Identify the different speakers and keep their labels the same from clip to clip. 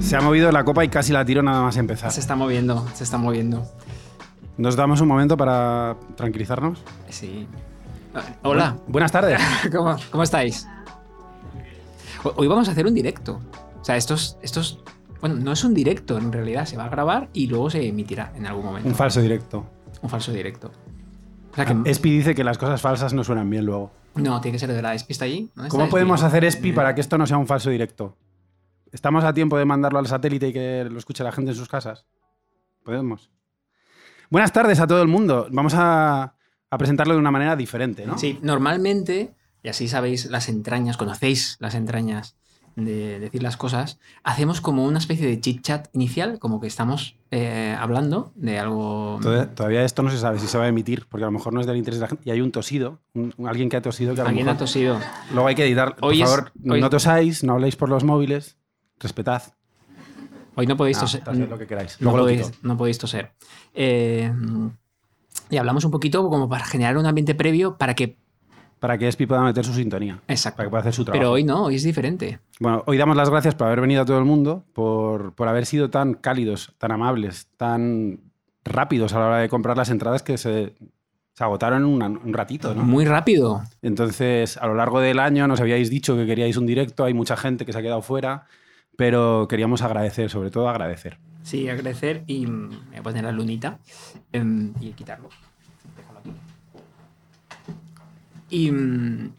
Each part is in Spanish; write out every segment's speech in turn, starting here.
Speaker 1: Se ha movido la copa y casi la tiro nada más empezar.
Speaker 2: Se está moviendo, se está moviendo.
Speaker 1: ¿Nos damos un momento para tranquilizarnos?
Speaker 2: Sí. Ah, Hola,
Speaker 1: Bu- buenas tardes.
Speaker 2: ¿Cómo, cómo estáis? Ho- Hoy vamos a hacer un directo. O sea, estos, estos. Bueno, no es un directo, en realidad se va a grabar y luego se emitirá en algún
Speaker 1: Un Ah,
Speaker 2: momento.
Speaker 1: falso directo.
Speaker 2: Un falso directo. O sea Ah, que.
Speaker 1: Espi dice que las cosas falsas no suenan bien luego.
Speaker 2: No, tiene que ser de la despista allí. ¿Dónde está
Speaker 1: ¿Cómo
Speaker 2: Espi?
Speaker 1: podemos hacer Espi para que esto no sea un falso directo? ¿Estamos a tiempo de mandarlo al satélite y que lo escuche la gente en sus casas? Podemos. Buenas tardes a todo el mundo. Vamos a, a presentarlo de una manera diferente, ¿no?
Speaker 2: Sí, normalmente, y así sabéis las entrañas, conocéis las entrañas de decir las cosas, hacemos como una especie de chit-chat inicial, como que estamos eh, hablando de algo...
Speaker 1: Todavía, todavía esto no se sabe si se va a emitir, porque a lo mejor no es del interés de la gente. Y hay un tosido, un- un- alguien que ha tosido que a lo
Speaker 2: Alguien ha
Speaker 1: mejor-
Speaker 2: tosido.
Speaker 1: Luego hay que editar. Por
Speaker 2: Hoy es-
Speaker 1: favor,
Speaker 2: hoy-
Speaker 1: no tosáis, no habléis por los móviles, respetad.
Speaker 2: Hoy no podéis
Speaker 1: Ah,
Speaker 2: toser.
Speaker 1: toser lo que queráis.
Speaker 2: No
Speaker 1: Luego lo
Speaker 2: podéis,
Speaker 1: quito.
Speaker 2: no podéis toser. Eh, y hablamos un poquito como para generar un ambiente previo para que...
Speaker 1: Para que Espi pueda meter su sintonía,
Speaker 2: Exacto.
Speaker 1: para que pueda hacer su trabajo.
Speaker 2: Pero hoy no, hoy es diferente.
Speaker 1: Bueno, hoy damos las gracias por haber venido a todo el mundo, por, por haber sido tan cálidos, tan amables, tan rápidos a la hora de comprar las entradas que se, se agotaron en una- un ratito, ¿no?
Speaker 2: Muy rápido.
Speaker 1: Entonces, a lo largo del año nos habíais dicho que queríais un directo, hay mucha gente que se ha quedado fuera, pero queríamos agradecer, sobre todo agradecer.
Speaker 2: Sí, agradecer y mm, voy a poner la lunita em, y quitarlo. Déjalo aquí. Y mm,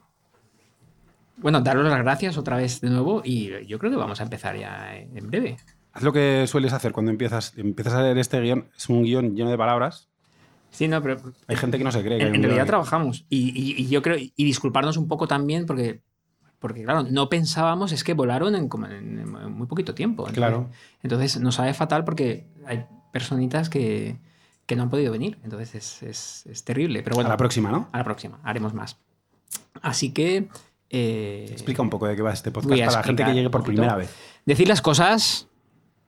Speaker 2: bueno, daros las gracias otra vez de nuevo y yo creo que vamos a empezar ya en en breve.
Speaker 1: Haz lo que sueles hacer cuando empiezas, empiezas a leer este guión, es un guión lleno de palabras.
Speaker 2: Sí, no, pero
Speaker 1: Hay gente que no se cree. que hay
Speaker 2: en,
Speaker 1: un
Speaker 2: en
Speaker 1: guión
Speaker 2: realidad
Speaker 1: aquí.
Speaker 2: trabajamos y, y- y yo creo y disculparnos un poco también porque porque claro, no pensábamos es que volaron en, como en- en muy poquito tiempo. Entonces-
Speaker 1: Claro.
Speaker 2: Entonces nos sabe fatal porque hay personitas que, que no han podido venir. Entonces es, es- es terrible. Pero bueno, Eh,
Speaker 1: A la próxima, ¿no?
Speaker 2: a la próxima, haremos más. Así que. eh,
Speaker 1: Explica un poco de qué va este podcast
Speaker 2: Voy a
Speaker 1: para la gente que
Speaker 2: explicar
Speaker 1: llegue por
Speaker 2: un poquito.
Speaker 1: primera vez.
Speaker 2: Decir las cosas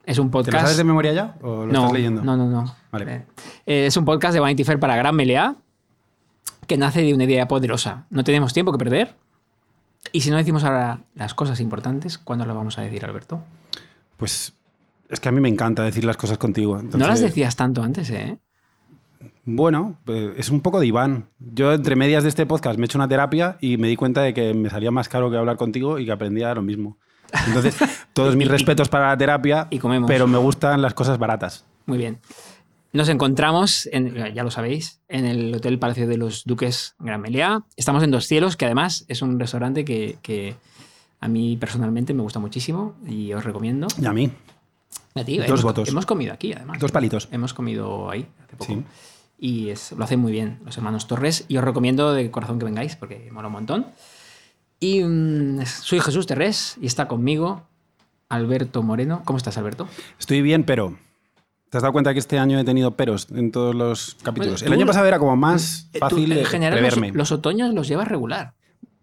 Speaker 2: es un
Speaker 1: ¿Te lo sabes
Speaker 2: podcast.
Speaker 1: de memoria ya? ¿O lo
Speaker 2: no,
Speaker 1: estás leyendo?
Speaker 2: no, no, no.
Speaker 1: Vale.
Speaker 2: Eh, eh, es un podcast de Vanity Fair para Gran Melea que nace de una idea poderosa. No tenemos tiempo que perder. Y si no decimos ahora las cosas importantes, ¿cuándo las vamos a decir, Alberto?
Speaker 1: Pues es que a mí me encanta decir las cosas contigo.
Speaker 2: no
Speaker 1: entonces-
Speaker 2: las decías tanto antes, ¿eh?
Speaker 1: Bueno, eh, es un poco de Iván. Yo entre medias de este podcast me he hecho una terapia y me di cuenta de que me salía más caro que hablar contigo y que aprendía lo mismo. Entonces, todos mis respetos para la terapia,
Speaker 2: y comemos.
Speaker 1: pero me gustan las cosas baratas.
Speaker 2: Muy bien. Nos encontramos, en- ya lo sabéis, en el Hotel Palacio de los Duques Gran Meliá. Estamos en Dos Cielos, que además es un restaurante que, que a mí personalmente me gusta muchísimo y os recomiendo.
Speaker 1: Y a mí,
Speaker 2: A ti,
Speaker 1: Dos
Speaker 2: hemos,
Speaker 1: votos.
Speaker 2: Hemos comido aquí, además.
Speaker 1: dos palitos.
Speaker 2: Hemos comido ahí hace poco.
Speaker 1: Sí.
Speaker 2: Y es- lo hacen muy bien los hermanos Torres. Y os recomiendo de corazón que vengáis porque mola un montón. Y mm, soy Jesús Terrés y está conmigo Alberto Moreno. ¿Cómo estás, Alberto?
Speaker 1: Estoy bien, pero... ¿Te has dado cuenta que este año he tenido peros en todos los capítulos?
Speaker 2: Bueno,
Speaker 1: el
Speaker 2: Pues tú-
Speaker 1: año pasado era como más
Speaker 2: Eh, tú,
Speaker 1: fácil de
Speaker 2: en general, los-
Speaker 1: preverme.
Speaker 2: los otoños los llevas regular.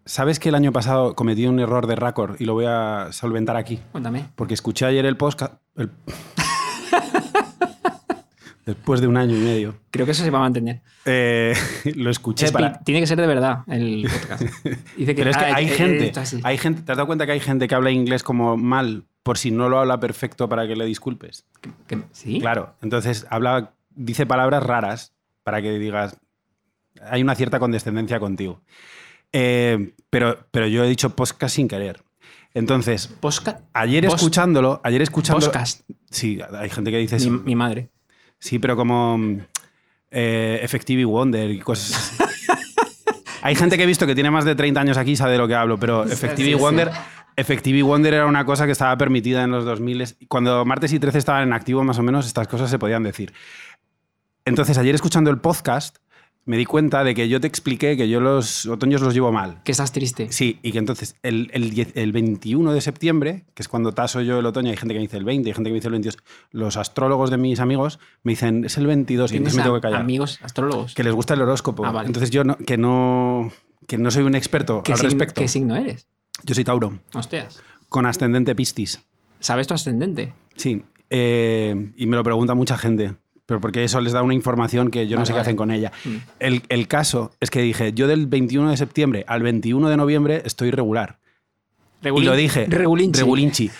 Speaker 1: ¿Sabes que el año pasado cometí un error de récord y lo voy a solventar aquí?
Speaker 2: Cuéntame.
Speaker 1: Porque escuché ayer el podcast. el- Después de un año y medio.
Speaker 2: Creo que eso se va a mantener.
Speaker 1: Eh, lo escuché
Speaker 2: Es
Speaker 1: para.
Speaker 2: pi- Tiene que ser de verdad el podcast. Dice
Speaker 1: Pero es que
Speaker 2: "Ah,
Speaker 1: hay
Speaker 2: eh, eh,
Speaker 1: gente.
Speaker 2: esto así".
Speaker 1: Hay gente. ¿Te has dado cuenta que hay gente que habla inglés como mal por si no lo habla perfecto para que le disculpes?
Speaker 2: Que- ¿Sí?
Speaker 1: Claro. Entonces habla, dice palabras raras para que digas. Hay una cierta condescendencia contigo. Eh, pero, pero yo he dicho podcast sin querer. Entonces,
Speaker 2: Posca-
Speaker 1: ayer
Speaker 2: Pos-
Speaker 1: escuchándolo, ayer escuchándolo.
Speaker 2: Podcast.
Speaker 1: Sí, hay gente que dice
Speaker 2: Mi,
Speaker 1: eso.
Speaker 2: mi madre.
Speaker 1: Sí, pero como mm, eh, Effective y Wonder y cosas así. Hay gente que he visto que tiene más de 30 años aquí y sabe de lo que hablo, pero
Speaker 2: Sí,
Speaker 1: Effective
Speaker 2: sí,
Speaker 1: y
Speaker 2: sí.
Speaker 1: Wonder, Effective y Wonder era una cosa que estaba permitida en los 2000. Cuando Martes y 13 estaban en activo, más o menos, estas cosas se podían decir. Entonces, ayer escuchando el podcast, me di cuenta de que yo te expliqué que yo los otoños los llevo mal.
Speaker 2: Que estás triste.
Speaker 1: Sí, y que entonces el, el, 10 el 21 de septiembre, que es cuando taso yo el otoño, hay gente que me dice el 20, hay gente que me dice el 22, los astrólogos de mis amigos me dicen es el 22 y
Speaker 2: Tienes
Speaker 1: entonces me
Speaker 2: a-
Speaker 1: tengo que callar.
Speaker 2: amigos astrólogos.
Speaker 1: Que les gusta el horóscopo.
Speaker 2: Ah, vale.
Speaker 1: Entonces yo no, que, no, que no soy un experto
Speaker 2: ¿Qué
Speaker 1: al
Speaker 2: sign-
Speaker 1: respecto.
Speaker 2: ¿Qué signo eres?
Speaker 1: Yo soy Tauro,
Speaker 2: Hostias.
Speaker 1: con ascendente Piscis.
Speaker 2: ¿Sabes tu ascendente?
Speaker 1: Sí, eh, y me lo pregunta mucha gente, pero porque eso les da una información que yo no
Speaker 2: Vale,
Speaker 1: sé qué
Speaker 2: vale.
Speaker 1: hacen con ella.
Speaker 2: Mm.
Speaker 1: El, el caso es que dije, yo del 21 de septiembre al 21 de noviembre estoy regular. Y
Speaker 2: Regulin-
Speaker 1: lo dije.
Speaker 2: Regulinchi.
Speaker 1: Regulinchi.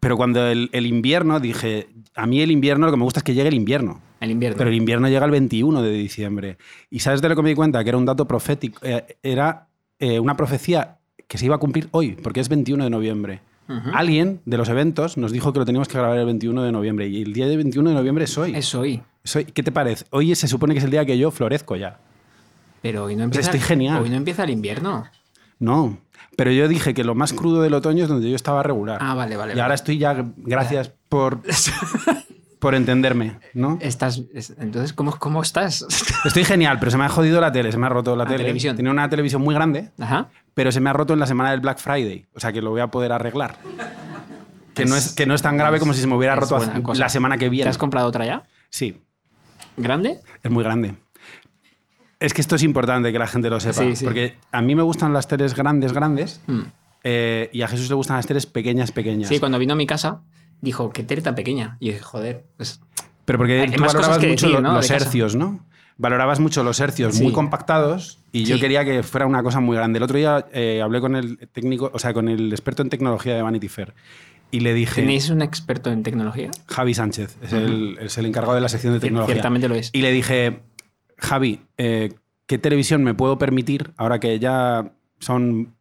Speaker 1: Pero cuando el, el invierno, dije, a mí el invierno lo que me gusta es que llegue el invierno.
Speaker 2: El invierno.
Speaker 1: Pero el invierno llega el 21 de diciembre. ¿Y sabes de lo que me di cuenta? Que era un dato profético. eh, era eh, una profecía que se iba a cumplir hoy, porque es 21 de noviembre.
Speaker 2: Ujú.
Speaker 1: Alguien de los eventos nos dijo que lo teníamos que grabar el 21 de noviembre. Y el día de 21 de noviembre es hoy.
Speaker 2: Es hoy.
Speaker 1: Es hoy. ¿Qué te parece? Hoy se supone que es el día que yo florezco ya.
Speaker 2: Pero hoy no empieza.
Speaker 1: Estoy genial.
Speaker 2: Hoy no empieza el invierno.
Speaker 1: No. Pero yo dije que lo más crudo del otoño es donde yo estaba regular.
Speaker 2: Ah, vale, vale.
Speaker 1: y ahora
Speaker 2: vale.
Speaker 1: estoy ya. Gracias por, por entenderme, ¿no?
Speaker 2: Estás. es- entonces, ¿cómo, cómo estás?
Speaker 1: Estoy genial, pero se me ha jodido la tele, se me ha roto la
Speaker 2: La
Speaker 1: tele.
Speaker 2: televisión.
Speaker 1: Tenía una televisión muy grande,
Speaker 2: Ajá.
Speaker 1: pero se me ha roto en la semana del Black Friday. O sea que lo voy a poder arreglar. Que, no, es, que no es tan grave como si se me hubiera
Speaker 2: es
Speaker 1: roto
Speaker 2: buena
Speaker 1: hace-
Speaker 2: cosa.
Speaker 1: la semana que
Speaker 2: ¿Te
Speaker 1: viene.
Speaker 2: has comprado otra ya?
Speaker 1: Sí,
Speaker 2: ¿Grande?
Speaker 1: es muy grande. Es que esto es importante que la gente lo sepa.
Speaker 2: Sí, sí.
Speaker 1: Porque a mí me gustan las teles grandes, grandes.
Speaker 2: Mm.
Speaker 1: eh, y a Jesús le gustan las teles pequeñas, pequeñas.
Speaker 2: Sí, cuando vino a mi casa, dijo, qué tele tan pequeña. Y dije, joder, pues
Speaker 1: Pero porque
Speaker 2: Hay
Speaker 1: tú
Speaker 2: más cosas
Speaker 1: valorabas
Speaker 2: que
Speaker 1: mucho
Speaker 2: decir,
Speaker 1: lo-
Speaker 2: ¿no?
Speaker 1: los
Speaker 2: de casa.
Speaker 1: hercios, ¿no? Valorabas mucho los hercios
Speaker 2: Sí.
Speaker 1: muy compactados y yo
Speaker 2: Sí.
Speaker 1: quería que fuera una cosa muy grande. El otro día eh, hablé con el técnico, o sea, con el experto en tecnología de Vanity Fair y le dije,
Speaker 2: ¿tenéis un experto en tecnología?
Speaker 1: Javi Sánchez, es, el, es el encargado de la sección de tecnología.
Speaker 2: Ciertamente lo es.
Speaker 1: Y le dije, Javi, eh, ¿qué televisión me puedo permitir ahora que ya son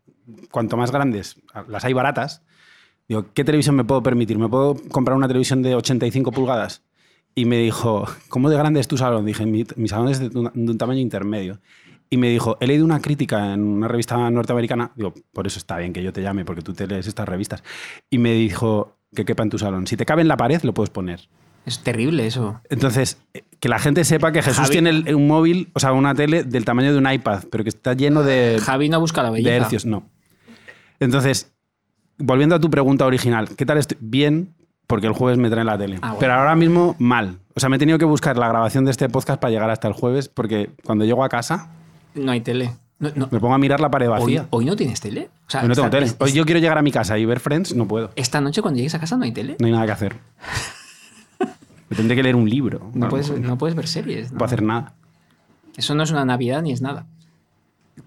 Speaker 1: cuanto más grandes, las hay baratas? Digo, ¿qué televisión me puedo permitir? ¿Me puedo comprar una televisión de 85 pulgadas? Y me dijo, ¿cómo de grande es tu salón? Dije, mi, mi salón es de un, de un tamaño intermedio. Y me dijo, he leído una crítica en una revista norteamericana. Digo, por eso está bien que yo te llame, porque tú te lees estas revistas. Y me dijo que quepa en tu salón. Si te cabe en la pared, lo puedes poner.
Speaker 2: Es terrible eso.
Speaker 1: Entonces, eh, que la gente sepa que Jesús
Speaker 2: Javi-
Speaker 1: tiene el- un móvil, o sea, una tele del tamaño de un iPad, pero que está lleno de,
Speaker 2: Javi no busca la
Speaker 1: Eh, de
Speaker 2: belleza.
Speaker 1: hercios. No. Entonces, volviendo a tu pregunta original, ¿qué tal estoy? Bien, porque el jueves me traen la tele.
Speaker 2: Ah, bueno.
Speaker 1: Pero ahora mismo, mal. O sea, me he tenido que buscar la grabación de este podcast para llegar hasta el jueves, porque cuando llego a casa
Speaker 2: No hay tele. No, no.
Speaker 1: me pongo a mirar la pared
Speaker 2: ¿Hoy,
Speaker 1: vacía.
Speaker 2: hoy no tienes tele? O sea,
Speaker 1: Hoy no tengo
Speaker 2: esta,
Speaker 1: tele.
Speaker 2: es-
Speaker 1: Hoy yo quiero llegar a mi casa y ver Friends, no puedo.
Speaker 2: esta noche cuando llegues a casa no hay tele.
Speaker 1: No hay nada que hacer. Me tendré que leer un libro. a
Speaker 2: No
Speaker 1: lo
Speaker 2: puedes,
Speaker 1: mejor.
Speaker 2: no puedes ver series.
Speaker 1: no
Speaker 2: ¿no?
Speaker 1: puedo hacer nada.
Speaker 2: Eso no es una Navidad ni es nada.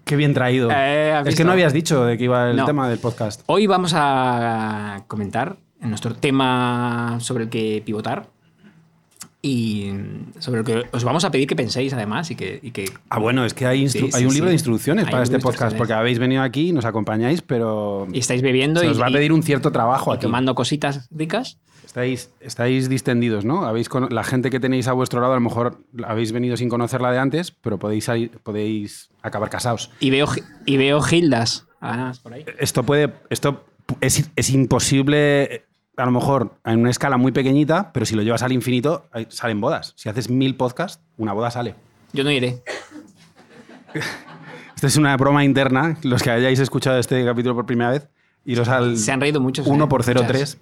Speaker 1: Qué bien traído.
Speaker 2: Eh, ¿has
Speaker 1: es que
Speaker 2: visto?
Speaker 1: no habías dicho de que iba el
Speaker 2: No.
Speaker 1: tema del podcast.
Speaker 2: Hoy vamos a comentar en nuestro tema sobre el que pivotar y sobre el que os vamos a pedir que penséis además y que, y que
Speaker 1: Ah, bueno, es que hay, instru-
Speaker 2: Sí,
Speaker 1: hay
Speaker 2: sí,
Speaker 1: un libro
Speaker 2: sí.
Speaker 1: de instrucciones
Speaker 2: Hay
Speaker 1: para
Speaker 2: un
Speaker 1: este
Speaker 2: libro de
Speaker 1: podcast,
Speaker 2: instrucciones.
Speaker 1: porque habéis venido aquí, nos acompañáis, pero
Speaker 2: y estáis bebiendo
Speaker 1: se
Speaker 2: y,
Speaker 1: os va a
Speaker 2: y-
Speaker 1: pedir un cierto
Speaker 2: y
Speaker 1: trabajo aquí.
Speaker 2: tomando cositas ricas.
Speaker 1: Estáis, estáis distendidos, ¿no? Habéis cono- la gente que tenéis a vuestro lado, a lo mejor habéis venido sin conocerla de antes, pero podéis, ahí- podéis acabar casados.
Speaker 2: Y veo, gi- y veo gildas. Ah, por ahí.
Speaker 1: Esto puede. Esto es, es imposible, a lo mejor, en una escala muy pequeñita, pero si lo llevas al infinito, ahí salen bodas. Si haces mil podcasts, una boda sale.
Speaker 2: Yo no iré.
Speaker 1: Esta es una broma interna, los que hayáis escuchado este capítulo por primera vez, iros al
Speaker 2: Se han reído muchos. ¿eh?
Speaker 1: 1 por 03.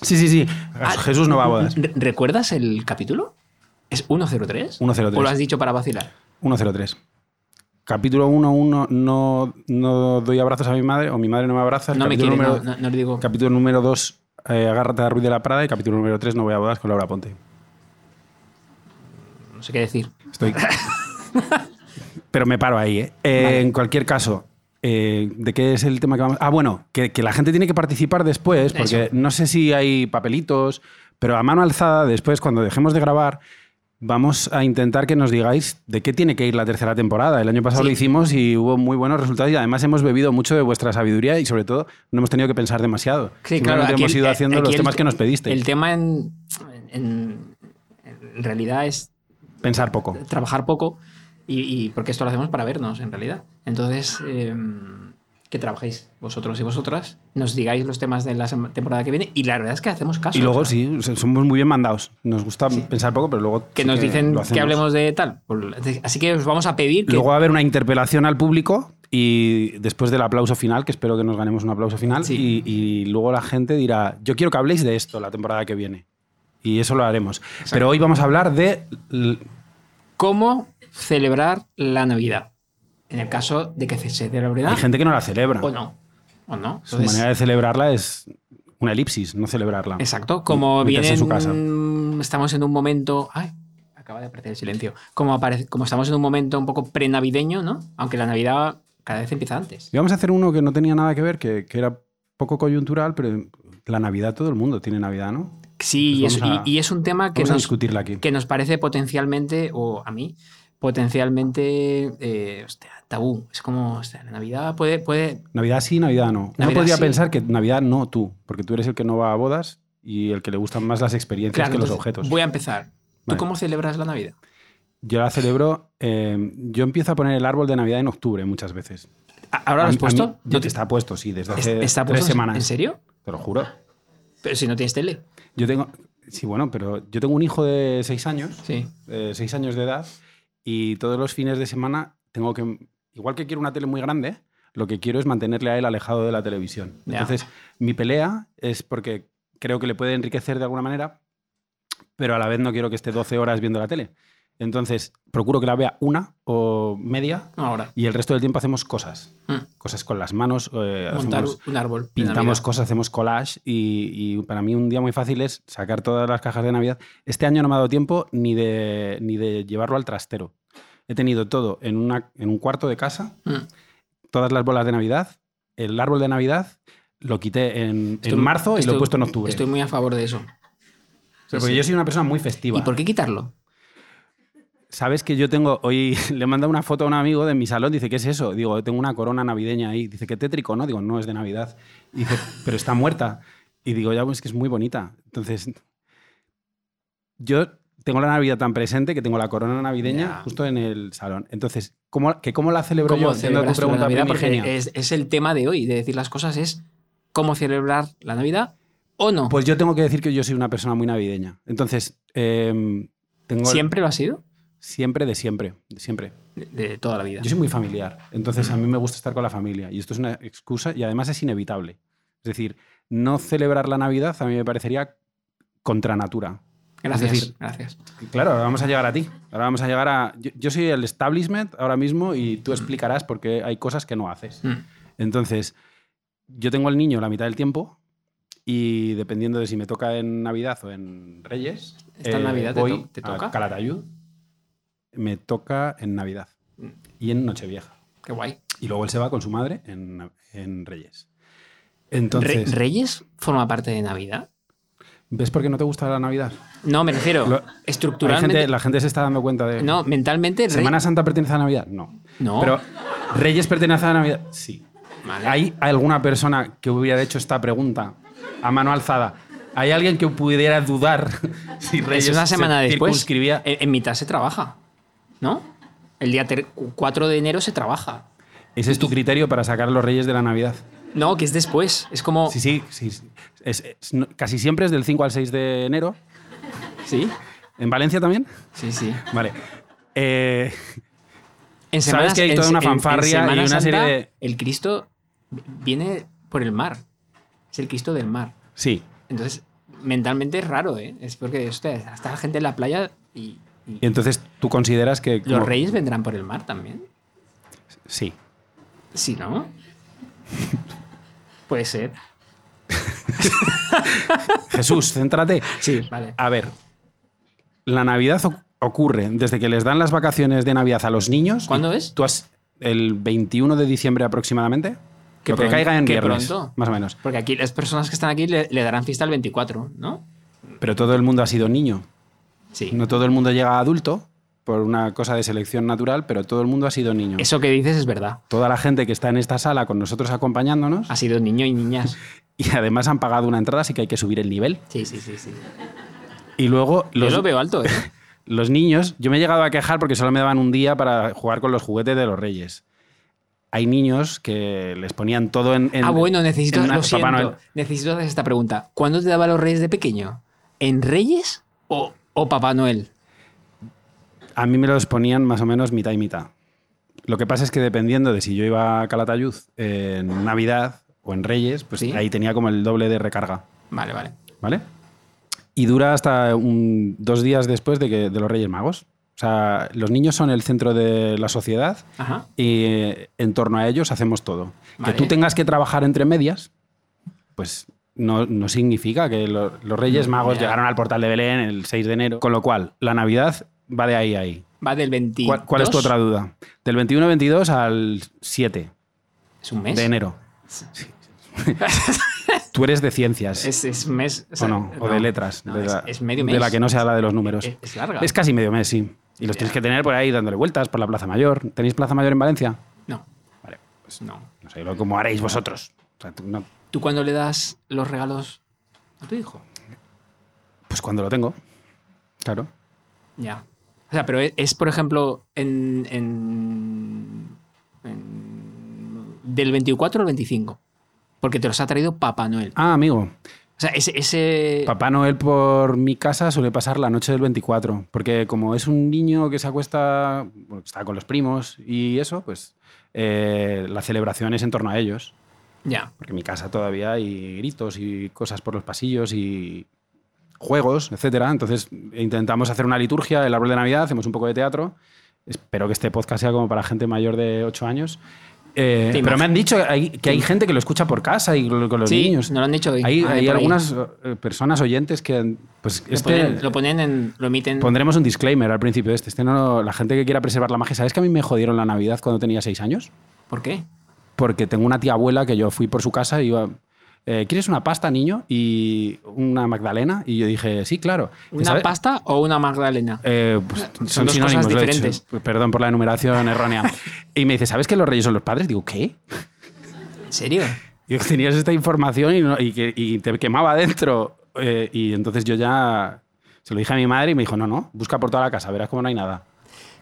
Speaker 1: Sí, sí, sí.
Speaker 2: Ah,
Speaker 1: Jesús no va a bodas.
Speaker 2: Re- ¿Recuerdas el capítulo? ¿Es 103?
Speaker 1: 103.
Speaker 2: ¿O lo has dicho para vacilar?
Speaker 1: 103. Capítulo 1, 1, no, no doy abrazos a mi madre o mi madre no me abraza. El
Speaker 2: No me
Speaker 1: capítulo
Speaker 2: quiere, no,
Speaker 1: número-
Speaker 2: no, no le digo.
Speaker 1: Capítulo número 2, eh, agárrate a Ruiz de la Prada y capítulo número 3, no voy a bodas con Laura Ponte.
Speaker 2: No sé qué decir.
Speaker 1: Estoy... Pero me paro ahí, ¿eh? Eh, En cualquier caso, eh, ¿de qué es el tema que vamos...? Ah, bueno, que, que la gente tiene que participar después, porque
Speaker 2: Eso.
Speaker 1: no sé si hay papelitos, pero a mano alzada, después, cuando dejemos de grabar, vamos a intentar que nos digáis de qué tiene que ir la tercera temporada. El año pasado
Speaker 2: Sí.
Speaker 1: lo hicimos y hubo muy buenos resultados y además hemos bebido mucho de vuestra sabiduría y sobre todo no hemos tenido que pensar demasiado.
Speaker 2: Sí, claro.
Speaker 1: Simplemente
Speaker 2: aquí
Speaker 1: hemos
Speaker 2: el-
Speaker 1: ido haciendo
Speaker 2: aquí
Speaker 1: los
Speaker 2: el-
Speaker 1: temas que nos pedisteis.
Speaker 2: El tema en, en- en realidad es
Speaker 1: Pensar poco.
Speaker 2: trabajar poco y, y- porque esto lo hacemos para vernos en realidad. Entonces, eh, que trabajéis vosotros y vosotras, nos digáis los temas de la sema- temporada que viene y la verdad es que hacemos caso.
Speaker 1: Y luego
Speaker 2: o sea,
Speaker 1: sí, o sea, somos muy bien mandados. Nos gusta pensar poco, pero luego...
Speaker 2: Que
Speaker 1: sí
Speaker 2: nos dicen
Speaker 1: lo
Speaker 2: que
Speaker 1: hacemos.
Speaker 2: hablemos de tal. Por- Así que os vamos a pedir que
Speaker 1: Luego va a haber una interpelación al público y después del aplauso final, que espero que nos ganemos un aplauso final,
Speaker 2: Sí.
Speaker 1: y, y luego la gente dirá, yo quiero que habléis de esto la temporada que viene. Y eso lo haremos. Pero hoy vamos a hablar de... l-
Speaker 2: cómo celebrar la Navidad. En el caso de que se celebre
Speaker 1: Hay gente que no la celebra.
Speaker 2: o no. O no.
Speaker 1: Su
Speaker 2: Ah. Entonces,
Speaker 1: manera de celebrarla es una elipsis, no celebrarla.
Speaker 2: Exacto. Como
Speaker 1: Meterse
Speaker 2: vienen,
Speaker 1: en su casa.
Speaker 2: estamos en un momento. Ay, acaba de aparecer el silencio. Como, aparece, como estamos en un momento un poco prenavideño, ¿no? Aunque la Navidad cada vez empieza antes.
Speaker 1: Y vamos a hacer uno que no tenía nada que ver, que, que era poco coyuntural, pero la Navidad todo el mundo tiene Navidad, ¿no?
Speaker 2: Sí, y
Speaker 1: Pues
Speaker 2: es,
Speaker 1: vamos a-
Speaker 2: y- y es un tema que
Speaker 1: Vamos a
Speaker 2: nos,
Speaker 1: discutirla aquí.
Speaker 2: que nos parece potencialmente, o a mí, potencialmente eh, hostia, tabú. Es como, hostia, la Navidad puede, puede...
Speaker 1: Navidad sí, Navidad no. Uno
Speaker 2: Navidad
Speaker 1: podría
Speaker 2: sí.
Speaker 1: pensar que Navidad no tú, porque tú eres el que no va a bodas y el que le gustan más las experiencias
Speaker 2: Claro,
Speaker 1: que los
Speaker 2: entonces,
Speaker 1: objetos.
Speaker 2: Voy a empezar. ¿Tú
Speaker 1: Vale.
Speaker 2: cómo celebras la Navidad?
Speaker 1: Yo la celebro. eh, yo empiezo a poner el árbol de Navidad en octubre muchas veces.
Speaker 2: ¿A- ¿Ahora
Speaker 1: A
Speaker 2: lo has
Speaker 1: mí- a
Speaker 2: puesto?
Speaker 1: mí-
Speaker 2: ¿No te-
Speaker 1: Está puesto, sí, desde
Speaker 2: ¿Está-
Speaker 1: hace
Speaker 2: está
Speaker 1: tres
Speaker 2: puesto?
Speaker 1: semanas.
Speaker 2: ¿En serio?
Speaker 1: Te lo juro.
Speaker 2: Pero si no tienes tele.
Speaker 1: Yo tengo. Sí, bueno, pero yo tengo un hijo de seis años.
Speaker 2: Sí.
Speaker 1: eh, seis años de edad y todos los fines de semana tengo que, igual que quiero una tele muy grande, lo que quiero es mantenerle a él alejado de la televisión.
Speaker 2: Ya.
Speaker 1: Entonces, mi pelea es porque creo que le puede enriquecer de alguna manera, pero a la vez no quiero que esté 12 horas viendo la tele. Entonces, procuro que la vea una o media
Speaker 2: Ahora.
Speaker 1: y el resto del tiempo hacemos cosas.
Speaker 2: Mm.
Speaker 1: Cosas con las manos, eh,
Speaker 2: Montar
Speaker 1: hacemos-
Speaker 2: un árbol. de
Speaker 1: pintamos
Speaker 2: Navidad.
Speaker 1: cosas, hacemos collage y, y para mí un día muy fácil es sacar todas las cajas de Navidad. Este año no me ha dado tiempo ni de, ni de llevarlo al trastero. He tenido todo en, una, en un cuarto de casa,
Speaker 2: Mm.
Speaker 1: todas las bolas de Navidad, el árbol de Navidad, lo quité en, en
Speaker 2: Estoy-
Speaker 1: marzo y lo
Speaker 2: estoy-
Speaker 1: he puesto en octubre.
Speaker 2: Estoy muy a favor de eso.
Speaker 1: Pero
Speaker 2: sí,
Speaker 1: porque
Speaker 2: sí.
Speaker 1: yo soy una persona muy festiva.
Speaker 2: ¿Y por qué quitarlo?
Speaker 1: Sabes que yo tengo, hoy le he mandado una foto a un amigo de mi salón, dice, ¿qué es eso? Digo, tengo una corona navideña ahí. Dice, qué tétrico, ¿no? Digo, no, es de Navidad. Y dice, pero está muerta. Y digo, ya, pues que es muy bonita. Entonces, yo tengo la Navidad tan presente que tengo la corona navideña
Speaker 2: Ya.
Speaker 1: justo en el salón. Entonces, ¿cómo, que ¿cómo la celebro yo?
Speaker 2: ¿Cómo
Speaker 1: Entiendo tu
Speaker 2: celebras tú la
Speaker 1: pregunta
Speaker 2: Navidad?
Speaker 1: primigenia.
Speaker 2: Porque eh, es, es el tema de hoy, de decir las cosas, es cómo celebrar la Navidad o no.
Speaker 1: Pues yo tengo que decir que yo soy una persona muy navideña. Entonces, em, tengo
Speaker 2: ¿Siempre lo ha sido?
Speaker 1: siempre de siempre, de siempre.
Speaker 2: De, de toda la vida.
Speaker 1: Yo soy muy familiar, entonces
Speaker 2: Mm.
Speaker 1: a mí me gusta estar con la familia y esto es una excusa y además es inevitable. Es decir, no celebrar la Navidad a mí me parecería contra natura.
Speaker 2: Gracias,
Speaker 1: Es decir-
Speaker 2: gracias.
Speaker 1: Y Claro, ahora vamos a llegar a ti. Ahora vamos a llegar a... Yo, yo soy el establishment ahora mismo y tú explicarás por qué hay cosas que no haces.
Speaker 2: Mm.
Speaker 1: Entonces, yo tengo al niño la mitad del tiempo y dependiendo de si me toca en Navidad o en Reyes, eh,
Speaker 2: ¿Esta Navidad te
Speaker 1: voy
Speaker 2: to- te toca?
Speaker 1: a Calatayud. Me toca en Navidad
Speaker 2: Mm.
Speaker 1: y en Nochevieja.
Speaker 2: Qué guay.
Speaker 1: Y luego él se va con su madre en, en Reyes.
Speaker 2: Re-
Speaker 1: Entonces,
Speaker 2: ¿Reyes forma parte de Navidad?
Speaker 1: ¿ves por qué no te gusta la Navidad?
Speaker 2: No, me refiero.
Speaker 1: Lo- Hay
Speaker 2: estructuralmente.
Speaker 1: gente, la gente se está dando cuenta de...
Speaker 2: No, mentalmente. Rey-
Speaker 1: ¿Semana Santa pertenece a Navidad? No.
Speaker 2: No.
Speaker 1: Pero ¿Reyes pertenece a Navidad? Sí.
Speaker 2: Vale.
Speaker 1: ¿Hay alguna persona que hubiera hecho esta pregunta a mano alzada? ¿Hay alguien que pudiera dudar si Reyes
Speaker 2: es una semana
Speaker 1: se
Speaker 2: después. Eh,
Speaker 1: circunscribía?
Speaker 2: En, en mitad se trabaja, ¿no? El día ter- 4 de enero se trabaja.
Speaker 1: ¿Ese es tu criterio para sacar a los Reyes de la Navidad?
Speaker 2: No, que es después. Es como.
Speaker 1: Sí,
Speaker 2: Sí.
Speaker 1: sí. sí, sí. Es- es- no- casi siempre es del 5 al 6 de enero.
Speaker 2: Sí,
Speaker 1: ¿En Valencia también?
Speaker 2: sí.
Speaker 1: Vale. Eh,
Speaker 2: En Semana-
Speaker 1: que hay
Speaker 2: en-
Speaker 1: toda una
Speaker 2: en- en
Speaker 1: fanfarria
Speaker 2: Semana
Speaker 1: y una serie
Speaker 2: Santa,
Speaker 1: de-
Speaker 2: El Cristo viene por el mar. Es el Cristo del mar.
Speaker 1: sí.
Speaker 2: Entonces, mentalmente es raro, ¿eh? Es porque, ustedes hasta la gente en la playa y. y-
Speaker 1: Y entonces tú consideras que. como-
Speaker 2: ¿Los reyes vendrán por el mar también?
Speaker 1: Sí.
Speaker 2: Sí, ¿no? Puede ser.
Speaker 1: Jesús, céntrate.
Speaker 2: Sí, vale.
Speaker 1: A ver. La Navidad oc- ocurre desde que les dan las vacaciones de Navidad a los niños.
Speaker 2: ¿Cuándo es?
Speaker 1: Tú has. El 21 de diciembre aproximadamente.
Speaker 2: Qué
Speaker 1: lo que
Speaker 2: pronto,
Speaker 1: caiga en
Speaker 2: qué
Speaker 1: viernes.
Speaker 2: pronto.
Speaker 1: Más o menos.
Speaker 2: Porque aquí las personas que están aquí le, le darán fiesta el 24, ¿no?
Speaker 1: Pero todo el mundo ha sido niño.
Speaker 2: Sí.
Speaker 1: No todo el mundo llega a adulto por una cosa de selección natural, pero todo el mundo ha sido niño.
Speaker 2: Eso que dices es verdad.
Speaker 1: Toda la gente que está en esta sala con nosotros acompañándonos
Speaker 2: Ha sido niño y niñas.
Speaker 1: y además han pagado una entrada, así que hay que subir el nivel.
Speaker 2: Sí, sí, sí, sí.
Speaker 1: Y luego
Speaker 2: Yo
Speaker 1: los,
Speaker 2: lo veo alto, ¿eh?
Speaker 1: los niños, yo me he llegado a quejar porque solo me daban un día para jugar con los juguetes de los reyes. Hay niños que les ponían todo en... en-
Speaker 2: ah, bueno, necesito.
Speaker 1: en una-
Speaker 2: lo
Speaker 1: Papá
Speaker 2: siento.
Speaker 1: Noel.
Speaker 2: Necesito hacer esta pregunta. ¿Cuándo te daba los reyes de pequeño? ¿En Reyes o, o Papá Noel?
Speaker 1: A mí me los ponían más o menos mitad y mitad. Lo que pasa es que dependiendo de si yo iba a Calatayud en Navidad o en Reyes, pues
Speaker 2: Sí.
Speaker 1: ahí tenía como el doble de recarga,
Speaker 2: Vale, vale.
Speaker 1: ¿vale? Y dura hasta un- dos días después de, que, de los Reyes Magos. O sea, los niños son el centro de la sociedad
Speaker 2: Ajá.
Speaker 1: y eh, en torno a ellos hacemos todo.
Speaker 2: Vale.
Speaker 1: Que tú tengas que trabajar entre medias, pues no, no significa que lo- los Reyes
Speaker 2: No,
Speaker 1: Magos
Speaker 2: ya.
Speaker 1: llegaron al portal de Belén el 6 de enero. Con lo cual, la Navidad va de ahí a ahí.
Speaker 2: Va del 20.
Speaker 1: ¿Cuál, cuál es tu otra duda? Del 21-22 al 7
Speaker 2: Es un mes.
Speaker 1: de enero. Tú eres de ciencias.
Speaker 2: Es, es mes.
Speaker 1: o no, o de
Speaker 2: no,
Speaker 1: letras.
Speaker 2: no,
Speaker 1: de
Speaker 2: es,
Speaker 1: la,
Speaker 2: es medio mes.
Speaker 1: De la que no se habla de los números.
Speaker 2: Es, es larga.
Speaker 1: Es casi medio mes, sí. Y los tienes que tener por ahí dándole vueltas por la Plaza Mayor. ¿Tenéis Plaza Mayor en Valencia?
Speaker 2: No,
Speaker 1: Vale, pues
Speaker 2: no.
Speaker 1: no sé lo- cómo haréis vosotros. O sea, tú no-
Speaker 2: ¿Tú cuando le das los regalos a tu hijo?
Speaker 1: pues cuando lo tengo. Claro.
Speaker 2: Ya. O sea, pero es, es, por ejemplo, en, en- en- Del 24 al 25. Porque te los ha traído Papá Noel.
Speaker 1: Ah, amigo.
Speaker 2: O sea, ese. ese
Speaker 1: Papá Noel por mi casa suele pasar la noche del 24, porque como es un niño que se acuesta, bueno, está con los primos y eso, pues eh, la celebración es en torno a ellos,
Speaker 2: ya.
Speaker 1: porque en mi casa todavía hay gritos y cosas por los pasillos y juegos, etcétera. Entonces intentamos hacer una liturgia, el árbol de Navidad, hacemos un poco de teatro. Espero que este podcast sea como para gente mayor de 8 años. Eh,
Speaker 2: Te
Speaker 1: pero
Speaker 2: imag-
Speaker 1: me han dicho que hay, que hay gente que lo escucha por casa y con con los
Speaker 2: sí,
Speaker 1: niños.
Speaker 2: nos lo han dicho hoy.
Speaker 1: Hay,
Speaker 2: Ah,
Speaker 1: hay
Speaker 2: por ahí.
Speaker 1: algunas eh, personas oyentes que. han- Pues
Speaker 2: Lo,
Speaker 1: este-
Speaker 2: ponen, lo ponen en. Lo emiten.
Speaker 1: pondremos un disclaimer al principio de este. Este no, la gente que quiera preservar la magia. ¿Sabes que a mí me jodieron la Navidad cuando tenía seis años?
Speaker 2: ¿Por qué?
Speaker 1: Porque tengo una tía abuela que yo fui por su casa y iba. eh, ¿Quieres una pasta, niño? Y una magdalena. Y yo dije, sí, claro.
Speaker 2: ¿Una
Speaker 1: ¿Sabes?
Speaker 2: pasta o una magdalena?
Speaker 1: Eh, pues, son,
Speaker 2: dos cosas
Speaker 1: sinónimos, lo he dicho.
Speaker 2: diferentes.
Speaker 1: Perdón por la enumeración errónea. y me dice, ¿sabes que los reyes son los padres? Digo, ¿qué?
Speaker 2: ¿En serio?
Speaker 1: Y que tenías esta información y, no- y que, y te quemaba dentro. Eh, y entonces yo ya se lo dije a mi madre y me dijo, no, no, busca por toda la casa, verás cómo no hay nada.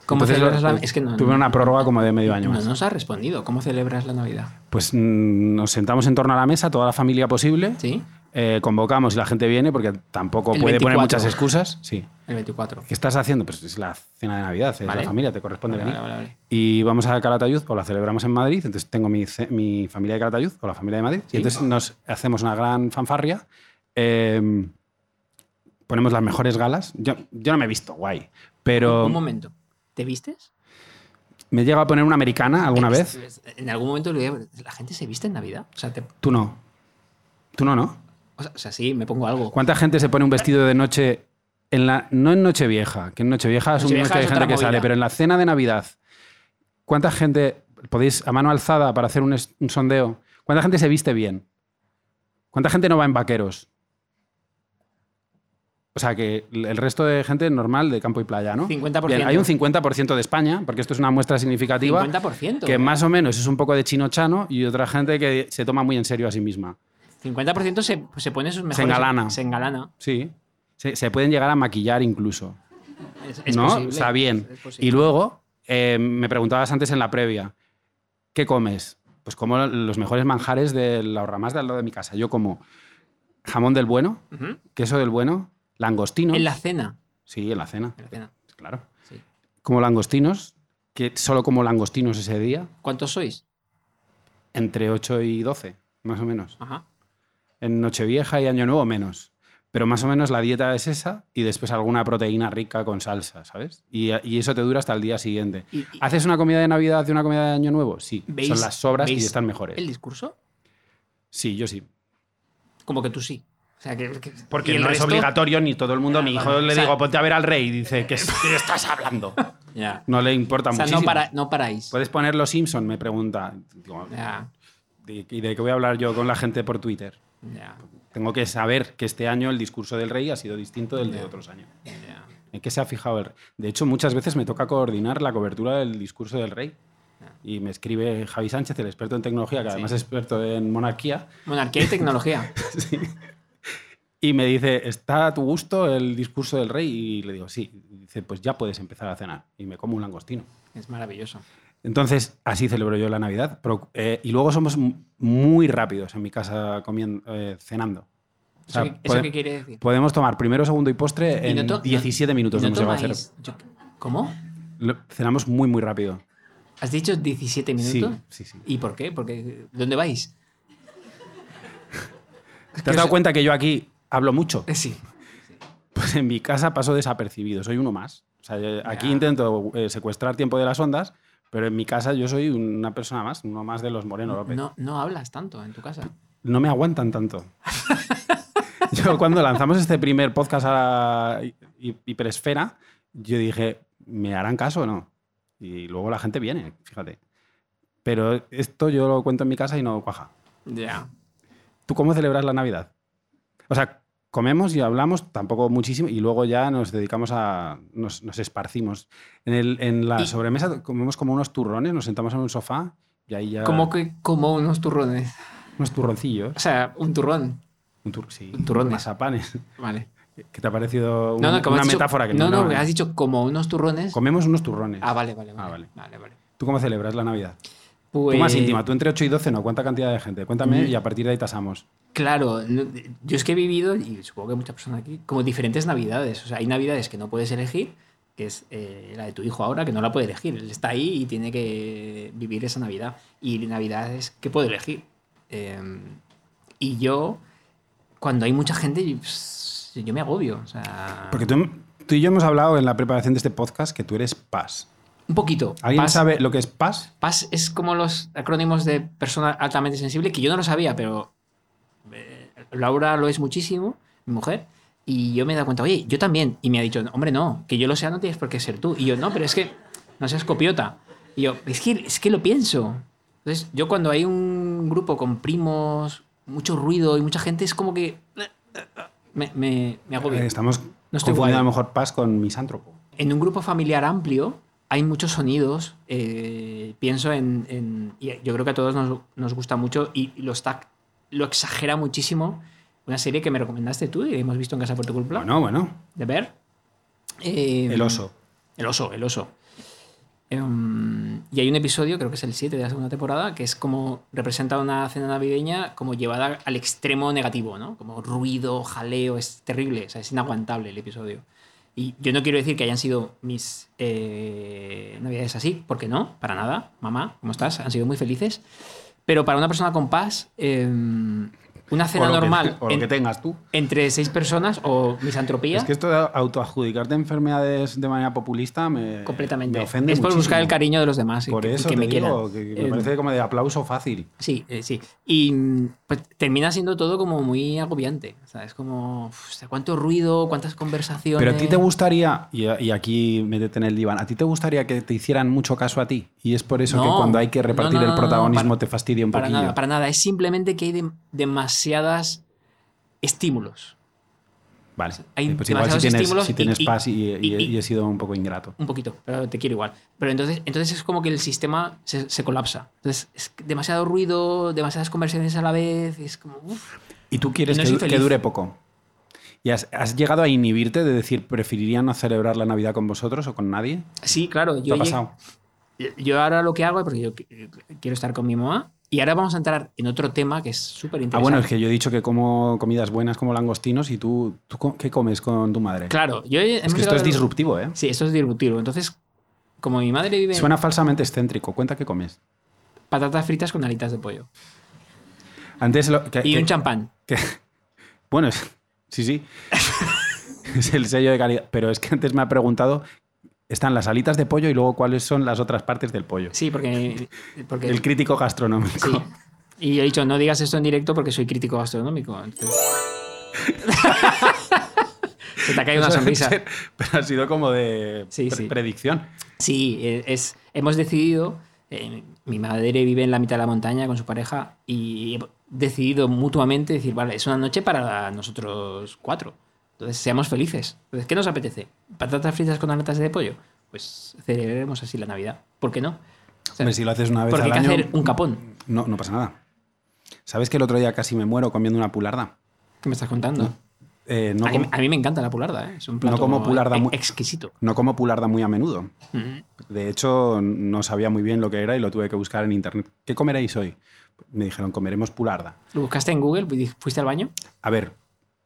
Speaker 2: ¿Cómo
Speaker 1: Entonces,
Speaker 2: celebras la
Speaker 1: eh,
Speaker 2: Es que no.
Speaker 1: Tuve
Speaker 2: no-
Speaker 1: una prórroga como de medio año
Speaker 2: No
Speaker 1: más.
Speaker 2: nos has respondido. ¿Cómo celebras la Navidad?
Speaker 1: Pues mm, nos sentamos en torno a la mesa, toda la familia posible,
Speaker 2: ¿Sí?
Speaker 1: eh, convocamos y la gente viene porque tampoco
Speaker 2: El
Speaker 1: puede poner
Speaker 2: 24.
Speaker 1: muchas excusas. Sí.
Speaker 2: El 24.
Speaker 1: ¿Qué estás haciendo? Pues es la cena de Navidad, es
Speaker 2: Vale.
Speaker 1: la familia, te corresponde
Speaker 2: Vale,
Speaker 1: venir.
Speaker 2: vale, vale.
Speaker 1: Y vamos a Calatayud o la celebramos en Madrid. Entonces tengo mi, ce- mi familia de Calatayud o la familia de Madrid. Y
Speaker 2: Sí.
Speaker 1: entonces nos hacemos una gran fanfarria. eh, ponemos las mejores galas. Yo, yo no me he visto, guay. Pero
Speaker 2: Un momento. ¿Te vistes?
Speaker 1: me he llegado a poner una americana alguna
Speaker 2: Es-
Speaker 1: vez.
Speaker 2: es- En algún momento le digo, la gente se viste en Navidad. O sea, te-
Speaker 1: Tú no. Tú no, ¿no?
Speaker 2: o sea, o sea, sí, me pongo algo.
Speaker 1: ¿Cuánta gente se pone un vestido de noche en la no en Nochevieja, que en Nochevieja es un
Speaker 2: Nochevieja
Speaker 1: que hay
Speaker 2: es
Speaker 1: gente
Speaker 2: otra
Speaker 1: que sale,
Speaker 2: movida.
Speaker 1: pero en la cena de Navidad, ¿cuánta gente podéis a mano alzada para hacer un, es- un sondeo? ¿Cuánta gente se viste bien? ¿Cuánta gente no va en vaqueros? O sea, que el el resto de gente normal de campo y playa, ¿no?
Speaker 2: 50%.
Speaker 1: Bien, hay un 50% de España, porque esto es una muestra significativa,
Speaker 2: 50%.
Speaker 1: que más o menos es un poco de chino chano y otra gente que se toma muy en serio a sí misma.
Speaker 2: 50% se, se pone sus mejores.
Speaker 1: engalana.
Speaker 2: Se engalana.
Speaker 1: Sí. Se, se pueden llegar a maquillar incluso.
Speaker 2: Es, es
Speaker 1: ¿No?
Speaker 2: posible.
Speaker 1: Está bien.
Speaker 2: Es posible.
Speaker 1: y luego, eh, me preguntabas antes en la previa, ¿qué comes? Pues como los mejores manjares de la horramás de al lado de mi casa. Yo como jamón del bueno,
Speaker 2: Ujú.
Speaker 1: queso del bueno, langostinos.
Speaker 2: En la cena.
Speaker 1: Sí, en la cena,
Speaker 2: En la cena,
Speaker 1: claro.
Speaker 2: sí.
Speaker 1: Como langostinos, que solo como langostinos ese día,
Speaker 2: ¿Cuántos sois?
Speaker 1: entre 8 y 12, más o menos.
Speaker 2: Ajá.
Speaker 1: En Nochevieja y Año Nuevo menos. Pero más o menos la dieta es esa y después alguna proteína rica con salsa, ¿sabes? Y, y eso te dura hasta el día siguiente.
Speaker 2: Y- y-
Speaker 1: ¿Haces una comida de Navidad y una comida de Año Nuevo? Sí.
Speaker 2: ¿Veis-
Speaker 1: Son las sobras y
Speaker 2: veis
Speaker 1: están mejores.
Speaker 2: ¿El discurso?
Speaker 1: Sí, yo sí.
Speaker 2: Como que tú sí. O sea, que, que- y
Speaker 1: Porque
Speaker 2: el
Speaker 1: no es
Speaker 2: resto-
Speaker 1: obligatorio ni todo el mundo.
Speaker 2: Ah,
Speaker 1: mi hijo
Speaker 2: vale.
Speaker 1: le
Speaker 2: O sea-
Speaker 1: digo, ponte a ver al rey y dice, ¿qué, es- qué estás hablando?
Speaker 2: Ya.
Speaker 1: No le importa
Speaker 2: O sea,
Speaker 1: muchísimo.
Speaker 2: no, para, no paráis.
Speaker 1: ¿Puedes poner los Simpson? Me pregunta. Digo,
Speaker 2: Ya,
Speaker 1: ¿Y y de qué voy a hablar yo con la gente por Twitter?
Speaker 2: ya,
Speaker 1: Tengo que saber que este año el discurso del rey ha sido distinto del de otros años.
Speaker 2: ya.
Speaker 1: ¿En qué se ha fijado el rey? De hecho, muchas veces me toca coordinar la cobertura del discurso del rey. Y me escribe Javi Sánchez, el experto en tecnología, que además es experto en monarquía,
Speaker 2: Monarquía y tecnología.
Speaker 1: y me dice, ¿está a tu gusto el discurso del rey? Y le digo, sí. Y dice, pues ya puedes empezar a cenar. Y me como un langostino.
Speaker 2: Es maravilloso.
Speaker 1: Entonces, así celebro yo la Navidad. Pro- eh, y luego somos m- muy rápidos en mi casa comien- eh, cenando. O sea,
Speaker 2: ¿Eso, qué, eso
Speaker 1: pode-
Speaker 2: qué quiere decir?
Speaker 1: Podemos tomar primero, segundo y postre
Speaker 2: Y
Speaker 1: en
Speaker 2: no to- no-
Speaker 1: 17 minutos.
Speaker 2: no
Speaker 1: hemos llegado a hacer.
Speaker 2: tomáis- yo- ¿Cómo?
Speaker 1: Lo- Cenamos muy, muy rápido.
Speaker 2: ¿Has dicho 17 minutos?
Speaker 1: Sí, sí, sí.
Speaker 2: ¿Y por qué? Porque, ¿Dónde vais?
Speaker 1: ¿Te has dado cuenta que yo aquí hablo mucho?
Speaker 2: Eh, Sí.
Speaker 1: Pues en mi casa paso desapercibido, soy uno más. O sea, yo- aquí
Speaker 2: Ya.
Speaker 1: intento eh, secuestrar tiempo de las ondas, pero en mi casa yo soy una persona más, uno más de los Moreno López. No,
Speaker 2: No, no hablas tanto en tu casa.
Speaker 1: me aguantan tanto. yo cuando lanzamos este primer podcast a la hi- hi- hiperesfera, yo dije, ¿me harán caso o no? Y luego la gente viene, fíjate. Pero esto yo lo cuento en mi casa y no cuaja.
Speaker 2: Ya.
Speaker 1: ¿Tú cómo celebras la Navidad? O sea, comemos y hablamos, tampoco muchísimo, y luego ya nos dedicamos a. nos, nos esparcimos. En, el, en la
Speaker 2: Y-
Speaker 1: sobremesa comemos como unos turrones, nos sentamos en un sofá y ahí ya.
Speaker 2: Como que como unos turrones.
Speaker 1: Unos turroncillos.
Speaker 2: O sea, un turrón.
Speaker 1: Un tur sí,
Speaker 2: Un turrón de-
Speaker 1: mazapanes.
Speaker 2: Vale.
Speaker 1: ¿Qué te ha parecido un-
Speaker 2: No, no, como
Speaker 1: una
Speaker 2: has dicho-
Speaker 1: metáfora que
Speaker 2: no, no,
Speaker 1: no-
Speaker 2: has dicho como unos turrones.
Speaker 1: Comemos unos turrones.
Speaker 2: Ah, vale, vale, vale.
Speaker 1: Ah, vale.
Speaker 2: vale, vale.
Speaker 1: ¿Tú cómo celebras la Navidad?
Speaker 2: Pues,
Speaker 1: Tú más íntima, tú entre 8 y 12 no, ¿cuánta cantidad de gente? Cuéntame
Speaker 2: Mm.
Speaker 1: y a partir de ahí tasamos.
Speaker 2: Claro, no- eh, yo es que he vivido, y supongo que muchas personas aquí, como diferentes navidades. O sea, hay navidades que no puedes elegir, que es eh, la de tu hijo ahora, que no la puede elegir. Él está ahí y tiene que vivir esa Navidad. Y navidades que puede elegir. Eh, y yo, cuando hay mucha gente, yo, pues, yo me agobio. O sea,
Speaker 1: Porque tú, tú y yo hemos hablado en la preparación de este podcast que tú eres paz.
Speaker 2: un poquito.
Speaker 1: ¿Alguien
Speaker 2: Paz-
Speaker 1: sabe lo que es paz?
Speaker 2: PAS es como los acrónimos de persona altamente sensible, que yo no lo sabía, pero eh, Laura lo es muchísimo, mi mujer, y yo me he dado cuenta, oye, yo también, y me ha dicho, hombre, no, que yo lo sea no tienes por qué ser tú. Y yo, no, pero es que no seas copiota. Y yo, es que, es que lo pienso. Entonces, yo cuando hay un grupo con primos, mucho ruido y mucha gente, es como que me, me, me agobio.
Speaker 1: Eh, Estamos
Speaker 2: No estoy
Speaker 1: confundiendo
Speaker 2: guay.
Speaker 1: a lo mejor paz con misántropo.
Speaker 2: En un grupo familiar amplio hay muchos sonidos. eh, pienso en, en- y Yo creo que a todos nos, nos gusta mucho y lo, está, lo exagera muchísimo. Una serie que me recomendaste tú y hemos visto en casa por tu culpa.
Speaker 1: Bueno, bueno,
Speaker 2: De ver.
Speaker 1: el oso.
Speaker 2: El oso, el oso. Em, y hay un episodio, creo que es el 7 de la segunda temporada, que es como representa una cena navideña como llevada al extremo negativo, ¿no? Como ruido, jaleo, es terrible, o sea, es inaguantable el episodio. Y yo no quiero decir que hayan sido mis eh, navidades así, porque no, para nada. Mamá, ¿cómo estás? Han sido muy felices. Pero para una persona con paz, em, una cena
Speaker 1: O lo que-
Speaker 2: normal
Speaker 1: o lo
Speaker 2: en-
Speaker 1: que tengas tú.
Speaker 2: entre seis personas o misantropía.
Speaker 1: Es que esto de autoadjudicarte enfermedades de manera populista me,
Speaker 2: Completamente.
Speaker 1: Eh, me ofende
Speaker 2: es por buscar el
Speaker 1: muchísimo.
Speaker 2: cariño de los demás. y
Speaker 1: Por
Speaker 2: que,
Speaker 1: eso
Speaker 2: que
Speaker 1: te
Speaker 2: me
Speaker 1: digo,
Speaker 2: quieran.
Speaker 1: que me
Speaker 2: Eh,
Speaker 1: parece como de aplauso fácil.
Speaker 2: Sí, eh, sí. Y mm, pues, termina siendo todo como muy agobiante. O sea, es como, uf, o sea, cuánto ruido, cuántas conversaciones.
Speaker 1: Pero a ti te gustaría, y, y aquí métete en el diván, ¿a ti te gustaría que te hicieran mucho caso a ti? Y es por eso que
Speaker 2: No,
Speaker 1: cuando hay que
Speaker 2: no,
Speaker 1: repartir
Speaker 2: no, no,
Speaker 1: el
Speaker 2: no,
Speaker 1: protagonismo
Speaker 2: para-
Speaker 1: te fastidia un
Speaker 2: Para
Speaker 1: poquillo.
Speaker 2: nada, para nada. Es simplemente que hay de- demasiadas estímulos.
Speaker 1: Vale.
Speaker 2: Hay
Speaker 1: pues igual si
Speaker 2: demasiados
Speaker 1: tienes,
Speaker 2: estímulos
Speaker 1: si tienes
Speaker 2: y- y-
Speaker 1: paz y, y-
Speaker 2: y- y-
Speaker 1: y he sido un poco ingrato.
Speaker 2: Un poquito, pero te quiero igual. Pero entonces, entonces es como que el sistema se, se colapsa. Entonces, es demasiado ruido, demasiadas conversaciones a la vez. y es como, uf.
Speaker 1: Y tú quieres
Speaker 2: No
Speaker 1: que,
Speaker 2: soy
Speaker 1: du- que
Speaker 2: feliz.
Speaker 1: dure poco. ¿Y has, has llegado a inhibirte de decir, preferiría no celebrar la Navidad con vosotros o con nadie?
Speaker 2: Sí, claro.
Speaker 1: ¿Te
Speaker 2: Yo
Speaker 1: ha
Speaker 2: llegué-
Speaker 1: pasado? Ah,
Speaker 2: Yo ahora lo que hago, porque yo qui- quiero estar con mi mamá, y ahora vamos a entrar en otro tema que es súper
Speaker 1: Ah,
Speaker 2: interesante.
Speaker 1: bueno, es que yo he dicho que como comidas buenas como langostinos y tú, ¿tú co- ¿qué comes con tu madre?
Speaker 2: Claro, yo... he-
Speaker 1: es
Speaker 2: hemos
Speaker 1: que esto
Speaker 2: llegado-
Speaker 1: es disruptivo, ¿eh?
Speaker 2: Sí, esto es disruptivo. Entonces, como mi madre vive
Speaker 1: Suena falsamente excéntrico. Cuenta qué comes.
Speaker 2: patatas fritas con alitas de pollo
Speaker 1: Antes lo- que-
Speaker 2: y
Speaker 1: que-
Speaker 2: un champán.
Speaker 1: que- bueno, es- sí, sí. es el sello de calidad. Pero es que antes me ha preguntado, están las alitas de pollo y luego cuáles son las otras partes del pollo.
Speaker 2: Sí, porque... porque
Speaker 1: El crítico gastronómico.
Speaker 2: sí. Y yo he dicho, no digas esto en directo porque soy crítico gastronómico. Entonces- Se te ha caído una sonrisa.
Speaker 1: Pero ha sido como de
Speaker 2: Sí,
Speaker 1: pre-
Speaker 2: sí.
Speaker 1: predicción.
Speaker 2: Sí, eh, es, hemos decidido, eh, mi madre vive en la mitad de la montaña con su pareja y he decidido mutuamente decir, vale, es una noche para nosotros cuatro. Entonces, seamos felices. Entonces, ¿qué nos apetece? ¿Patatas fritas con aletas de pollo? Pues celebremos así la Navidad. ¿Por qué no? O sea,
Speaker 1: Hombre, si lo haces una vez
Speaker 2: porque hay
Speaker 1: al
Speaker 2: que
Speaker 1: año,
Speaker 2: hacer un capón.
Speaker 1: no, no pasa nada. ¿Sabes que el otro día casi me muero comiendo una pularda?
Speaker 2: ¿Qué me estás contando?
Speaker 1: Eh, no,
Speaker 2: a, mí,
Speaker 1: como,
Speaker 2: a mí me encanta la pularda, ¿eh? es un plato
Speaker 1: como pularda
Speaker 2: ex-
Speaker 1: muy-
Speaker 2: exquisito.
Speaker 1: no como pularda muy a menudo.
Speaker 2: Mm.
Speaker 1: De hecho, no sabía muy bien lo que era y lo tuve que buscar en internet. ¿Qué comeréis hoy? Me dijeron, comeremos pularda.
Speaker 2: ¿Lo buscaste en Google? ¿Fuiste al baño?
Speaker 1: A ver,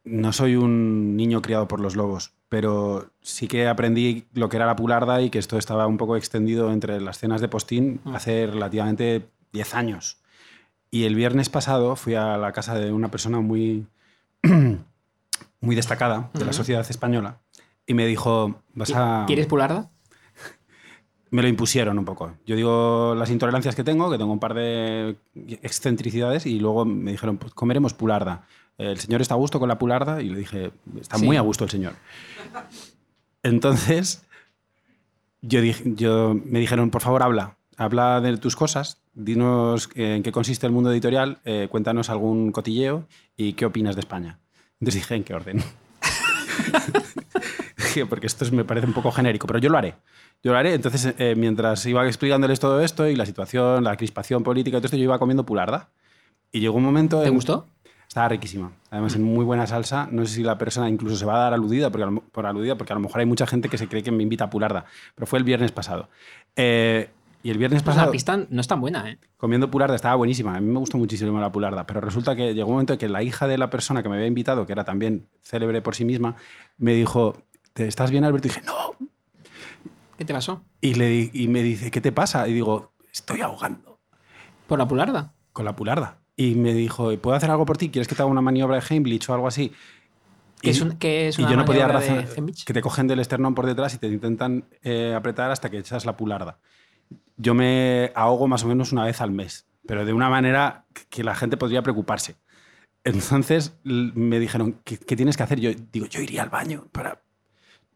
Speaker 1: no soy un niño criado por los lobos, pero sí que aprendí lo que era la pularda y que esto estaba un poco extendido entre las cenas de postín
Speaker 2: Mm.
Speaker 1: hace relativamente 10 años. Y el viernes pasado fui a la casa de una persona muy, muy destacada de la
Speaker 2: Ujú.
Speaker 1: sociedad española y me dijo, vas a...
Speaker 2: ¿Quieres pularda?
Speaker 1: Me lo impusieron un poco. Yo digo las intolerancias que tengo, que tengo un par de excentricidades, y luego me dijeron, pues comeremos pularda. El señor está a gusto con la pularda, y le dije, está
Speaker 2: Sí.
Speaker 1: muy a gusto el señor. Entonces, yo, dije- yo me dijeron, por favor, habla, habla de tus cosas, dinos eh, en qué consiste el mundo editorial, eh, cuéntanos algún cotilleo y qué opinas de España. Entonces dije, ¿en qué orden? Dije, Porque esto es- me parece un poco genérico, pero yo lo haré. Yo lo haré. Entonces, eh, mientras iba explicándoles todo esto y la situación, la crispación política y todo esto, yo iba comiendo pularda. Y llegó un momento.
Speaker 2: ¿Te
Speaker 1: en-
Speaker 2: gustó?
Speaker 1: Estaba riquísima. Además, en muy buena salsa. No sé si la persona incluso se va a dar aludida, porque a lo, mo- por aludida, porque a lo mejor hay mucha gente que se cree que me invita a pularda. Pero fue el viernes pasado. Eh, y el viernes
Speaker 2: Pues la
Speaker 1: pasado,
Speaker 2: pista no es tan buena, ¿eh?
Speaker 1: comiendo pularda, estaba buenísima. A mí me gustó muchísimo la pularda. Pero resulta que llegó un momento en que la hija de la persona que me había invitado, que era también célebre por sí misma, me dijo, ¿Te ¿estás bien, Alberto? Y dije, no.
Speaker 2: ¿Qué te pasó?
Speaker 1: Y, le, di- y me dice, ¿qué te pasa? Y digo, estoy ahogando
Speaker 2: ¿Por la pularda?
Speaker 1: con la pularda. Y me dijo, "¿Y ¿puedo hacer algo por ti? ¿Quieres que te haga una maniobra de Heimlich o algo así? Y-
Speaker 2: Que es, un- que es
Speaker 1: y
Speaker 2: una
Speaker 1: yo no podía
Speaker 2: maniobra de
Speaker 1: razonar
Speaker 2: Zenbich.
Speaker 1: que te cogen del esternón por detrás y te intentan eh, apretar hasta que echas la pularda. Yo me ahogo más o menos una vez al mes, pero de una manera que la gente podría preocuparse. Entonces l- me dijeron, ¿qué, qué tienes que hacer? Yo digo, yo iría al baño para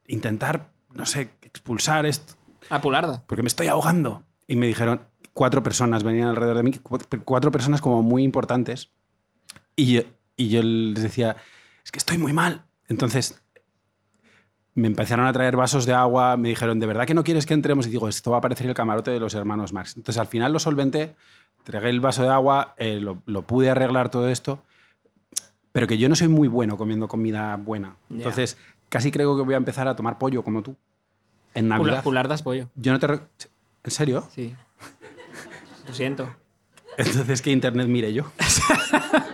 Speaker 1: intentar, no sé, expulsar esto,
Speaker 2: La Ah, pularda.
Speaker 1: porque me estoy ahogando. Y me dijeron, cuatro personas venían alrededor de mí, cu- cuatro personas como muy importantes. Y yo, y yo les decía, es que estoy muy mal. Entonces me empezaron a traer vasos de agua, me dijeron, ¿de verdad que no quieres que entremos? Y digo, esto va a parecer el camarote de los hermanos Marx. Entonces al final lo solventé, tragué el vaso de agua, eh, lo, lo pude arreglar todo esto, pero que yo no soy muy bueno comiendo comida buena.
Speaker 2: Ya.
Speaker 1: Entonces casi creo que voy a empezar a tomar pollo como tú. En
Speaker 2: Pula-
Speaker 1: Navidad.
Speaker 2: pularda es pollo.
Speaker 1: Yo no te. re- ¿En serio?
Speaker 2: Sí. Lo siento.
Speaker 1: Entonces, ¿qué internet mire yo? Me han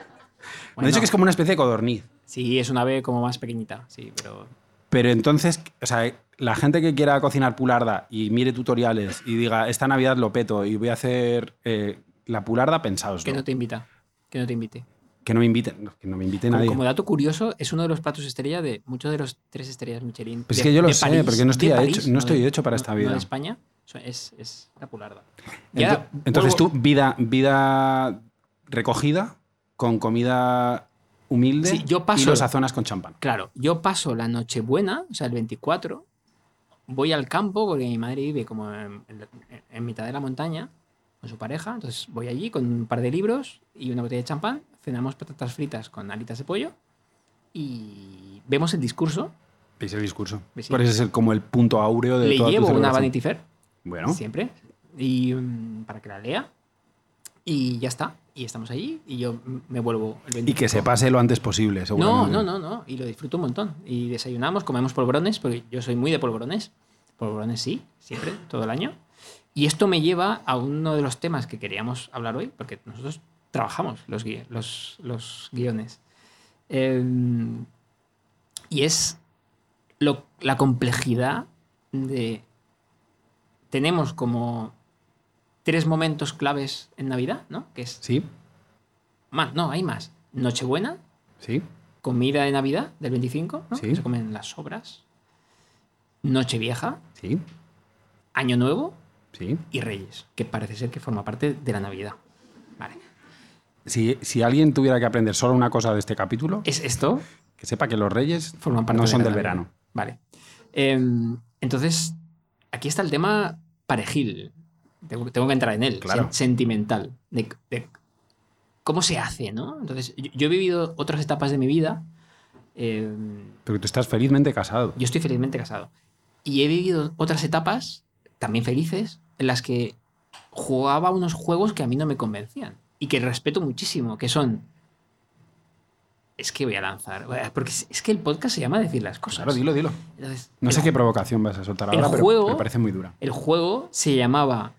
Speaker 2: Bueno,
Speaker 1: dicho que es como una especie de codorniz.
Speaker 2: Sí, es una ave como más pequeñita, sí, pero...
Speaker 1: Pero entonces, o sea, la gente que quiera cocinar pularda y mire tutoriales y diga, esta Navidad lo peto y voy a hacer eh, la pularda, pensaos.
Speaker 2: Que no te invita, que no te invite.
Speaker 1: Pues que no me inviten, no, que no me invite
Speaker 2: Como-
Speaker 1: nadie.
Speaker 2: Como dato curioso, es uno de los platos estrella de muchos de los tres estrellas Michelin.
Speaker 1: Pues es
Speaker 2: de-
Speaker 1: que yo lo
Speaker 2: de
Speaker 1: sé,
Speaker 2: París,
Speaker 1: porque no estoy
Speaker 2: de
Speaker 1: hecho-
Speaker 2: París,
Speaker 1: no estoy
Speaker 2: de-
Speaker 1: hecho para esta vida.
Speaker 2: No de España, so- es, es la pularda. Y
Speaker 1: Ento-
Speaker 2: ahora
Speaker 1: entonces
Speaker 2: vuelvo-
Speaker 1: tú, vida, vida recogida con comida humilde
Speaker 2: Sí, yo paso-
Speaker 1: y lo sazonas con champán.
Speaker 2: Claro, yo paso la Nochebuena, o sea, el 24, voy al campo porque mi madre vive como en, en- en mitad de la montaña con su pareja, entonces voy allí con un par de libros y una botella de champán, cenamos patatas fritas con alitas de pollo y vemos el discurso.
Speaker 1: ¿Veis el discurso?
Speaker 2: Pues sí.
Speaker 1: Por eso es el- como el punto áureo de
Speaker 2: Le
Speaker 1: toda tu
Speaker 2: llevo una
Speaker 1: celebración.
Speaker 2: Vanity Fair,
Speaker 1: Bueno,
Speaker 2: siempre, y, mm, para que la lea y ya está. Y estamos allí y yo mm, me vuelvo el 25.
Speaker 1: y que se pase lo antes posible,
Speaker 2: No,
Speaker 1: seguramente.
Speaker 2: no, no, no. Y lo disfruto un montón. Y desayunamos, comemos polvorones, porque yo soy muy de polvorones. Polvorones sí, siempre, todo el año. Y esto me lleva a uno de los temas que queríamos hablar hoy, porque nosotros trabajamos los, gui- los, los guiones. Eh, y es lo- la complejidad de... Tenemos como tres momentos claves en Navidad, ¿no? Que es...
Speaker 1: Sí,
Speaker 2: Más, no, hay más. Nochebuena,
Speaker 1: sí.
Speaker 2: comida de Navidad del 25, ¿no?
Speaker 1: Sí.
Speaker 2: Que se comen las sobras. Nochevieja,
Speaker 1: Sí,
Speaker 2: Año Nuevo
Speaker 1: sí.
Speaker 2: y Reyes, que parece ser que forma parte de la Navidad. Vale.
Speaker 1: Si, si alguien tuviera que aprender solo una cosa de este capítulo,
Speaker 2: ¿Es esto?
Speaker 1: que sepa que los reyes
Speaker 2: Forman parte
Speaker 1: no
Speaker 2: de
Speaker 1: son
Speaker 2: la
Speaker 1: del
Speaker 2: Navidad.
Speaker 1: verano.
Speaker 2: Vale. Eh, entonces, aquí está el tema parejil. Tengo, tengo que entrar en él.
Speaker 1: Claro.
Speaker 2: sen- Sentimental. De, de cómo se hace, ¿no? Entonces, yo, yo he vivido otras etapas de mi vida. eh,
Speaker 1: Pero tú estás felizmente casado.
Speaker 2: Yo estoy felizmente casado. Y he vivido otras etapas, también felices, en las que jugaba unos juegos que a mí no me convencían. Y que respeto muchísimo, que son... Es que voy a lanzar... Porque es es que el podcast se llama Decir las cosas.
Speaker 1: Claro, dilo, dilo.
Speaker 2: Entonces,
Speaker 1: No
Speaker 2: el
Speaker 1: sé qué provocación vas a soltar
Speaker 2: el
Speaker 1: ahora, pero
Speaker 2: juego-
Speaker 1: me parece muy dura.
Speaker 2: el juego se llamaba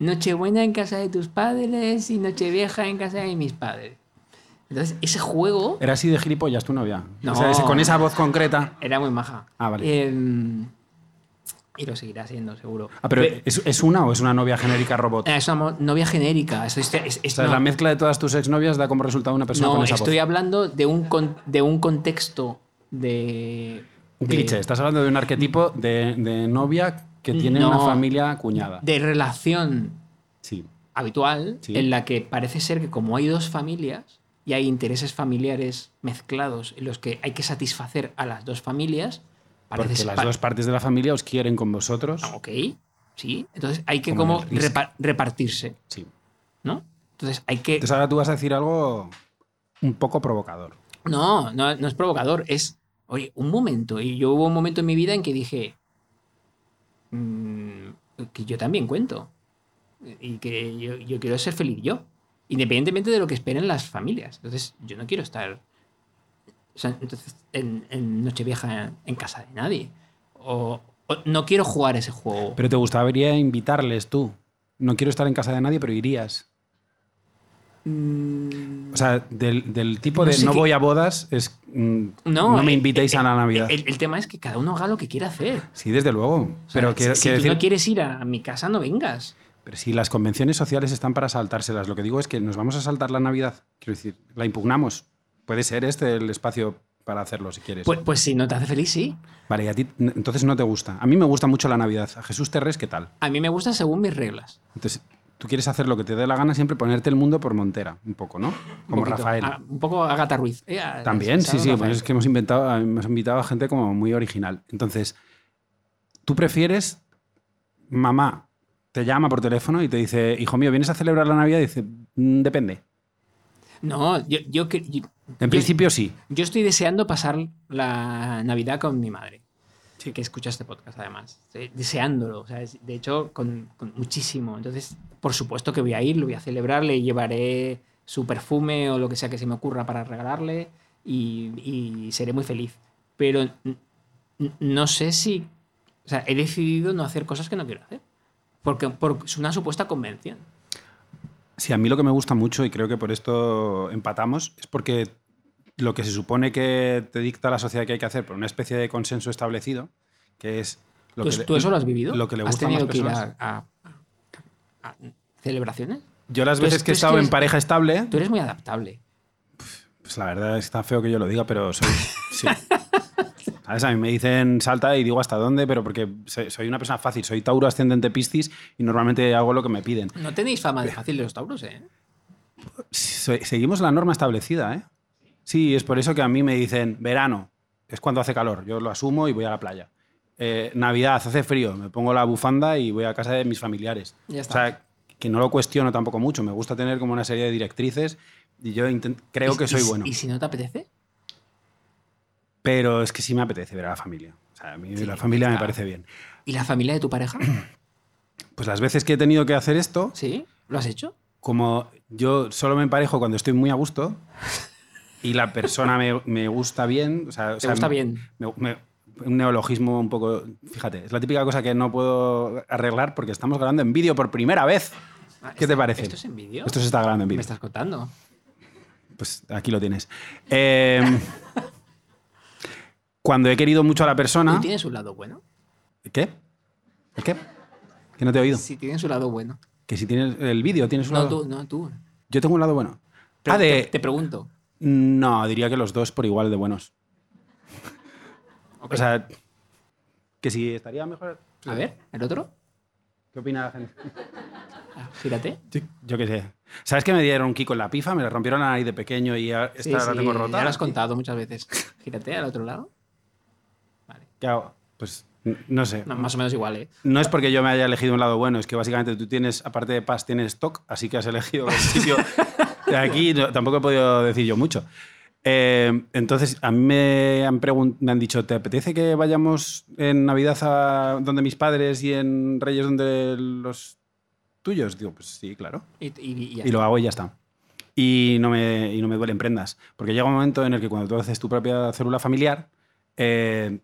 Speaker 2: Nochebuena en casa de tus padres y Nochevieja en casa de mis padres. Entonces, ese juego
Speaker 1: Era así de gilipollas tu novia.
Speaker 2: No.
Speaker 1: O sea, ese- con esa voz concreta.
Speaker 2: era muy maja.
Speaker 1: Ah, vale.
Speaker 2: Em, y lo seguirá siendo, seguro.
Speaker 1: Ah, pero
Speaker 2: Pe-
Speaker 1: ¿es, es una o es una novia genérica robot?
Speaker 2: Ah, Es una mo- novia genérica. Estoy, estoy- es- es-
Speaker 1: o sea,
Speaker 2: no,
Speaker 1: la mezcla de todas tus exnovias da como resultado una persona
Speaker 2: no,
Speaker 1: con esa
Speaker 2: estoy
Speaker 1: voz.
Speaker 2: hablando de un, con- de un contexto de.
Speaker 1: Un
Speaker 2: de-
Speaker 1: cliché. Estás hablando de un arquetipo de, de novia que tiene
Speaker 2: No.
Speaker 1: una familia cuñada.
Speaker 2: De relación
Speaker 1: Sí.
Speaker 2: habitual
Speaker 1: Sí.
Speaker 2: en la que parece ser que, como hay dos familias y hay intereses familiares mezclados en los que hay que satisfacer a las dos familias, parece
Speaker 1: Porque
Speaker 2: ser-
Speaker 1: las
Speaker 2: pa-
Speaker 1: dos partes de la familia os quieren con vosotros.
Speaker 2: Ah, Ok, Sí, entonces hay que
Speaker 1: Como
Speaker 2: como,
Speaker 1: en el Risk.
Speaker 2: repa- repartirse,
Speaker 1: Sí.
Speaker 2: ¿no? Entonces hay que...
Speaker 1: Entonces ahora tú vas a decir algo un poco provocador.
Speaker 2: No, no, no es provocador, es, oye, un momento. Y yo hubo un momento en mi vida en que dije, mm, que yo también cuento. Y que yo, yo quiero ser feliz yo, independientemente de lo que esperen las familias. Entonces, yo no quiero estar o sea, entonces, en, en Nochevieja en casa de nadie. O, o no quiero jugar ese juego.
Speaker 1: Pero te gustaría invitarles tú. No quiero estar en casa de nadie, pero irías.
Speaker 2: Mm,
Speaker 1: O sea, del, del tipo
Speaker 2: No
Speaker 1: de no,
Speaker 2: sé qué-
Speaker 1: voy a bodas es mm, no,
Speaker 2: No,
Speaker 1: me
Speaker 2: eh,
Speaker 1: invitéis a la Navidad.
Speaker 2: el, el tema es que cada uno haga lo que quiera hacer.
Speaker 1: sí, desde luego.
Speaker 2: O sea,
Speaker 1: Pero quiero,
Speaker 2: si
Speaker 1: quiero
Speaker 2: tú
Speaker 1: decir,
Speaker 2: no quieres ir a mi casa, no vengas.
Speaker 1: pero si las convenciones sociales están para saltárselas, lo que digo es que nos vamos a saltar la Navidad. Quiero decir, la impugnamos. Puede ser este el espacio para hacerlo si quieres.
Speaker 2: Pues, pues si no te hace feliz, sí.
Speaker 1: vale, y a ti n- entonces no te gusta. A mí me gusta mucho la Navidad. A Jesús Terres, ¿qué tal?
Speaker 2: A mí me gusta según mis reglas.
Speaker 1: Entonces, tú quieres hacer lo que te dé la gana, siempre ponerte el mundo por Montera, un poco, ¿no?
Speaker 2: Un
Speaker 1: Como
Speaker 2: poquito.
Speaker 1: Rafael.
Speaker 2: Ah, un poco Agatha Ruiz. Eh, ah,
Speaker 1: También, sí,
Speaker 2: ¿sabes,
Speaker 1: sí.
Speaker 2: Rafael?
Speaker 1: Pues es que hemos inventado, hemos invitado a gente como muy original. Entonces, tú prefieres, mamá te llama por teléfono y te dice, hijo mío, ¿vienes a celebrar la Navidad? Y dice, "Mm, depende.
Speaker 2: No, yo, yo, que- yo-
Speaker 1: En
Speaker 2: yo-
Speaker 1: principio sí.
Speaker 2: yo estoy deseando pasar la Navidad con mi madre.
Speaker 1: Sí.
Speaker 2: Que escucha este podcast, además. Estoy deseándolo. o sea, es- De hecho, con, con muchísimo. Entonces, por supuesto que voy a ir, lo voy a celebrar, le llevaré su perfume o lo que sea que se me ocurra para regalarle y, y seré muy feliz. Pero n- n- no sé si. O sea, he decidido no hacer cosas que no quiero hacer. Porque, por una supuesta convención.
Speaker 1: Sí, a mí lo que me gusta mucho, y creo que por esto empatamos, es porque lo que se supone que te dicta la sociedad que hay que hacer por una especie de consenso establecido, que es... Lo que
Speaker 2: ¿Tú,
Speaker 1: le-
Speaker 2: Pues tú eso lo has vivido?
Speaker 1: Lo que le
Speaker 2: ¿Has
Speaker 1: gusta a más
Speaker 2: tenido que ir
Speaker 1: personas.
Speaker 2: a, a- a- a celebraciones?
Speaker 1: Yo las
Speaker 2: Tú es-
Speaker 1: veces que he
Speaker 2: tú es que
Speaker 1: estado en
Speaker 2: eres-
Speaker 1: pareja estable,
Speaker 2: Tú eres muy adaptable.
Speaker 1: Pues la verdad es que está feo que yo lo diga, pero soy. Sí. ¿Sabes? A mí me dicen salta y digo hasta dónde, pero porque se- soy una persona fácil. Soy Tauro ascendente Piscis y normalmente hago lo que me piden.
Speaker 2: No tenéis fama de fácil de los tauros, ¿eh?
Speaker 1: Se- Seguimos la norma establecida, ¿eh? Sí, es por eso que a mí me dicen verano, es cuando hace calor. Yo lo asumo y voy a la playa. Eh, Navidad, hace frío, me pongo la bufanda y voy a casa de mis familiares.
Speaker 2: Ya está.
Speaker 1: O sea, que no lo cuestiono tampoco mucho. Me gusta tener como una serie de directrices y yo intent- creo
Speaker 2: Y-
Speaker 1: que
Speaker 2: y
Speaker 1: soy
Speaker 2: si-
Speaker 1: bueno.
Speaker 2: ¿Y si no te apetece?
Speaker 1: Pero es que sí me apetece ver a la familia. O sea, a mí
Speaker 2: Sí,
Speaker 1: la familia me
Speaker 2: claro.
Speaker 1: parece bien.
Speaker 2: ¿Y la familia de tu pareja?
Speaker 1: Pues las veces que he tenido que hacer esto,
Speaker 2: ¿Sí? ¿Lo has hecho?
Speaker 1: como yo solo me emparejo cuando estoy muy a gusto y la persona me, me gusta bien. O sea, o
Speaker 2: ¿Te
Speaker 1: sea,
Speaker 2: gusta
Speaker 1: me-
Speaker 2: bien?
Speaker 1: me- me- un neologismo un poco. Fíjate, es la típica cosa que no puedo arreglar porque estamos grabando en vídeo por primera vez.
Speaker 2: Ah,
Speaker 1: ¿Qué te
Speaker 2: ¿esto-
Speaker 1: parece?
Speaker 2: ¿Esto es en vídeo?
Speaker 1: Esto se está grabando en
Speaker 2: Me
Speaker 1: vídeo. ¿Ah?
Speaker 2: estás contando.
Speaker 1: Pues aquí lo tienes. Eh, cuando he querido mucho a la persona.
Speaker 2: ¿Tú tienes un lado bueno?
Speaker 1: ¿Qué? ¿El qué? Que no te he oído.
Speaker 2: Sí, tienes un lado bueno.
Speaker 1: Que si tienes el vídeo, tienes un
Speaker 2: No,
Speaker 1: lado.
Speaker 2: tú, no, tú.
Speaker 1: Yo tengo un lado bueno.
Speaker 2: Pero
Speaker 1: ah, de.
Speaker 2: te, te pregunto.
Speaker 1: No, diría que los dos por igual de buenos. O sea, que si estaría mejor.
Speaker 2: A ver, ¿el otro?
Speaker 1: ¿Qué opina la gente?
Speaker 2: Ah, Gírate.
Speaker 1: Yo, qué sé. ¿Sabes que me dieron un kiko en la pifa? Me la rompieron la nariz de pequeño y a- esta
Speaker 2: Sí,
Speaker 1: la
Speaker 2: sí,
Speaker 1: tengo rota.
Speaker 2: Ya lo has contado muchas veces. Gírate al otro lado. Vale.
Speaker 1: ¿Qué hago? Pues n- no sé.
Speaker 2: No,
Speaker 1: No.
Speaker 2: más o menos igual, ¿eh?
Speaker 1: es porque yo me haya elegido un lado bueno, es que básicamente tú tienes, aparte de paz, tienes TOC, así que has elegido el sitio. de aquí no- tampoco he podido decir yo mucho. Eh, entonces, a mí me han, pregun- me han dicho, ¿te apetece que vayamos en Navidad a donde mis padres y en Reyes donde los tuyos? Digo, pues sí, claro.
Speaker 2: Y, y- y ya
Speaker 1: Y lo hago y ya está. Y no me, y no me duelen prendas. Porque llega un momento en el que cuando tú haces tu propia célula familiar, eh,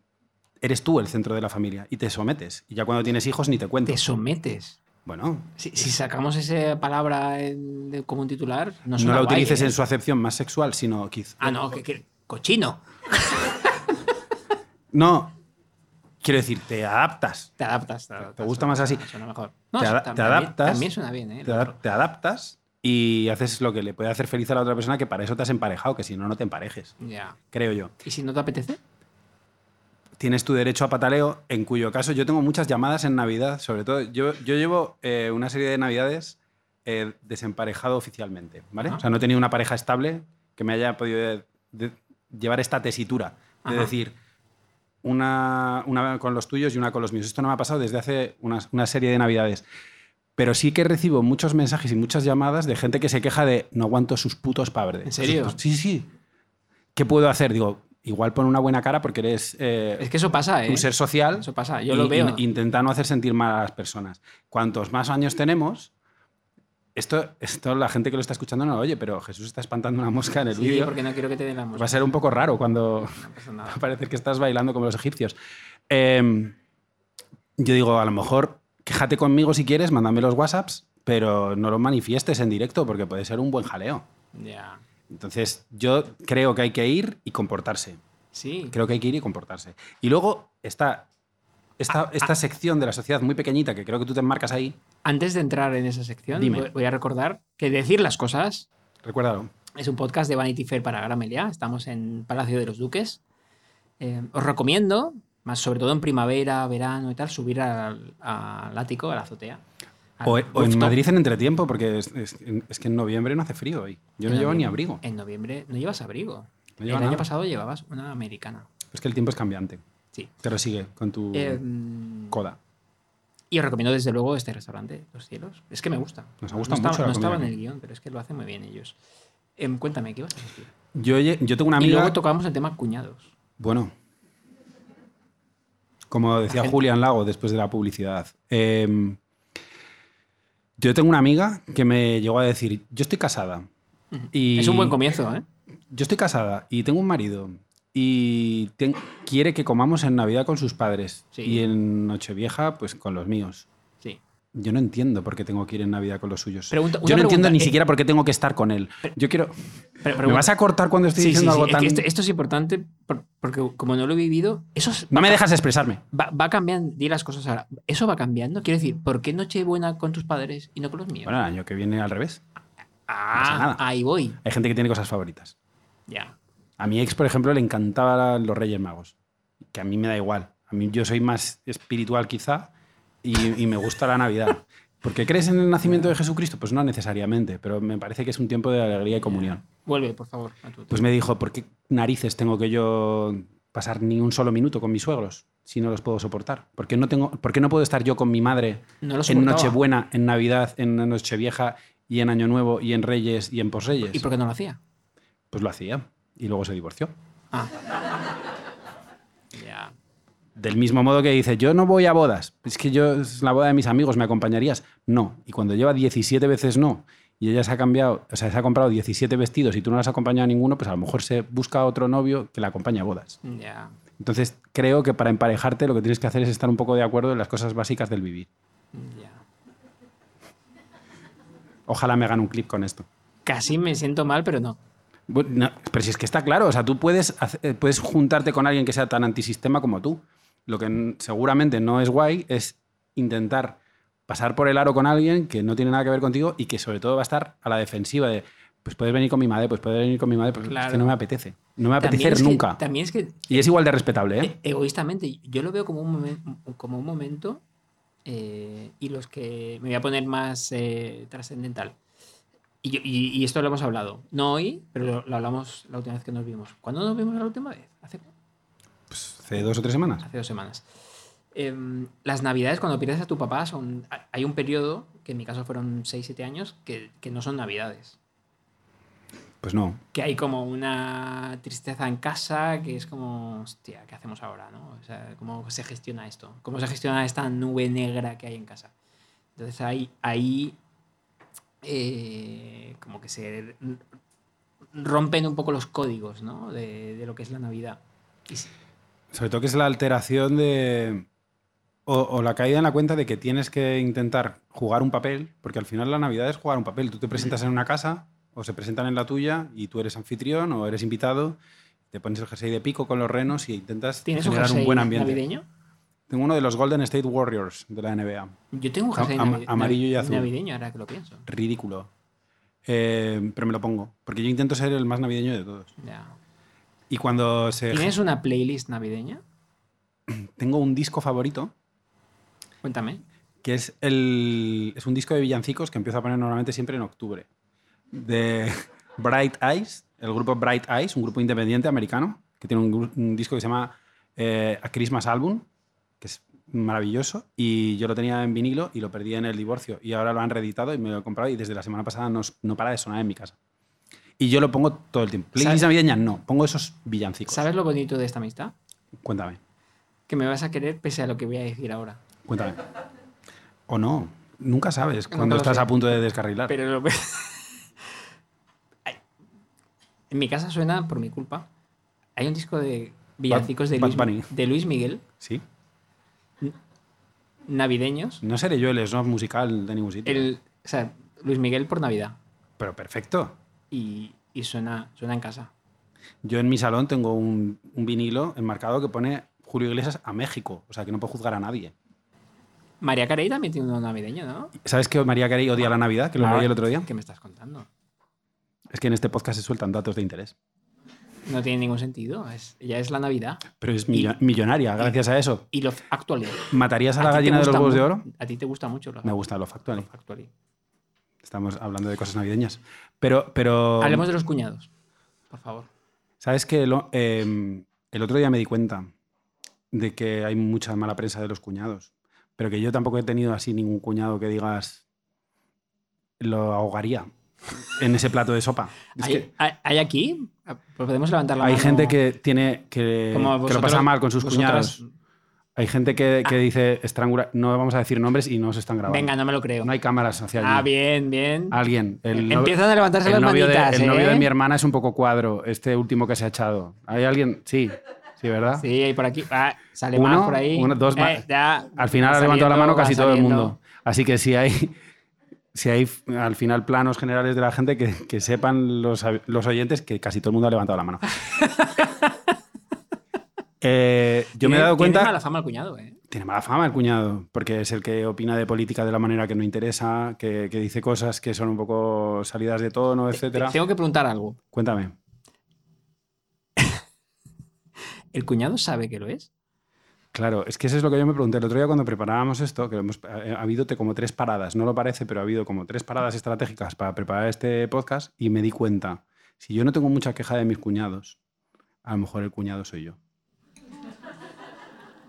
Speaker 1: eres tú el centro de la familia y te sometes. Y ya cuando tienes hijos ni te cuento.
Speaker 2: te sometes.
Speaker 1: Bueno,
Speaker 2: Si, si sacamos esa palabra en- de- como un titular, no,
Speaker 1: no
Speaker 2: suena
Speaker 1: la
Speaker 2: guay,
Speaker 1: utilices
Speaker 2: ¿eh?
Speaker 1: en su acepción más sexual, sino quizá.
Speaker 2: Ah, no, que, que- cochino.
Speaker 1: No, quiero decir, te adaptas.
Speaker 2: Te adaptas. Te, adaptas,
Speaker 1: gusta más así.
Speaker 2: Suena, suena mejor. No,
Speaker 1: Te
Speaker 2: sí,
Speaker 1: ada-
Speaker 2: tam-
Speaker 1: te
Speaker 2: también-
Speaker 1: adaptas,
Speaker 2: También suena bien, ¿eh?
Speaker 1: Te, ada- te adaptas y haces lo que le puede hacer feliz a la otra persona, que para eso te has emparejado, que si no, no te emparejes,
Speaker 2: Ya.
Speaker 1: creo yo.
Speaker 2: ¿Y si no te apetece?
Speaker 1: tienes tu derecho a pataleo, en cuyo caso yo tengo muchas llamadas en Navidad, sobre todo. Yo, yo llevo eh, una serie de Navidades eh, desemparejado oficialmente, ¿vale?
Speaker 2: Ajá.
Speaker 1: O sea, no he tenido una pareja estable que me haya podido de- de- llevar esta tesitura de
Speaker 2: Ajá.
Speaker 1: decir, una, una con los tuyos y una con los míos. Esto no me ha pasado desde hace una, una serie de navidades. Pero sí que recibo muchos mensajes y muchas llamadas de gente que se queja de no aguanto sus putos verdes.
Speaker 2: ¿En serio?
Speaker 1: Sí, sí. ¿Qué puedo hacer? Digo, igual pon una buena cara porque eres eh,
Speaker 2: Es que eso pasa, ¿eh?
Speaker 1: un ser social.
Speaker 2: Eso pasa, yo
Speaker 1: y-
Speaker 2: lo veo.
Speaker 1: in- intenta no hacer sentir mal a las personas. Cuantos más años tenemos, esto, esto la gente que lo está escuchando no lo oye, pero Jesús está espantando una mosca en el
Speaker 2: sí,
Speaker 1: vídeo.
Speaker 2: porque no quiero que te den la
Speaker 1: Va
Speaker 2: música.
Speaker 1: a ser un poco raro cuando
Speaker 2: No pasa nada.
Speaker 1: va a parecer que estás bailando como los egipcios. Eh, yo digo, a lo mejor quéjate conmigo si quieres, mándame los WhatsApps, pero no los manifiestes en directo porque puede ser un buen jaleo.
Speaker 2: Ya.
Speaker 1: Entonces, yo creo que hay que ir y comportarse.
Speaker 2: Sí.
Speaker 1: Creo que hay que ir y comportarse. Y luego está
Speaker 2: Ah,
Speaker 1: esta, esta sección de la sociedad muy pequeñita que creo que tú te enmarcas ahí.
Speaker 2: Antes de entrar en esa sección,
Speaker 1: Dime.
Speaker 2: voy- voy a recordar que decir las cosas
Speaker 1: Recuérdalo.
Speaker 2: Es un podcast de Vanity Fair para Gramelia. Estamos en Palacio de los Duques. Eh, os recomiendo, más sobre todo en primavera, verano y tal, subir al, al ático, a la azotea. al
Speaker 1: O, o en
Speaker 2: Ah, rooftop.
Speaker 1: Madrid en entretiempo, porque es, es- es que en noviembre no hace frío hoy. Yo no
Speaker 2: En
Speaker 1: llevo ni
Speaker 2: noviembre-
Speaker 1: abrigo.
Speaker 2: En noviembre no llevas abrigo.
Speaker 1: No llevo
Speaker 2: El
Speaker 1: nada.
Speaker 2: año pasado llevabas una americana.
Speaker 1: Es que el tiempo es cambiante.
Speaker 2: Sí.
Speaker 1: Pero sigue con tu
Speaker 2: Em,
Speaker 1: coda.
Speaker 2: y os recomiendo desde luego este restaurante, Los Cielos. Es que me gusta.
Speaker 1: Nos ha gustado
Speaker 2: no estaba-
Speaker 1: mucho la
Speaker 2: no estaba en
Speaker 1: comida.
Speaker 2: el guión, pero es que lo hacen muy bien ellos. Em, cuéntame, ¿qué vas a decir?
Speaker 1: Yo, oye, yo tengo una
Speaker 2: Y
Speaker 1: amiga.
Speaker 2: luego tocamos el tema cuñados.
Speaker 1: Bueno. Como decía
Speaker 2: gente-
Speaker 1: Julián Lago después de la publicidad. em, yo tengo una amiga que me llegó a decir: Yo estoy casada. Y
Speaker 2: Es un buen comienzo, ¿eh?
Speaker 1: Yo estoy casada y tengo un marido y ten- quiere que comamos en Navidad con sus padres
Speaker 2: Sí.
Speaker 1: y en Nochevieja pues con los míos.
Speaker 2: Sí.
Speaker 1: Yo no entiendo por qué tengo que ir en Navidad con los suyos.
Speaker 2: Pregunta-
Speaker 1: Yo
Speaker 2: una
Speaker 1: no entiendo
Speaker 2: pregunta,
Speaker 1: ni
Speaker 2: eh,
Speaker 1: siquiera por qué tengo que estar con él. Yo quiero...
Speaker 2: Pero-
Speaker 1: ¿Me
Speaker 2: pregunta.
Speaker 1: vas a cortar cuando estoy
Speaker 2: Sí, sí,
Speaker 1: diciendo
Speaker 2: sí,
Speaker 1: algo
Speaker 2: es
Speaker 1: tan...?
Speaker 2: que esto, esto es importante por- porque como no lo he vivido, eso es-
Speaker 1: No me dejas expresarme.
Speaker 2: va, va cambiando, di las cosas ahora, eso va cambiando. Quiero decir, ¿por qué Nochebuena con tus padres y no con los míos?
Speaker 1: Bueno, el año que viene al revés.
Speaker 2: ah,
Speaker 1: pasa nada.
Speaker 2: ahí voy.
Speaker 1: Hay gente que tiene cosas favoritas.
Speaker 2: Ya.
Speaker 1: A mi ex, por ejemplo, le encantaban los Reyes Magos, que a mí me da igual. A mí yo soy más espiritual quizá y, y me gusta la Navidad. ¿Por qué crees en el nacimiento de Jesucristo? Pues no necesariamente, pero me parece que es un tiempo de alegría y comunión.
Speaker 2: Vuelve, por favor. a tu-
Speaker 1: Pues me dijo, ¿por qué narices tengo que yo pasar ni un solo minuto con mis suegros si no los puedo soportar? ¿Por qué no, tengo, por qué no puedo estar yo con mi madre
Speaker 2: No lo
Speaker 1: en
Speaker 2: soportaba.
Speaker 1: Nochebuena, en Navidad, en Nochevieja y en Año Nuevo y en Reyes y en Posreyes?
Speaker 2: ¿Y por qué no lo hacía?
Speaker 1: Pues lo hacía y luego se divorció.
Speaker 2: Ah. ya.
Speaker 1: Del mismo modo que dice, yo no voy a bodas. Es que yo, es la boda de mis amigos, ¿me acompañarías? No. Y cuando lleva 17 veces no, y ella se ha cambiado, o sea, se ha comprado 17 vestidos y tú no las has acompañado a ninguno, pues a lo mejor se busca otro novio que la acompañe a bodas.
Speaker 2: Ya.
Speaker 1: Entonces, creo que para emparejarte lo que tienes que hacer es estar un poco de acuerdo en las cosas básicas del vivir.
Speaker 2: Ya.
Speaker 1: Ojalá me hagan un clip con esto.
Speaker 2: Casi me siento mal, pero no.
Speaker 1: Bueno, no, pero si es que está claro, o sea, tú puedes, hace- eh, puedes juntarte con alguien que sea tan antisistema como tú. Lo que n- seguramente no es guay es intentar pasar por el aro con alguien que no tiene nada que ver contigo y que sobre todo va a estar a la defensiva de, pues puedes venir con mi madre, pues puedes venir con mi madre, pues es
Speaker 2: Claro.
Speaker 1: que no me apetece. No me
Speaker 2: También
Speaker 1: apetece
Speaker 2: es que-
Speaker 1: nunca.
Speaker 2: también es que
Speaker 1: y es igual de respetable, ¿eh?
Speaker 2: E- egoístamente, yo lo veo como un, momen- como un momento eh, y los que me voy a poner más eh, trascendental. Y, yo- y- y esto lo hemos hablado, no hoy, pero lo, lo hablamos la última vez que nos vimos. ¿Cuándo nos vimos la última vez? Hace,
Speaker 1: Hace dos o tres semanas.
Speaker 2: hace dos semanas. Em, las navidades, cuando pierdes a tu papá, son, ha- hay un periodo, que en mi caso fueron 6-7 años, que, que no son navidades.
Speaker 1: Pues no.
Speaker 2: Que hay como una tristeza en casa, que es como, hostia, ¿qué hacemos ahora? ¿no? O sea, ¿cómo se gestiona esto? ¿Cómo se gestiona esta nube negra que hay en casa? Entonces ahí, ahí eh, como que se r- rompen un poco los códigos ¿no? de, de lo que es la Navidad. Y s-
Speaker 1: Sobre todo que es la alteración de. O, o la caída en la cuenta de que tienes que intentar jugar un papel, porque al final la Navidad es jugar un papel. Tú te presentas en una casa, o se presentan en la tuya, y tú eres anfitrión o eres invitado, te pones el jersey de pico con los renos y intentas
Speaker 2: ¿Tienes un
Speaker 1: generar
Speaker 2: jersey
Speaker 1: un buen ambiente.
Speaker 2: navideño?
Speaker 1: Tengo uno de los Golden State Warriors de la NBA.
Speaker 2: Yo tengo un jersey
Speaker 1: Am-
Speaker 2: navi-
Speaker 1: amarillo y
Speaker 2: navi-
Speaker 1: azul.
Speaker 2: navideño, ahora que lo pienso.
Speaker 1: Ridículo. Eh, pero me lo pongo, porque yo intento ser el más navideño de todos.
Speaker 2: Ya.
Speaker 1: Y cuando se.
Speaker 2: ¿Tienes una playlist navideña?
Speaker 1: Tengo un disco favorito,
Speaker 2: Cuéntame.
Speaker 1: que es, el, es un disco de villancicos que empiezo a poner normalmente siempre en octubre, de Bright Eyes, el grupo Bright Eyes, un grupo independiente americano, que tiene un, gru- un disco que se llama eh, eh, a Christmas Album, que es maravilloso, y yo lo tenía en vinilo y lo perdí en el divorcio. Y ahora lo han reeditado y me lo he comprado y desde la semana pasada no, no para de sonar en mi casa. Y yo lo pongo todo el tiempo. Playlists
Speaker 2: ¿Sabes?
Speaker 1: navideñas no, pongo esos villancicos.
Speaker 2: ¿Sabes lo bonito de esta amistad?
Speaker 1: Cuéntame,
Speaker 2: Que me vas a querer pese a lo que voy a decir ahora.
Speaker 1: cuéntame. O no, nunca sabes
Speaker 2: Nunca
Speaker 1: cuando
Speaker 2: lo
Speaker 1: estás
Speaker 2: sé.
Speaker 1: a punto de descarrilar.
Speaker 2: Pero lo Ay. En mi casa suena, por mi culpa, hay un disco de villancicos de,
Speaker 1: Bad
Speaker 2: Luis,
Speaker 1: Bunny.
Speaker 2: de Luis Miguel,
Speaker 1: Sí,
Speaker 2: navideños.
Speaker 1: no seré yo el snob musical de ningún sitio.
Speaker 2: El, o sea, Luis Miguel por Navidad.
Speaker 1: Pero perfecto.
Speaker 2: Y, y suena, suena en casa.
Speaker 1: Yo en mi salón tengo un, un vinilo enmarcado que pone Julio Iglesias a México, o sea que no puedo juzgar a nadie.
Speaker 2: María Carey también tiene uno navideño, ¿no?
Speaker 1: ¿Sabes que María Carey odia la Navidad? Que
Speaker 2: Ah.
Speaker 1: lo leí el otro día.
Speaker 2: ¿Qué me estás contando?
Speaker 1: Es que en este podcast se sueltan datos de interés.
Speaker 2: No tiene ningún sentido. Es, ya es la Navidad.
Speaker 1: Pero es millo- millonaria, gracias a eso.
Speaker 2: Y lo actualidad.
Speaker 1: ¿Matarías a la gallina de los huevos de oro?
Speaker 2: A ti te gusta mucho lo
Speaker 1: Me gusta lo factual.
Speaker 2: actualidad.
Speaker 1: Estamos hablando de cosas navideñas. Pero, pero
Speaker 2: Hablemos de los cuñados, por favor.
Speaker 1: ¿sabes que lo- eh, el otro día me di cuenta de que hay mucha mala prensa de los cuñados? Pero que yo tampoco he tenido así ningún cuñado que digas lo ahogaría en ese plato de sopa. Es
Speaker 2: ¿Hay,
Speaker 1: que-
Speaker 2: hay- hay aquí? Pues podemos levantar la
Speaker 1: Hay
Speaker 2: mano
Speaker 1: gente que tiene que,
Speaker 2: como
Speaker 1: que lo
Speaker 2: vosotros-
Speaker 1: pasa mal con sus
Speaker 2: vosotras.
Speaker 1: cuñados. Hay gente que, que dice estrangular. No vamos a decir nombres y no se están grabando.
Speaker 2: Venga, no me lo creo.
Speaker 1: No hay cámaras hacia allí.
Speaker 2: ah, bien, bien.
Speaker 1: Alguien. El no-
Speaker 2: Empiezan a levantarse
Speaker 1: el
Speaker 2: las
Speaker 1: novio, de,
Speaker 2: manitas,
Speaker 1: el novio
Speaker 2: ¿eh?
Speaker 1: de mi hermana es un poco cuadro, este último que se ha echado. ¿Hay alguien? Sí, sí, ¿verdad?
Speaker 2: Sí, hay por aquí. Ah, sale
Speaker 1: Uno,
Speaker 2: más por ahí. Eh,
Speaker 1: uno, dos más.
Speaker 2: ya.
Speaker 1: Al final
Speaker 2: Va
Speaker 1: ha levantado la mano
Speaker 2: saliendo,
Speaker 1: casi
Speaker 2: va
Speaker 1: todo el
Speaker 2: saliendo.
Speaker 1: mundo. Así que si hay, si hay al final planos generales de la gente, que, que sepan los, los oyentes que casi todo el mundo ha levantado la mano. Eh, yo me he
Speaker 2: Tiene-
Speaker 1: dado
Speaker 2: Tiene
Speaker 1: cuenta
Speaker 2: mala fama el cuñado, ¿eh?
Speaker 1: Tiene mala fama el cuñado, porque es el que opina de política de la manera que no interesa, que, que dice cosas que son un poco salidas de tono, etcétera.
Speaker 2: Te- Tengo que preguntar algo.
Speaker 1: Cuéntame.
Speaker 2: ¿El cuñado sabe que lo es?
Speaker 1: Claro, es que eso es lo que yo me pregunté el otro día cuando preparábamos esto, que lo hemos- eh, ha ha habido te- como tres paradas, no lo parece, pero ha habido como tres paradas estratégicas para preparar este podcast y me di cuenta, si yo no tengo mucha queja de mis cuñados, a lo mejor el cuñado soy yo.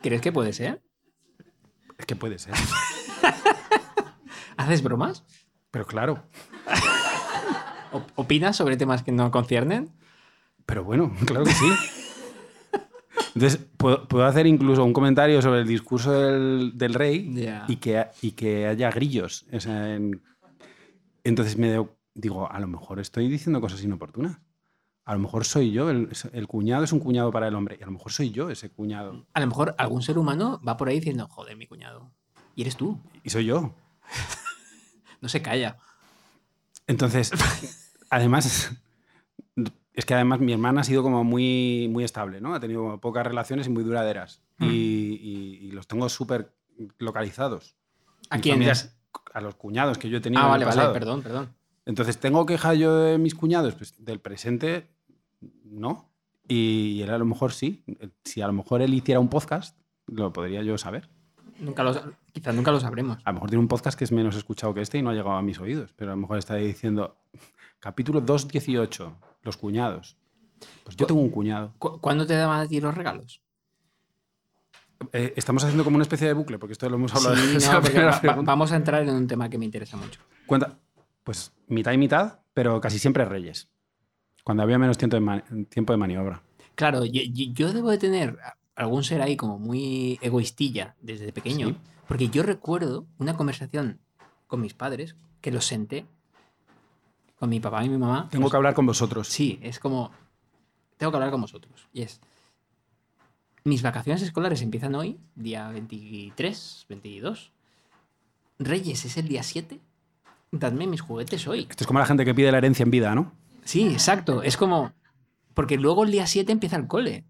Speaker 2: ¿Crees que puede ser?
Speaker 1: Es que puede ser,
Speaker 2: ¿Haces bromas?
Speaker 1: pero claro,
Speaker 2: ¿O- ¿Opinas sobre temas que no conciernen?
Speaker 1: Pero bueno, claro que sí. Entonces, puedo, puedo hacer incluso un comentario sobre el discurso del, del rey
Speaker 2: Ya.
Speaker 1: y, que, y que haya grillos. O sea, en- entonces me deo- digo, a lo mejor estoy diciendo cosas inoportunas. A lo mejor soy yo, el, el cuñado es un cuñado para el hombre, y a lo mejor soy yo ese cuñado.
Speaker 2: A lo mejor algún ser humano va por ahí diciendo, joder, mi cuñado. Y eres tú.
Speaker 1: Y soy yo.
Speaker 2: No se calla.
Speaker 1: Entonces, además, es que además mi hermana ha sido como muy, muy estable, ¿no? Ha tenido como pocas relaciones y muy duraderas.
Speaker 2: Mm.
Speaker 1: Y, y- y los tengo súper localizados.
Speaker 2: ¿A
Speaker 1: Mis
Speaker 2: quién?
Speaker 1: familias- A los cuñados que yo he tenido. en
Speaker 2: Ah,
Speaker 1: el
Speaker 2: vale, vale,
Speaker 1: pasado.
Speaker 2: perdón, perdón.
Speaker 1: Entonces, ¿tengo queja yo de mis cuñados? Pues del presente, no. Y él a lo mejor sí. Si a lo mejor él hiciera un podcast, lo podría yo saber.
Speaker 2: Nunca lo, quizás nunca lo sabremos.
Speaker 1: A lo mejor tiene un podcast que es menos escuchado que este y no ha llegado a mis oídos, pero a lo mejor está ahí diciendo capítulo 218, los cuñados. Pues yo
Speaker 2: Cu-
Speaker 1: tengo un cuñado.
Speaker 2: ¿Cu- ¿Cuándo te daban a ti los regalos?
Speaker 1: Eh, estamos haciendo como una especie de bucle, porque esto lo hemos hablado
Speaker 2: Sí,
Speaker 1: en esa
Speaker 2: no, porque
Speaker 1: primera
Speaker 2: va- va-
Speaker 1: pregunta.
Speaker 2: vamos a entrar en un tema que me interesa mucho.
Speaker 1: Cuenta- pues mitad y mitad, pero casi siempre reyes. Cuando había menos tiempo de, ma- tiempo de maniobra.
Speaker 2: Claro, yo, yo- yo debo de tener a- algún ser ahí como muy egoístilla desde pequeño,
Speaker 1: Sí.
Speaker 2: porque yo recuerdo una conversación con mis padres que los senté con mi papá y mi mamá. Pues
Speaker 1: Tengo que hablar con vosotros.
Speaker 2: Sí, es como tengo que hablar con vosotros. Y es mis vacaciones escolares empiezan hoy, día 23, 22. Reyes es el día 7. Dadme mis juguetes hoy.
Speaker 1: Esto es como la gente que pide la herencia en vida, ¿no?
Speaker 2: Sí, exacto. Es como. Porque luego el día 7 empieza el cole.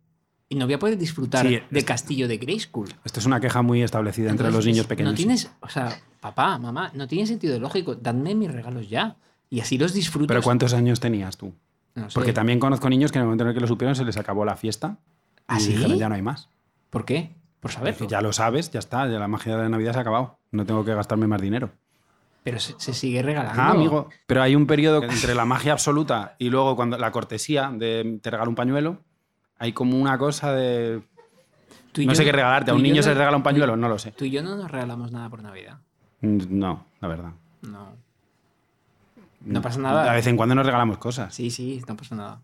Speaker 2: Y no voy a poder disfrutar
Speaker 1: Sí,
Speaker 2: del
Speaker 1: es-
Speaker 2: castillo de Grey School.
Speaker 1: Esto es una queja muy establecida entre los niños pequeños.
Speaker 2: No tienes. O sea, papá, mamá, no tiene sentido lógico. Dadme mis regalos ya. Y así los disfruto.
Speaker 1: Pero ¿cuántos años tenías tú?
Speaker 2: No sé.
Speaker 1: Porque también conozco niños que en el momento en el que lo supieron se les acabó la fiesta.
Speaker 2: ¿Ah,
Speaker 1: y
Speaker 2: sí?
Speaker 1: dijeron, ya no hay más.
Speaker 2: ¿Por qué? Por saberlo.
Speaker 1: Porque ya lo sabes, ya está, ya la magia de la Navidad se ha acabado. No tengo que gastarme más dinero.
Speaker 2: Pero se, se sigue regalando.
Speaker 1: Ah, amigo. Pero hay un periodo entre la magia absoluta y luego cuando la cortesía de te regalo un pañuelo. Hay como una cosa de.
Speaker 2: Tú y
Speaker 1: no
Speaker 2: yo
Speaker 1: sé qué regalarte. ¿A
Speaker 2: tú
Speaker 1: un
Speaker 2: y yo
Speaker 1: niño
Speaker 2: no-
Speaker 1: se le regala un
Speaker 2: tú y-
Speaker 1: pañuelo? No lo sé.
Speaker 2: Tú y yo no nos regalamos nada por Navidad.
Speaker 1: Mm, No, la verdad.
Speaker 2: No. No pasa nada.
Speaker 1: De vez en cuando nos regalamos cosas.
Speaker 2: Sí, sí, no pasa nada.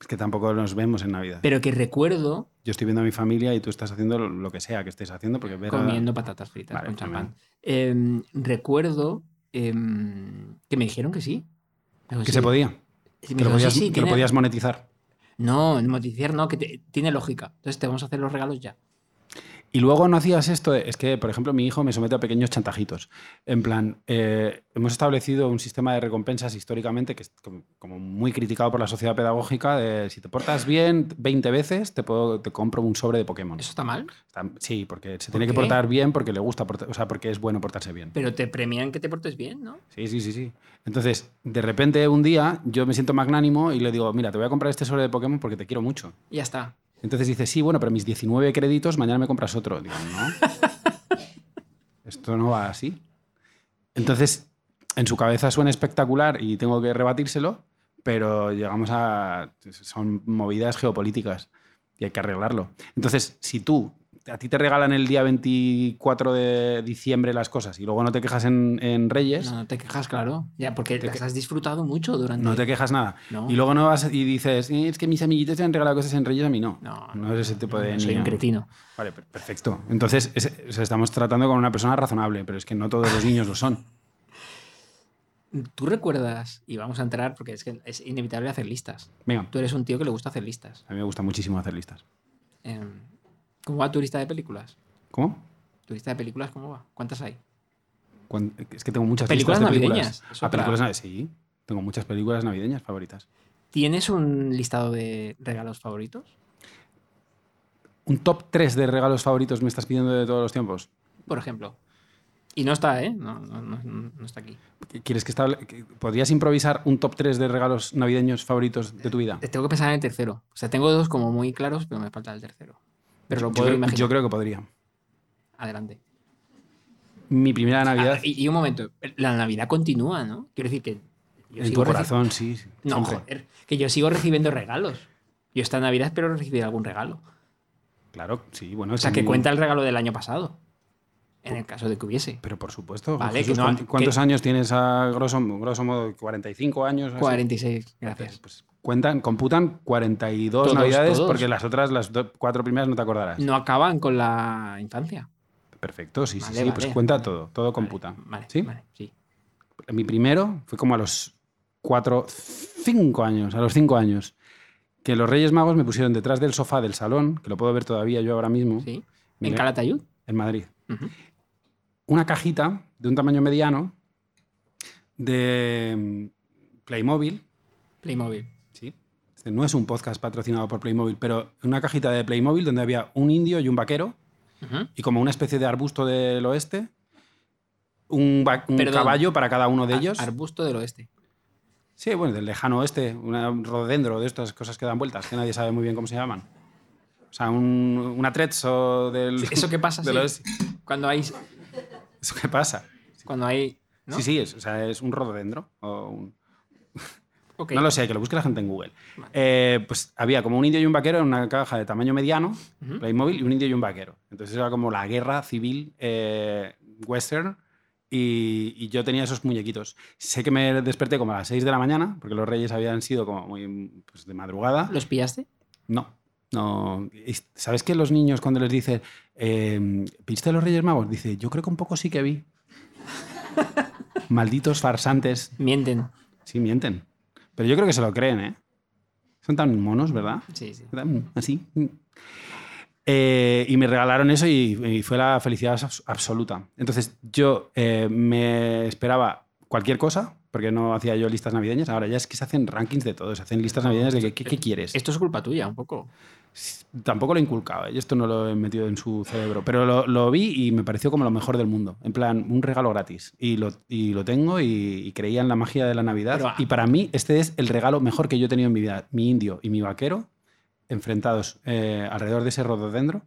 Speaker 1: Es que tampoco nos vemos en Navidad.
Speaker 2: Pero que recuerdo
Speaker 1: Yo estoy viendo a mi familia y tú estás haciendo lo- lo que sea que estés haciendo porque ver a-
Speaker 2: comiendo patatas fritas
Speaker 1: Vale,
Speaker 2: con
Speaker 1: muy
Speaker 2: champán. Em, recuerdo em, que me dijeron que sí. Me dijo,
Speaker 1: que
Speaker 2: pues sí.
Speaker 1: se podía.
Speaker 2: Sí, me
Speaker 1: Que lo
Speaker 2: dijo, sí,
Speaker 1: podías,
Speaker 2: sí,
Speaker 1: que lo
Speaker 2: tiene-
Speaker 1: podías monetizar.
Speaker 2: No, noticiar no, que te- tiene lógica. Entonces te vamos a hacer los regalos ya.
Speaker 1: Y luego no hacías esto. de- Es que, por ejemplo, mi hijo me somete a pequeños chantajitos. En plan, eh, hemos establecido un sistema de recompensas históricamente que es como, como muy criticado por la sociedad pedagógica. De, si te portas bien 20 veces, te, puedo, te compro un sobre de Pokémon.
Speaker 2: Eso está mal,
Speaker 1: Tam- Sí, porque se tiene que
Speaker 2: qué?
Speaker 1: portar bien porque le gusta, porta- o sea, porque es bueno portarse bien.
Speaker 2: pero te premian que te portes bien, ¿no?
Speaker 1: Sí, sí, sí, sí. Entonces, de repente un día yo me siento magnánimo y le digo, mira, te voy a comprar este sobre de Pokémon porque te quiero mucho.
Speaker 2: Y ya está.
Speaker 1: Entonces dice, sí, bueno, pero mis 19 créditos, mañana me compras otro. Digo, no. Esto no va así. Entonces, en su cabeza suena espectacular y tengo que rebatírselo, pero llegamos a... Son movidas geopolíticas y hay que arreglarlo. Entonces, si tú, a ti te regalan el día 24 de diciembre las cosas y luego no te quejas en, en Reyes,
Speaker 2: No, no te quejas, claro. Ya, porque
Speaker 1: Te
Speaker 2: te
Speaker 1: que-
Speaker 2: has disfrutado mucho durante.
Speaker 1: no te quejas nada.
Speaker 2: No.
Speaker 1: Y luego no vas y dices, "Eh, es que mis amiguitos te han regalado cosas en Reyes, a mí no.
Speaker 2: No,
Speaker 1: no eres ese tipo de...
Speaker 2: soy
Speaker 1: niño.
Speaker 2: un cretino.
Speaker 1: Vale, per- perfecto. Entonces, es- o sea, estamos tratando con una persona razonable, pero es que no todos los niños lo son.
Speaker 2: Tú recuerdas, y vamos a entrar porque es que es inevitable hacer listas.
Speaker 1: Venga,
Speaker 2: Tú eres un tío que le gusta hacer listas.
Speaker 1: a mí me gusta muchísimo hacer listas.
Speaker 2: Em, ¿Cómo va tu lista de películas?
Speaker 1: ¿Cómo?
Speaker 2: ¿Tu lista de películas cómo va? ¿Cuántas hay?
Speaker 1: Cuan- Es que tengo muchas
Speaker 2: Películas
Speaker 1: listas de películas.
Speaker 2: navideñas, es
Speaker 1: Ah,
Speaker 2: otra.
Speaker 1: películas nave- Sí, tengo muchas películas navideñas favoritas.
Speaker 2: ¿Tienes un listado de regalos favoritos?
Speaker 1: ¿Un top 3 de regalos favoritos me estás pidiendo de todos los tiempos?
Speaker 2: Por ejemplo. Y no está, ¿eh? No, no, no, no está aquí.
Speaker 1: ¿Qué- ¿Quieres que estable- que- ¿Podrías improvisar un top 3 de regalos navideños favoritos de tu vida?
Speaker 2: Eh, Tengo que pensar en el tercero. O sea, tengo dos como muy claros, pero me falta el tercero. Pero lo
Speaker 1: Yo
Speaker 2: puedo
Speaker 1: creo-
Speaker 2: imaginar.
Speaker 1: Yo creo que podría.
Speaker 2: Adelante.
Speaker 1: Mi primera Navidad
Speaker 2: Ah, y, y un momento. La Navidad continúa, ¿no? Quiero decir que.
Speaker 1: en
Speaker 2: Yo
Speaker 1: tu
Speaker 2: sigo reci-
Speaker 1: corazón, sí. sí,
Speaker 2: No,
Speaker 1: siempre.
Speaker 2: joder. Que yo sigo recibiendo regalos. Yo esta Navidad espero recibir algún regalo.
Speaker 1: Claro, sí, bueno.
Speaker 2: O sea, que cuenta el regalo del año pasado. En el caso de que hubiese.
Speaker 1: Pero por supuesto.
Speaker 2: Vale,
Speaker 1: Jesús,
Speaker 2: que no-
Speaker 1: ¿cuán-
Speaker 2: que-
Speaker 1: ¿Cuántos años tienes a grosso, grosso modo? ¿45 años? o así?
Speaker 2: 46,
Speaker 1: Pues,
Speaker 2: gracias.
Speaker 1: pues, cuentan, computan 42
Speaker 2: Todos,
Speaker 1: navidades
Speaker 2: todos.
Speaker 1: porque las otras, las do- cuatro primeras no te acordarás.
Speaker 2: No acaban con la infancia.
Speaker 1: Perfecto, sí, sí,
Speaker 2: Vale,
Speaker 1: sí.
Speaker 2: vale.
Speaker 1: Pues cuenta todo, todo computa.
Speaker 2: Vale,
Speaker 1: ¿Sí?
Speaker 2: vale, sí.
Speaker 1: Mi primero fue como a los 4, 5 años, a los 5 años, que los Reyes Magos me pusieron detrás del sofá del salón, que lo puedo ver todavía yo ahora mismo,
Speaker 2: sí.
Speaker 1: Mira.
Speaker 2: En Calatayud.
Speaker 1: en Madrid.
Speaker 2: Ujú.
Speaker 1: una cajita de un tamaño mediano de mm, Playmobil.
Speaker 2: Playmobil.
Speaker 1: ¿sí? Este No es un podcast patrocinado por Playmobil, pero una cajita de Playmobil donde había un indio y un vaquero
Speaker 2: Ujú.
Speaker 1: y como una especie de arbusto del oeste, un, va- un
Speaker 2: Perdón.
Speaker 1: caballo para cada uno de
Speaker 2: Ar-
Speaker 1: ellos.
Speaker 2: Arbusto del oeste.
Speaker 1: Sí, bueno, del lejano oeste, una- un rododendro de estas cosas que dan vueltas, que nadie sabe muy bien cómo se llaman. O sea, un, un atrezzo del...
Speaker 2: ¿Eso qué pasa?
Speaker 1: del
Speaker 2: sí?
Speaker 1: oeste.
Speaker 2: Cuando hay.
Speaker 1: ¿Eso qué pasa?
Speaker 2: Cuando hay ¿no?
Speaker 1: Sí, sí, es, o sea, es un rododendro o un,
Speaker 2: Ok.
Speaker 1: No lo sé, que lo busque la gente en Google.
Speaker 2: Vale.
Speaker 1: Eh, pues había como un indio y un vaquero en una caja de tamaño mediano,
Speaker 2: Ujú.
Speaker 1: Playmobil, y un indio y un vaquero. Entonces era como la guerra civil eh, western y, y yo tenía esos muñequitos. Sé que me desperté como a las 6 de la mañana, porque los reyes habían sido como muy pues, de madrugada.
Speaker 2: ¿Los pillaste?
Speaker 1: No, no. Es- ¿Sabes que los niños cuando les dices, eh, ¿viste a los reyes magos? Dice, yo creo que un poco sí que vi. Malditos farsantes.
Speaker 2: Mienten.
Speaker 1: Sí, mienten. Pero yo creo que se lo creen, ¿eh? Son tan monos, ¿verdad?
Speaker 2: Sí, sí.
Speaker 1: Tan- Así. Eh, y me regalaron eso y, y fue la felicidad abs- absoluta. Entonces yo eh, me esperaba cualquier cosa, porque no hacía yo listas navideñas. Ahora ya es que se hacen rankings de todo, se hacen listas navideñas de que, qué, qué quieres.
Speaker 2: Esto es culpa tuya, un poco.
Speaker 1: Tampoco lo he inculcado, ¿eh? yo esto no lo he metido en su cerebro, pero lo, lo vi y me pareció como lo mejor del mundo. En plan, un regalo gratis. Y lo, y lo tengo y, y creía en la magia de la Navidad.
Speaker 2: Pero, ah.
Speaker 1: y para mí, este es el regalo mejor que yo he tenido en mi vida. Mi indio y mi vaquero enfrentados eh, alrededor de ese rododendro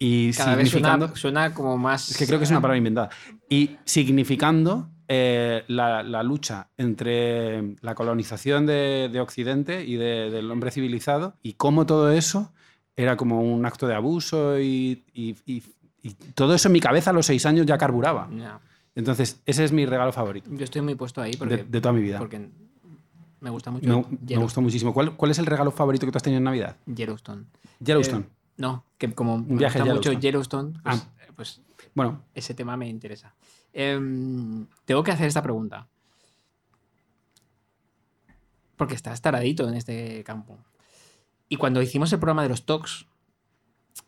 Speaker 1: y
Speaker 2: Cada vez
Speaker 1: significando.
Speaker 2: suena, suena como más.
Speaker 1: Es que creo que es una palabra inventada. Y significando eh, la, la lucha entre la colonización de, de Occidente y de- del hombre civilizado y cómo todo eso era como un acto de abuso y, y- y- y todo eso en mi cabeza a los seis años ya carburaba.
Speaker 2: Ya.
Speaker 1: Entonces, ese es mi regalo favorito
Speaker 2: Yo estoy muy puesto ahí porque,
Speaker 1: de, de toda mi vida.
Speaker 2: porque me gusta mucho
Speaker 1: Me, me
Speaker 2: Yellow-
Speaker 1: gustó muchísimo. ¿Cuál, ¿Cuál es el regalo favorito que tú has tenido en Navidad?
Speaker 2: Yellowstone.
Speaker 1: Yellowstone.
Speaker 2: Eh, no, que como me
Speaker 1: viaje a
Speaker 2: gusta mucho
Speaker 1: Yellowstone. Ah.
Speaker 2: Yellowstone, pues, eh, pues
Speaker 1: bueno,
Speaker 2: ese tema me interesa. Em, tengo que hacer esta pregunta. Porque estás taradito en este campo. Y cuando hicimos el programa de los talks,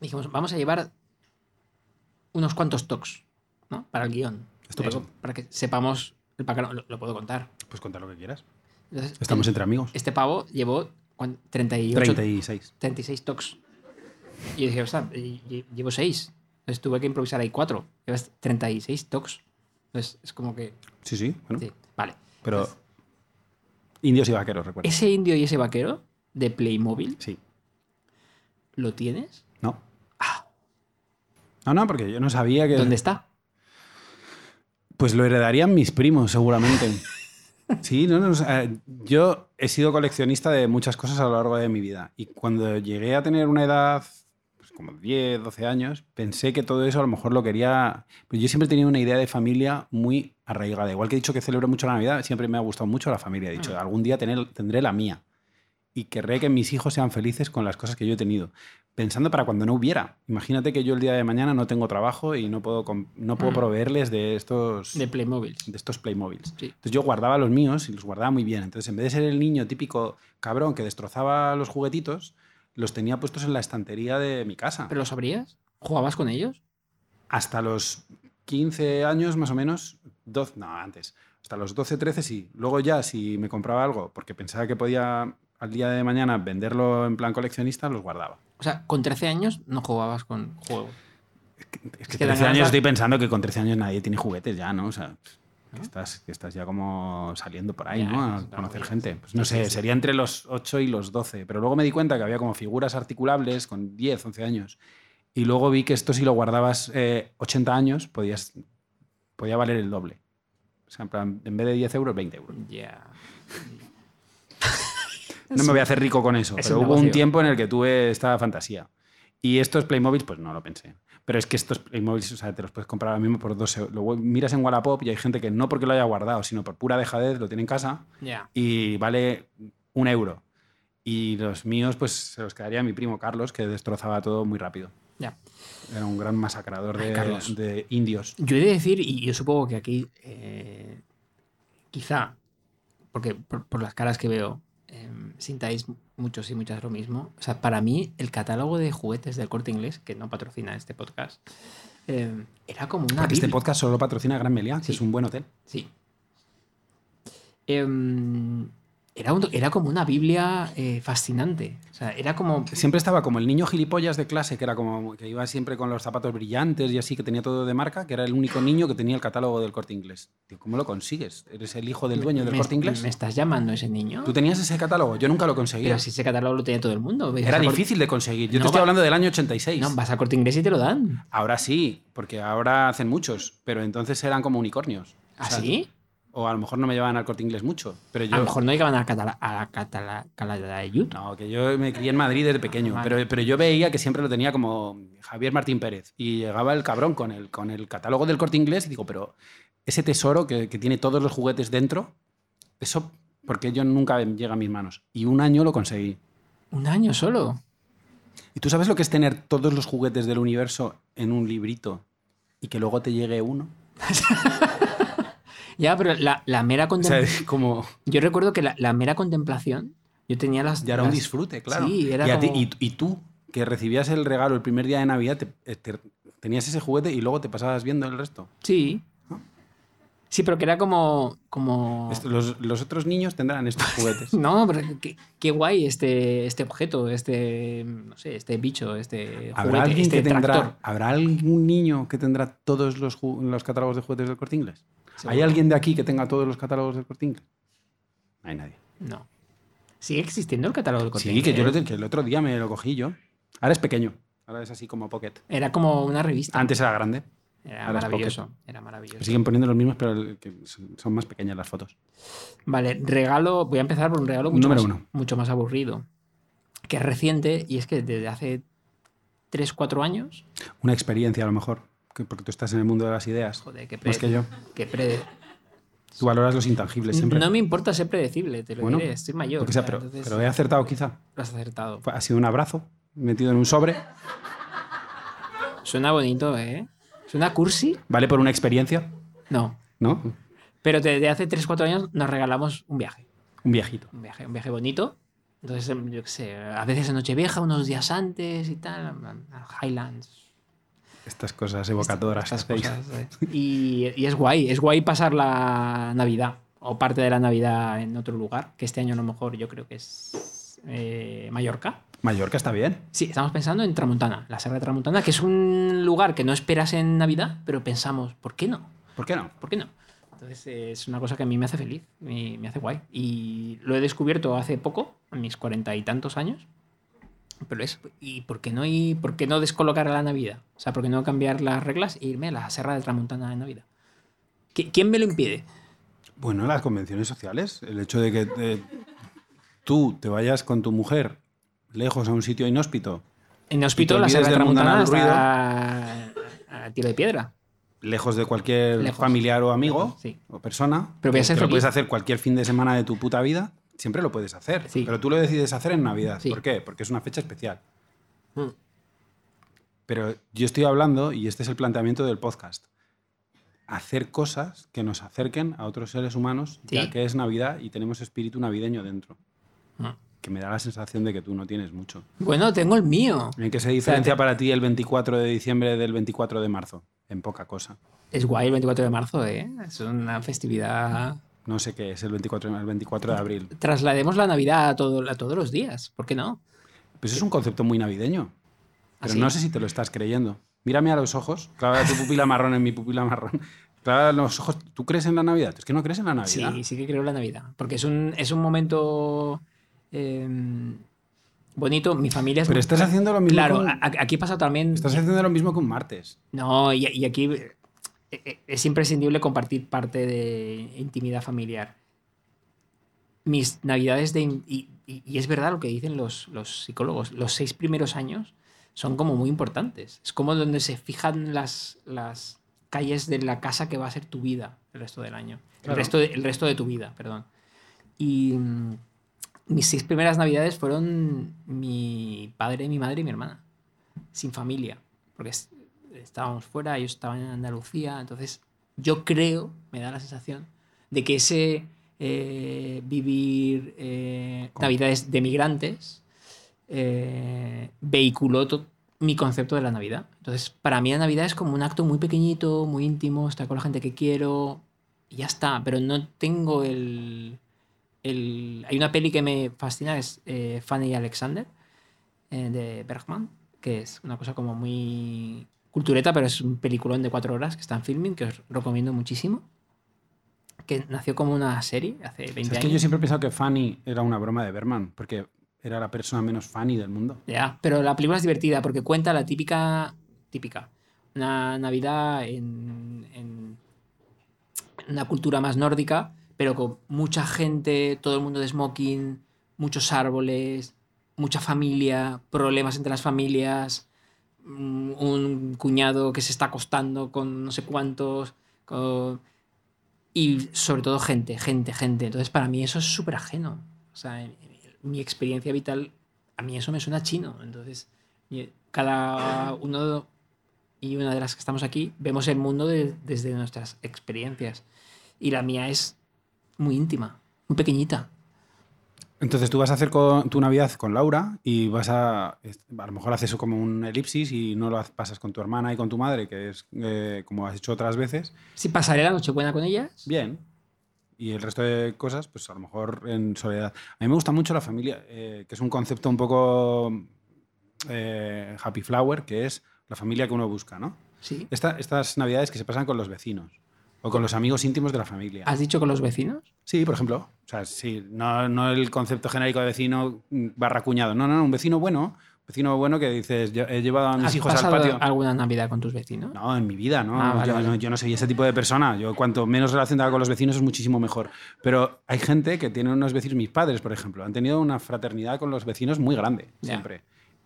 Speaker 2: dijimos, vamos a llevar unos cuantos talks, ¿no? Para el guión.
Speaker 1: Estupendo.
Speaker 2: Algo Para que sepamos el pacarón. Lo, lo puedo contar.
Speaker 1: pues contar lo que quieras.
Speaker 2: Entonces,
Speaker 1: Estamos
Speaker 2: el-
Speaker 1: entre amigos.
Speaker 2: Este pavo llevó ¿cuán- 38,
Speaker 1: 36.
Speaker 2: 36 tocs. Y yo dije, ostras, y- y- llevo 6. Entonces tuve que improvisar ahí 4. Llevas 36 tocs. Entonces es como que.
Speaker 1: Sí, sí. Bueno,
Speaker 2: sí, vale.
Speaker 1: Pero indios y vaqueros, recuerda.
Speaker 2: Ese indio y ese vaquero de Playmobil,
Speaker 1: Sí.
Speaker 2: ¿lo tienes?
Speaker 1: No. Ah. No, no, porque yo no sabía que...
Speaker 2: ¿Dónde está?
Speaker 1: Pues lo heredarían mis primos, seguramente. Sí, no, no, o sea, yo he sido coleccionista de muchas cosas a lo largo de mi vida. Y cuando llegué a tener una edad, pues como 10, 12 años, pensé que todo eso a lo mejor lo quería. Pues yo siempre he tenido una idea de familia muy arraigada. Igual que he dicho que celebro mucho la Navidad, siempre me ha gustado mucho la familia. He dicho, algún día tener- tendré la mía. Y querré que mis hijos sean felices con las cosas que yo he tenido. Pensando para cuando no hubiera. Imagínate que yo el día de mañana no tengo trabajo y no puedo, com- no puedo
Speaker 2: Mm.
Speaker 1: proveerles de estos
Speaker 2: De Playmobil.
Speaker 1: de estos Playmobiles.
Speaker 2: Sí.
Speaker 1: Entonces yo guardaba los míos y los guardaba muy bien. Entonces en vez de ser el niño típico cabrón que destrozaba los juguetitos, los tenía puestos en la estantería de mi casa.
Speaker 2: ¿Pero los abrías? ¿Jugabas con ellos?
Speaker 1: Hasta los 15 años más o menos, 12, no, antes, hasta los 12, 13 sí. Luego ya si me compraba algo porque pensaba que podía al día de mañana venderlo en plan coleccionista, los guardaba.
Speaker 2: O sea, con 13 años no jugabas con juegos.
Speaker 1: Es que
Speaker 2: que
Speaker 1: 13
Speaker 2: dan
Speaker 1: años
Speaker 2: ganas-
Speaker 1: estoy pensando que con 13 años nadie tiene juguetes ya, ¿no? O sea, que estás, que estás ya como saliendo por ahí,
Speaker 2: Ya,
Speaker 1: ¿no?
Speaker 2: es
Speaker 1: A
Speaker 2: una
Speaker 1: conocer
Speaker 2: movida,
Speaker 1: gente.
Speaker 2: sí.
Speaker 1: Pues no
Speaker 2: Sí,
Speaker 1: sé,
Speaker 2: sí, sí.
Speaker 1: sería entre los 8 y los 12. Pero luego me di cuenta que había como figuras articulables con 10, 11 años. Y luego vi que esto si lo guardabas eh, 80 años, podías, podía valer el doble. O sea, en, plan, en vez de 10 euros, 20 euros.
Speaker 2: Ya.
Speaker 1: No me voy a hacer rico con eso,
Speaker 2: es
Speaker 1: pero
Speaker 2: un
Speaker 1: hubo un
Speaker 2: negocio.
Speaker 1: tiempo en el que tuve esta fantasía. Y estos Playmobil, pues no lo pensé. Pero es que estos Playmobil, o sea, te los puedes comprar ahora mismo por 12 euros. Luego miras en Wallapop y hay gente que no porque lo haya guardado, sino por pura dejadez lo tiene en casa
Speaker 2: Ya.
Speaker 1: y vale un euro. Y los míos, pues se los quedaría a mi primo Carlos, que destrozaba todo muy rápido.
Speaker 2: Ya.
Speaker 1: Era un gran masacrador
Speaker 2: Ay,
Speaker 1: de,
Speaker 2: Carlos.
Speaker 1: de indios.
Speaker 2: Yo he de decir, y yo supongo que aquí, eh, quizá, porque por, por las caras que veo, eh, sintáis muchos y muchas lo mismo. O sea, para mí, el catálogo de juguetes del corte inglés, que no patrocina este podcast, eh, era como una.
Speaker 1: Porque este
Speaker 2: biblia.
Speaker 1: podcast solo patrocina Gran Meliá, que
Speaker 2: Sí.
Speaker 1: es un buen hotel.
Speaker 2: Sí. Em, era, un- era como una Biblia eh, fascinante. O sea, era como.
Speaker 1: Siempre estaba como el niño gilipollas de clase, que era como que iba siempre con los zapatos brillantes y así, que tenía todo de marca, que era el único niño que tenía el catálogo del corte inglés. Tío, ¿Cómo lo consigues? ¿Eres el hijo del dueño del
Speaker 2: me,
Speaker 1: corte inglés?
Speaker 2: ¿Me estás llamando ese niño?
Speaker 1: Tú tenías ese catálogo, yo nunca lo
Speaker 2: Pero
Speaker 1: conseguía.
Speaker 2: si ese catálogo lo tenía todo el mundo. ¿ves?
Speaker 1: Era
Speaker 2: Vas a Corte-
Speaker 1: difícil de conseguir. Yo te
Speaker 2: No,
Speaker 1: estoy
Speaker 2: va-
Speaker 1: hablando del año 86.
Speaker 2: No, vas a corte inglés y te lo dan.
Speaker 1: Ahora sí, porque ahora hacen muchos, pero entonces eran como unicornios. O sea,
Speaker 2: ¿Así?
Speaker 1: O a lo mejor no me llevaban al corte inglés mucho. Pero yo,
Speaker 2: ¿Ah, a lo mejor no llegaban a la catala, a la catala, Calatayud.
Speaker 1: No, que yo me crié en Madrid desde pequeño,
Speaker 2: vale.
Speaker 1: pero, pero yo veía que siempre lo tenía como Javier Martín Pérez. Y llegaba el cabrón con el, con el catálogo del corte inglés y digo, pero ese tesoro que, que tiene todos los juguetes dentro, eso porque yo nunca llega a mis manos. Y un año lo conseguí.
Speaker 2: Un año solo.
Speaker 1: ¿Y tú sabes lo que es tener todos los juguetes del universo en un librito y que luego te llegue uno?
Speaker 2: Ya, pero la, la mera
Speaker 1: O sea,
Speaker 2: contemplación.
Speaker 1: es como...
Speaker 2: yo recuerdo que la, la mera contemplación. Yo tenía las.
Speaker 1: Ya era un
Speaker 2: las-
Speaker 1: disfrute, claro.
Speaker 2: Sí, era
Speaker 1: y, a ti-
Speaker 2: como-
Speaker 1: y- y tú, que recibías el regalo el primer día de Navidad, te- te- tenías ese juguete y luego te pasabas viendo el resto.
Speaker 2: Sí. Sí, pero que era como. como...
Speaker 1: Esto- Los, los otros niños tendrán estos juguetes.
Speaker 2: No, pero qué, qué guay este, este objeto, este. No sé, este bicho, este
Speaker 1: ¿Habrá
Speaker 2: juguete,
Speaker 1: alguien
Speaker 2: este
Speaker 1: que tendrá,
Speaker 2: tractor.
Speaker 1: ¿Habrá algún niño que tendrá todos los, ju- los catálogos de juguetes del corte inglés?
Speaker 2: Seguro.
Speaker 1: ¿Hay alguien de aquí que tenga todos los catálogos del corte inglés? No hay nadie.
Speaker 2: No. ¿Sigue existiendo el catálogo del ¿eh? Corte
Speaker 1: sí, que yo lo
Speaker 2: Inglés?
Speaker 1: te- que el otro día me lo cogí yo. Ahora es pequeño. Ahora es así como pocket.
Speaker 2: Era como una revista.
Speaker 1: Antes era grande.
Speaker 2: Era
Speaker 1: ahora es pocket.
Speaker 2: maravilloso. Era maravilloso.
Speaker 1: Siguen poniendo los mismos, pero el- que son son más pequeñas las fotos.
Speaker 2: Vale, regalo. Voy a empezar por un regalo mucho,
Speaker 1: Número
Speaker 2: más,
Speaker 1: uno.
Speaker 2: mucho más aburrido. Que es reciente y es que desde hace 3, 4 años.
Speaker 1: Una experiencia, a lo mejor, que- porque tú estás en el mundo de las ideas.
Speaker 2: Joder, qué pre-
Speaker 1: Más Pues que yo.
Speaker 2: qué pre-
Speaker 1: Tú valoras los intangibles siempre.
Speaker 2: No me importa ser predecible, te lo
Speaker 1: Bueno,
Speaker 2: diré, estoy mayor.
Speaker 1: Lo que sea,
Speaker 2: ya,
Speaker 1: pero,
Speaker 2: entonces
Speaker 1: pero he acertado quizá.
Speaker 2: lo has acertado.
Speaker 1: Fue- Ha sido un abrazo metido en un sobre.
Speaker 2: Suena bonito, ¿eh? ¿Suena cursi?
Speaker 1: ¿Vale por una experiencia?
Speaker 2: No.
Speaker 1: ¿No?
Speaker 2: Pero desde hace 3, 4 años nos regalamos un viaje.
Speaker 1: Un viejito.
Speaker 2: un viaje, un viaje bonito. Entonces, em, yo qué sé, a veces en Nochevieja, unos días antes y tal, a Highlands,
Speaker 1: Estas cosas evocadoras.
Speaker 2: esas
Speaker 1: que hacéis.
Speaker 2: cosas. ¿eh? Y, y es guay, es guay pasar la Navidad o parte de la Navidad en otro lugar, que este año a lo mejor yo creo que es eh, Mallorca.
Speaker 1: Mallorca está bien.
Speaker 2: Sí, estamos pensando en Tramontana, la Serra de Tramontana, que es un lugar que no esperas en Navidad, pero pensamos, ¿por qué no?
Speaker 1: ¿Por qué no?
Speaker 2: ¿por qué no? Entonces eh, es una cosa que a mí me hace feliz, me, me hace guay. Y lo he descubierto hace poco, a mis cuarenta y tantos años. Pero es, ¿y por qué no, y por qué no descolocar a la Navidad? O sea, ¿por qué no cambiar las reglas e irme a la Serra de Tramontana de Navidad? ¿Qui- ¿Quién me lo impide?
Speaker 1: Bueno, las convenciones sociales, el hecho de que eh, tú te vayas con tu mujer lejos a un sitio inhóspito,
Speaker 2: En hospital la
Speaker 1: olvides
Speaker 2: Serra de
Speaker 1: del
Speaker 2: Tramontana
Speaker 1: mundanal
Speaker 2: está a, a tiro de piedra.
Speaker 1: lejos de cualquier
Speaker 2: Lejos.
Speaker 1: familiar o amigo
Speaker 2: Sí.
Speaker 1: o persona,
Speaker 2: Pero voy a
Speaker 1: que
Speaker 2: ser
Speaker 1: lo
Speaker 2: feliz.
Speaker 1: puedes hacer cualquier fin de semana de tu puta vida, siempre lo puedes hacer.
Speaker 2: Sí.
Speaker 1: Pero tú lo decides hacer en Navidad.
Speaker 2: Sí.
Speaker 1: ¿Por qué? Porque es una fecha especial.
Speaker 2: Mm.
Speaker 1: Pero yo estoy hablando, y este es el planteamiento del podcast, hacer cosas que nos acerquen a otros seres humanos,
Speaker 2: Sí.
Speaker 1: ya que es Navidad y tenemos espíritu navideño dentro,
Speaker 2: Mm.
Speaker 1: que me da la sensación de que tú no tienes mucho.
Speaker 2: Bueno, tengo el mío.
Speaker 1: ¿En qué se diferencia para ti el 24 de diciembre del 24 de marzo? En poca cosa.
Speaker 2: Es guay el 24 de marzo, ¿eh? Es una festividad
Speaker 1: No sé qué es el 24 de, el 24 de abril.
Speaker 2: traslademos la Navidad a, todo- a todos los días. ¿Por qué no?
Speaker 1: Pues es un concepto muy navideño. Pero
Speaker 2: ¿Ah, sí?
Speaker 1: no sé si te lo estás creyendo. Mírame a los ojos, clava tu pupila marrón en mi pupila marrón. Clava los ojos. ¿Tú crees en la Navidad? Es que no crees en la Navidad.
Speaker 2: Sí, sí que creo en la Navidad. Porque es un, es un momento eh, bonito. Mi familia es.
Speaker 1: Pero estás haciendo lo mismo.
Speaker 2: Claro,
Speaker 1: con-
Speaker 2: a- aquí pasa también.
Speaker 1: estás haciendo lo mismo que un martes.
Speaker 2: No, y, y aquí eh, eh, es imprescindible compartir parte de intimidad familiar. Mis navidades de. in- Y, y- y es verdad lo que dicen los, los psicólogos. Los seis primeros años son como muy importantes. Es como donde se fijan las, las calles de la casa que va a ser tu vida el resto del año.
Speaker 1: Claro.
Speaker 2: El, resto de, el resto de tu vida, perdón. Y mm, mis seis primeras navidades fueron mi padre, mi madre y mi hermana. Sin familia. Porque es- estábamos fuera, ellos estaban en Andalucía. Entonces, yo creo, me da la sensación, de que ese eh, vivir eh,
Speaker 1: Con-
Speaker 2: navidades de migrantes eh, vehiculó to- mi concepto de la Navidad. Entonces, para mí la Navidad es como un acto muy pequeñito, muy íntimo, estar con la gente que quiero y ya está. Pero no tengo el... el- Hay una peli que me fascina, es eh, Fanny y Alexander, eh, de Bergman, que es una cosa como muy cultureta, pero es un peliculón de cuatro horas que está en filming, que os recomiendo muchísimo. Que nació como una serie hace 20
Speaker 1: ¿Sabes
Speaker 2: años.
Speaker 1: que yo siempre he pensado que Fanny era una broma de Berman? Porque era la persona menos Fanny del mundo.
Speaker 2: Ya, pero la película es divertida porque cuenta la típica. típica. Una Navidad en. en una cultura más nórdica, pero con mucha gente, todo el mundo de smoking, muchos árboles, mucha familia, problemas entre las familias, mm, un cuñado que se está acostando con no sé cuántos. con- Y sobre todo gente, gente, gente. Entonces, para mí eso es súper ajeno. O sea, en- en mi experiencia vital a mí eso me suena chino. Entonces, y- cada uno y una de las que estamos aquí vemos el mundo de- desde nuestras experiencias. Y la mía es muy íntima, muy pequeñita.
Speaker 1: Entonces tú vas a hacer con- tu Navidad con Laura y vas a... A lo mejor haces como un elipsis y no lo ha- pasas con tu hermana y con tu madre, que es eh, como has hecho otras veces.
Speaker 2: Si pasaré la Nochebuena con ellas,
Speaker 1: Bien. Y el resto de cosas, pues a lo mejor en soledad. A mí me gusta mucho la familia, eh, que es un concepto un poco eh, happy flower, que es la familia que uno busca, ¿no?
Speaker 2: sí.
Speaker 1: Esta- estas navidades que se pasan con los vecinos o con los amigos íntimos de la familia.
Speaker 2: ¿Has dicho con los vecinos?
Speaker 1: Sí, por ejemplo. O sea, sí, no, no el concepto genérico de vecino mm, barra cuñado. No, no, no, un vecino bueno. Vecino bueno que dices, "Yo he llevado a mis
Speaker 2: ¿Has
Speaker 1: hijos al
Speaker 2: pasado
Speaker 1: patio.
Speaker 2: alguna Navidad con tus vecinos?
Speaker 1: No, en mi vida, ¿no?
Speaker 2: Ah, vale,
Speaker 1: yo,
Speaker 2: vale.
Speaker 1: no- yo no soy ese tipo de persona. Yo cuanto menos relación tenga con los vecinos es muchísimo mejor. Pero hay gente que tiene unos vecinos, mis padres, por ejemplo, han tenido una fraternidad con los vecinos muy grande,
Speaker 2: Ya.
Speaker 1: siempre.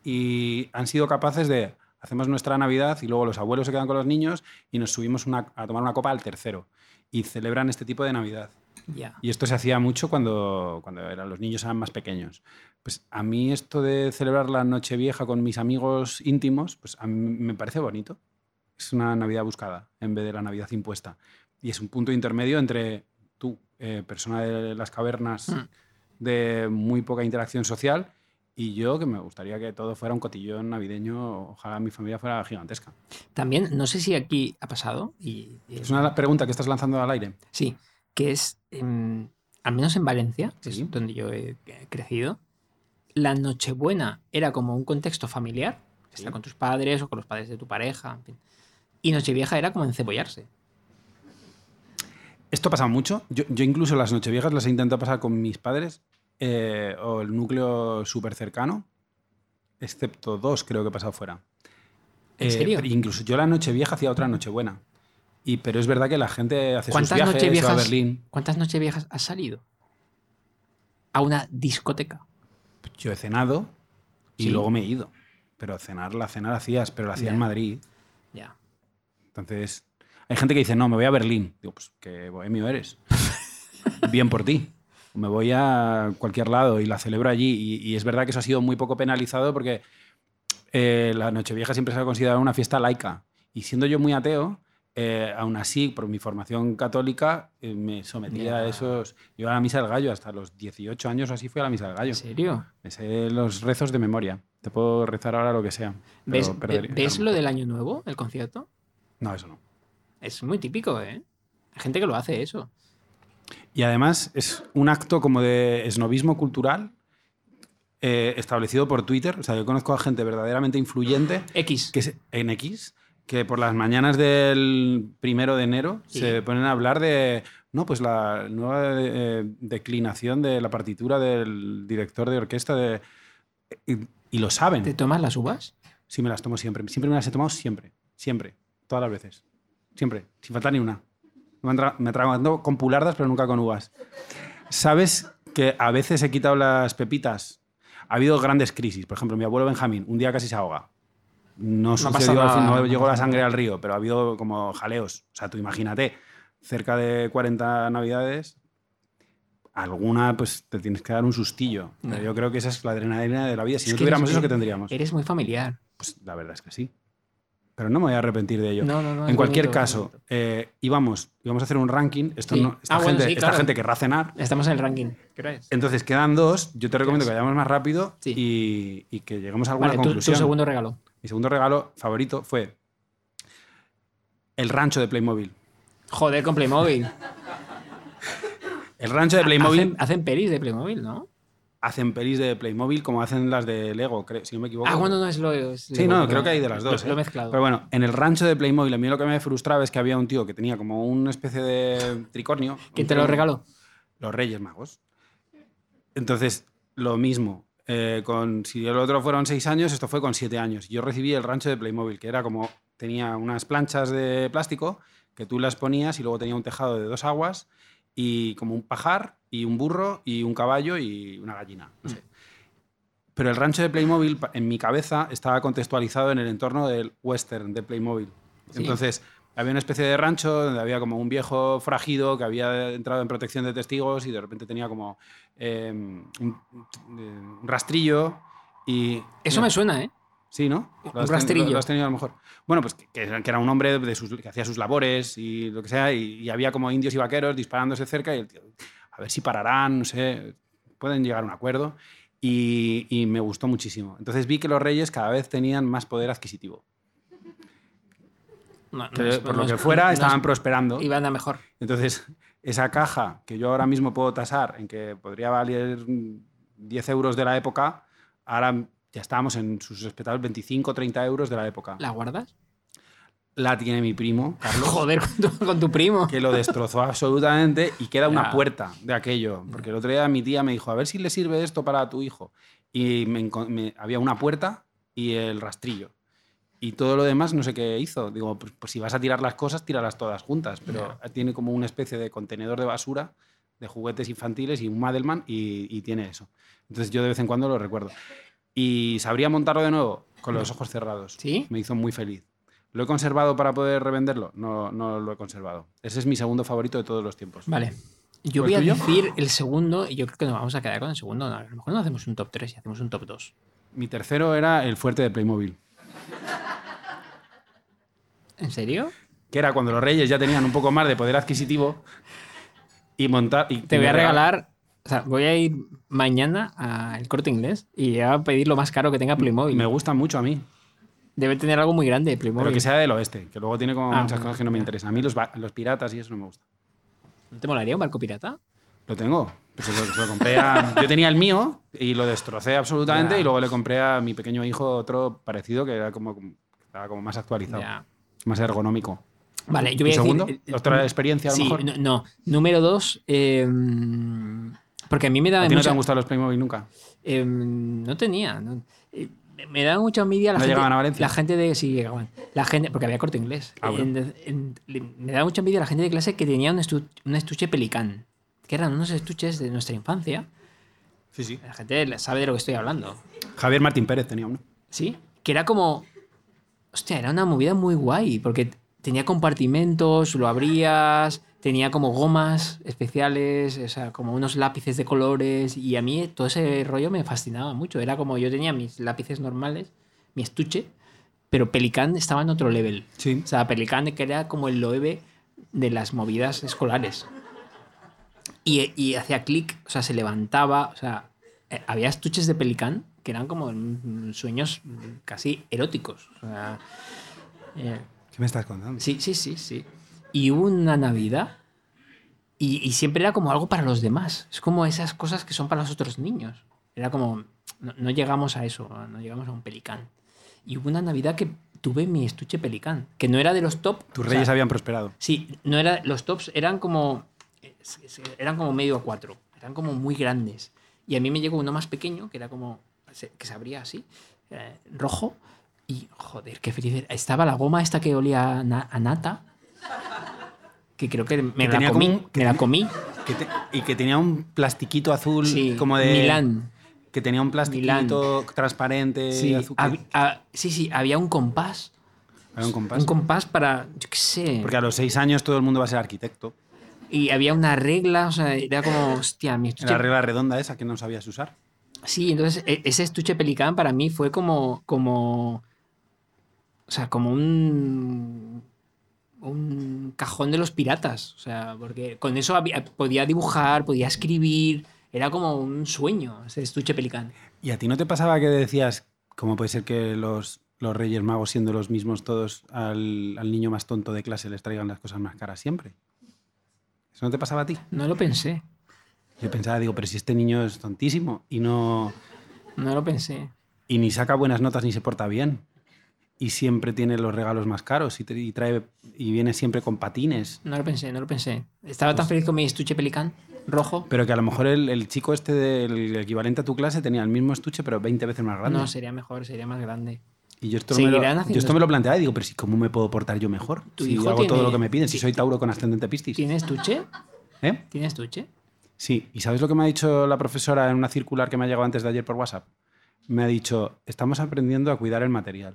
Speaker 1: y han sido capaces de hacemos nuestra Navidad y luego los abuelos se quedan con los niños y nos subimos una- a tomar una copa al tercero y celebran este tipo de Navidad.
Speaker 2: Ya.
Speaker 1: Y esto se hacía mucho cuando, cuando eran, los niños eran más pequeños. Pues a mí esto de celebrar la Nochevieja con mis amigos íntimos, pues a mí me parece bonito. Es una Navidad buscada en vez de la Navidad impuesta. Y es un punto intermedio entre tú, eh, persona de las cavernas
Speaker 2: Mm.
Speaker 1: de muy poca interacción social, y yo, que me gustaría que todo fuera un cotillón navideño, ojalá mi familia fuera gigantesca.
Speaker 2: También, no sé si aquí ha pasado, y, y-
Speaker 1: Es una pregunta que estás lanzando al aire.
Speaker 2: sí, que es, em, al menos en Valencia, que
Speaker 1: Sí.
Speaker 2: es donde yo he he crecido, la Nochebuena era como un contexto familiar, estar
Speaker 1: Sí.
Speaker 2: con tus padres o con los padres de tu pareja, en fin. Y Nochevieja era como encebollarse.
Speaker 1: Esto pasa mucho. Yo, yo incluso las nocheviejas las he intentado pasar con mis padres eh, o el núcleo súper cercano, excepto dos creo que he pasado fuera.
Speaker 2: ¿En
Speaker 1: Eh,
Speaker 2: serio?
Speaker 1: pero Incluso yo la nochevieja hacía otra nochebuena. Y, pero es verdad que la gente hace sus
Speaker 2: ¿Cuántas
Speaker 1: viajes
Speaker 2: nocheviejas-
Speaker 1: va a Berlín.
Speaker 2: ¿Cuántas Nocheviejas has salido? A una discoteca.
Speaker 1: Yo he cenado y
Speaker 2: Sí.
Speaker 1: luego me he ido. Pero cenar, la cena la hacías, pero la hacía
Speaker 2: Ya.
Speaker 1: en Madrid.
Speaker 2: Ya.
Speaker 1: Entonces, hay gente que dice, no, me voy a Berlín. Digo, pues qué bohemio eres. Bien por ti. Me voy a cualquier lado y la celebro allí. Y, y es verdad que eso ha sido muy poco penalizado porque eh, la Nochevieja siempre se ha considerado una fiesta laica. Y siendo yo muy ateo, eh, aún así, por mi formación católica, eh, me sometía a
Speaker 2: Ya.
Speaker 1: esos... Yo a la misa del gallo, hasta los 18 años o así fui a la misa del gallo.
Speaker 2: ¿En serio?
Speaker 1: Me sé los rezos de memoria. Te puedo rezar ahora lo que sea. pero
Speaker 2: ¿Ves,
Speaker 1: perdería-
Speaker 2: ve- ves lo del Año Nuevo, el concierto?
Speaker 1: No, eso no.
Speaker 2: Es muy típico, ¿eh? Hay gente que lo hace eso.
Speaker 1: Y además es un acto como de esnovismo cultural eh, establecido por Twitter. O sea, yo conozco a gente verdaderamente influyente
Speaker 2: X.
Speaker 1: que se- en X que por las mañanas del primero de enero
Speaker 2: Sí.
Speaker 1: se ponen a hablar de no pues la nueva eh, declinación de la partitura del director de orquesta de y, y lo saben
Speaker 2: ¿Te tomas las uvas?
Speaker 1: sí me las tomo siempre siempre me las he tomado siempre siempre todas las veces siempre sin faltar ni una me, han tra- me tragando con pulardas pero nunca con uvas ¿Sabes que a veces he quitado las pepitas? Ha habido grandes crisis. Por ejemplo, mi abuelo Benjamín, un día casi se ahoga. No,
Speaker 2: pasa
Speaker 1: sucedió, al fin,
Speaker 2: nada,
Speaker 1: no
Speaker 2: no
Speaker 1: llegó
Speaker 2: pasa
Speaker 1: la sangre al río, pero ha habido como jaleos. O sea, tú imagínate, cerca de 40 navidades, alguna pues te tienes que dar un sustillo. Pero
Speaker 2: Ya.
Speaker 1: yo creo que esa es la adrenalina de la vida. Si
Speaker 2: Es
Speaker 1: no
Speaker 2: que
Speaker 1: tuviéramos
Speaker 2: eres-
Speaker 1: eso, ¿qué tendríamos?
Speaker 2: Eres muy familiar.
Speaker 1: Pues la verdad es que sí. Pero no me voy a arrepentir de ello.
Speaker 2: No, no, no.
Speaker 1: en
Speaker 2: es
Speaker 1: cualquier
Speaker 2: bonito, es
Speaker 1: caso,
Speaker 2: bonito.
Speaker 1: eh, íbamos, íbamos a hacer un ranking. Esto
Speaker 2: Sí.
Speaker 1: no- esta,
Speaker 2: Ah, bueno,
Speaker 1: gente,
Speaker 2: sí,
Speaker 1: esta
Speaker 2: claro.
Speaker 1: gente querrá cenar.
Speaker 2: Estamos en el ranking. ¿Qué hora es?
Speaker 1: Entonces quedan dos. Yo te recomiendo
Speaker 2: es?
Speaker 1: que vayamos más rápido
Speaker 2: Sí.
Speaker 1: y, y que lleguemos a alguna
Speaker 2: Vale, tu- tu,
Speaker 1: conclusión.
Speaker 2: segundo regalo.
Speaker 1: Mi segundo regalo favorito fue el rancho de Playmobil.
Speaker 2: Joder, con Playmobil.
Speaker 1: El rancho de Playmobil
Speaker 2: Ah, Hacen, hacen pelis de Playmobil, ¿no?
Speaker 1: hacen pelis de Playmobil como hacen las de Lego, creo, si no me equivoco.
Speaker 2: Ah, bueno, no es lo. es
Speaker 1: Sí,
Speaker 2: lo-
Speaker 1: no, creo que hay de las dos.
Speaker 2: Lo, lo he
Speaker 1: ¿eh?
Speaker 2: mezclado.
Speaker 1: Pero bueno, en el rancho de Playmobil, a mí lo que me frustraba es que había un tío que tenía como una especie de tricornio.
Speaker 2: ¿Quién
Speaker 1: un
Speaker 2: te
Speaker 1: tricornio,
Speaker 2: lo regaló?
Speaker 1: Los Reyes Magos. Entonces, lo mismo. eh, con, si el otro fueron seis años, esto fue con siete años. Yo recibí el rancho de Playmobil, que era como. Tenía unas planchas de plástico que tú las ponías y luego tenía un tejado de dos aguas y como un pajar y un burro y un caballo y una gallina. No sé. Pero el rancho de Playmobil, pa- en mi cabeza, estaba contextualizado en el entorno del western de Playmobil.
Speaker 2: Sí.
Speaker 1: Entonces, había una especie de rancho donde había como un viejo fragido que había entrado en protección de testigos y de repente tenía como eh, un, un rastrillo y...
Speaker 2: Eso me suena, ¿eh?
Speaker 1: Sí, ¿no?
Speaker 2: Un
Speaker 1: Lo has teni-
Speaker 2: rastrillo.
Speaker 1: lo- lo has tenido a lo mejor. Bueno, pues que, que era un hombre de sus- que hacía sus labores y lo que sea, y, y había como indios y vaqueros disparándose cerca y el tío, a ver si pararán, no sé, pueden llegar a un acuerdo. Y, y me gustó muchísimo. Entonces vi que los reyes cada vez tenían más poder adquisitivo.
Speaker 2: No, no
Speaker 1: Que,
Speaker 2: es-
Speaker 1: por
Speaker 2: no
Speaker 1: lo que
Speaker 2: es-
Speaker 1: fuera,
Speaker 2: no es-
Speaker 1: estaban prosperando.
Speaker 2: Iban a mejor.
Speaker 1: Entonces, esa caja que yo ahora mismo puedo tasar en que podría valer mm, 10 euros de la época, ahora ya estábamos en sus respetables 25 30 euros de la época.
Speaker 2: ¿La guardas?
Speaker 1: la tiene mi primo, Carlos,
Speaker 2: Joder, con tu, con tu primo.
Speaker 1: que lo destrozó absolutamente y queda una
Speaker 2: Ya.
Speaker 1: puerta de aquello. Porque el otro día mi tía me dijo, a ver si le sirve esto para tu hijo. Y me encon- me- había una puerta y el rastrillo. Y todo lo demás no sé qué hizo. Digo, pues, pues si vas a tirar las cosas, tíralas todas juntas. Pero tiene como una especie de contenedor de basura de juguetes infantiles y un Madelman y, y tiene eso. Entonces yo de vez en cuando lo recuerdo. y sabría montarlo de nuevo con los ojos cerrados.
Speaker 2: ¿Sí?
Speaker 1: Me hizo muy feliz. ¿Lo he conservado para poder revenderlo? No, no lo he conservado. Ese es mi segundo favorito de todos los tiempos.
Speaker 2: Vale. Yo
Speaker 1: ¿O el
Speaker 2: voy a
Speaker 1: tuyo?
Speaker 2: decir el segundo y yo creo que nos vamos a quedar con el segundo. No, a lo mejor no hacemos un top 3 y hacemos un top 2.
Speaker 1: Mi tercero era el fuerte de Playmobil,
Speaker 2: ¿En serio?
Speaker 1: que era cuando los reyes ya tenían un poco más de poder adquisitivo y montar... y-
Speaker 2: Te
Speaker 1: y
Speaker 2: voy a
Speaker 1: me rega-
Speaker 2: regalar. O sea, voy a ir mañana al corte inglés y voy a pedir lo más caro que tenga Playmobil.
Speaker 1: Me gusta mucho a mí,
Speaker 2: Debe tener algo muy grande
Speaker 1: pero
Speaker 2: Playmobil.
Speaker 1: que sea del oeste, que luego tiene como
Speaker 2: Ah,
Speaker 1: muchas cosas que no me
Speaker 2: mira.
Speaker 1: interesan. A mí los, ba- los piratas y eso no me gusta.
Speaker 2: ¿No ¿Te molaría un barco pirata?
Speaker 1: Lo tengo. Pues se lo, se lo compré a- Yo tenía el mío y lo destrocé absolutamente
Speaker 2: Ya.
Speaker 1: y luego le compré a mi pequeño hijo otro parecido que era como, que estaba como más actualizado,
Speaker 2: Ya.
Speaker 1: más ergonómico.
Speaker 2: Vale, yo
Speaker 1: ¿Y
Speaker 2: voy a
Speaker 1: segundo?
Speaker 2: decir. eh,
Speaker 1: ¿Otra experiencia a lo
Speaker 2: sí,
Speaker 1: mejor?
Speaker 2: No, no. número dos. eh, porque a mí me da
Speaker 1: ¿A ti no te
Speaker 2: mucha,
Speaker 1: han gustado los Playmobil nunca?
Speaker 2: eh, no tenía. no. Eh, me da mucha envidia la
Speaker 1: ¿No
Speaker 2: gente.
Speaker 1: llegaban a Valencia?
Speaker 2: La gente de. Sí, llegaban. La gente. Porque había corte inglés.
Speaker 1: Ah, bueno.
Speaker 2: En- en- me da mucha envidia la gente de clase que tenía un, estu- un estuche pelicán. Que eran unos estuches de nuestra infancia.
Speaker 1: Sí, sí.
Speaker 2: La gente sabe de lo que estoy hablando.
Speaker 1: Javier Martín Pérez tenía uno.
Speaker 2: ¿Sí? Que era como. Hostia, era una movida muy guay, porque tenía compartimentos, lo abrías, tenía como gomas especiales, o sea, como unos lápices de colores, y a mí todo ese rollo me fascinaba mucho. Era como yo tenía mis lápices normales, mi estuche, pero Pelican estaba en otro level.
Speaker 1: Sí.
Speaker 2: O sea, Pelican que era como el loeve de las movidas escolares. Y, y hacía clic, o sea, se levantaba, o sea, eh, había estuches de Pelican que eran como mm, sueños mm, casi eróticos. o sea, eh,
Speaker 1: ¿Qué me estás contando?
Speaker 2: sí, sí, sí, sí. Y hubo una Navidad y, y siempre era como algo para los demás. Es como esas cosas que son para los otros niños. Era como, no, no llegamos a eso, no llegamos a un Pelican. Y hubo una Navidad que tuve mi estuche Pelican, que no era de los top.
Speaker 1: Tus
Speaker 2: o sea,
Speaker 1: reyes habían prosperado.
Speaker 2: Sí, no era, los tops eran como, es- es- eran como medio a cuatro, eran como muy grandes. Y a mí me llegó uno más pequeño, que era como, se- que se abría así, eh, rojo, y joder, qué feliz. era. Estaba la goma esta que olía a, na- a nata, que creo que me
Speaker 1: Que
Speaker 2: la
Speaker 1: tenía
Speaker 2: comí,
Speaker 1: como un- que
Speaker 2: me la
Speaker 1: tenía-
Speaker 2: comí,
Speaker 1: Que te- y que tenía un plastiquito azul
Speaker 2: sí,
Speaker 1: como de...
Speaker 2: Milán.
Speaker 1: Que tenía un plastiquito transparente,
Speaker 2: Sí,
Speaker 1: azul.
Speaker 2: hab- ah, sí, sí, había un compás,
Speaker 1: Había un compás.
Speaker 2: un compás para, yo qué sé.
Speaker 1: Porque a los seis años todo el mundo va a ser arquitecto.
Speaker 2: Y había una regla, o sea, era como, hostia, mi
Speaker 1: La
Speaker 2: estuche
Speaker 1: regla redonda esa que no sabías usar.
Speaker 2: Sí, entonces e- ese estuche Pelicán para mí fue como, como, o sea, como un, un cajón de los piratas, o sea, porque con eso había- podía dibujar, podía escribir, era como un sueño ese estuche Pelicán.
Speaker 1: ¿Y a ti no te pasaba que decías, cómo puede ser que los, los Reyes Magos, siendo los mismos todos, al, al niño más tonto de clase les traigan las cosas más caras siempre? ¿Eso no te pasaba a ti?
Speaker 2: No lo pensé,
Speaker 1: Yo pensaba, digo, pero si este niño es tontísimo y no.
Speaker 2: no lo pensé.
Speaker 1: y ni saca buenas notas ni se porta bien. Y siempre tiene los regalos más caros y, te- y trae y viene siempre con patines.
Speaker 2: No lo pensé, no lo pensé. Estaba
Speaker 1: Pues
Speaker 2: tan feliz con mi estuche pelicán rojo.
Speaker 1: Pero que a lo mejor el, el chico este del equivalente a tu clase tenía el mismo estuche, pero 20 veces más grande.
Speaker 2: No, sería mejor, sería más grande.
Speaker 1: Y yo esto, me lo,
Speaker 2: Seguirán haciendo
Speaker 1: yo esto me
Speaker 2: esto.
Speaker 1: lo planteaba y digo, pero si, ¿cómo me puedo portar yo mejor?
Speaker 2: Tu
Speaker 1: si
Speaker 2: hijo
Speaker 1: hago todo
Speaker 2: tiene-
Speaker 1: lo que me piden, si
Speaker 2: ti-
Speaker 1: soy Tauro con ascendente Piscis.
Speaker 2: ¿Tiene estuche?
Speaker 1: ¿Eh?
Speaker 2: ¿Tiene estuche?
Speaker 1: Sí, ¿y sabes lo que me ha dicho la profesora en una circular que me ha llegado antes de ayer por WhatsApp? Me ha dicho, estamos aprendiendo a cuidar el material.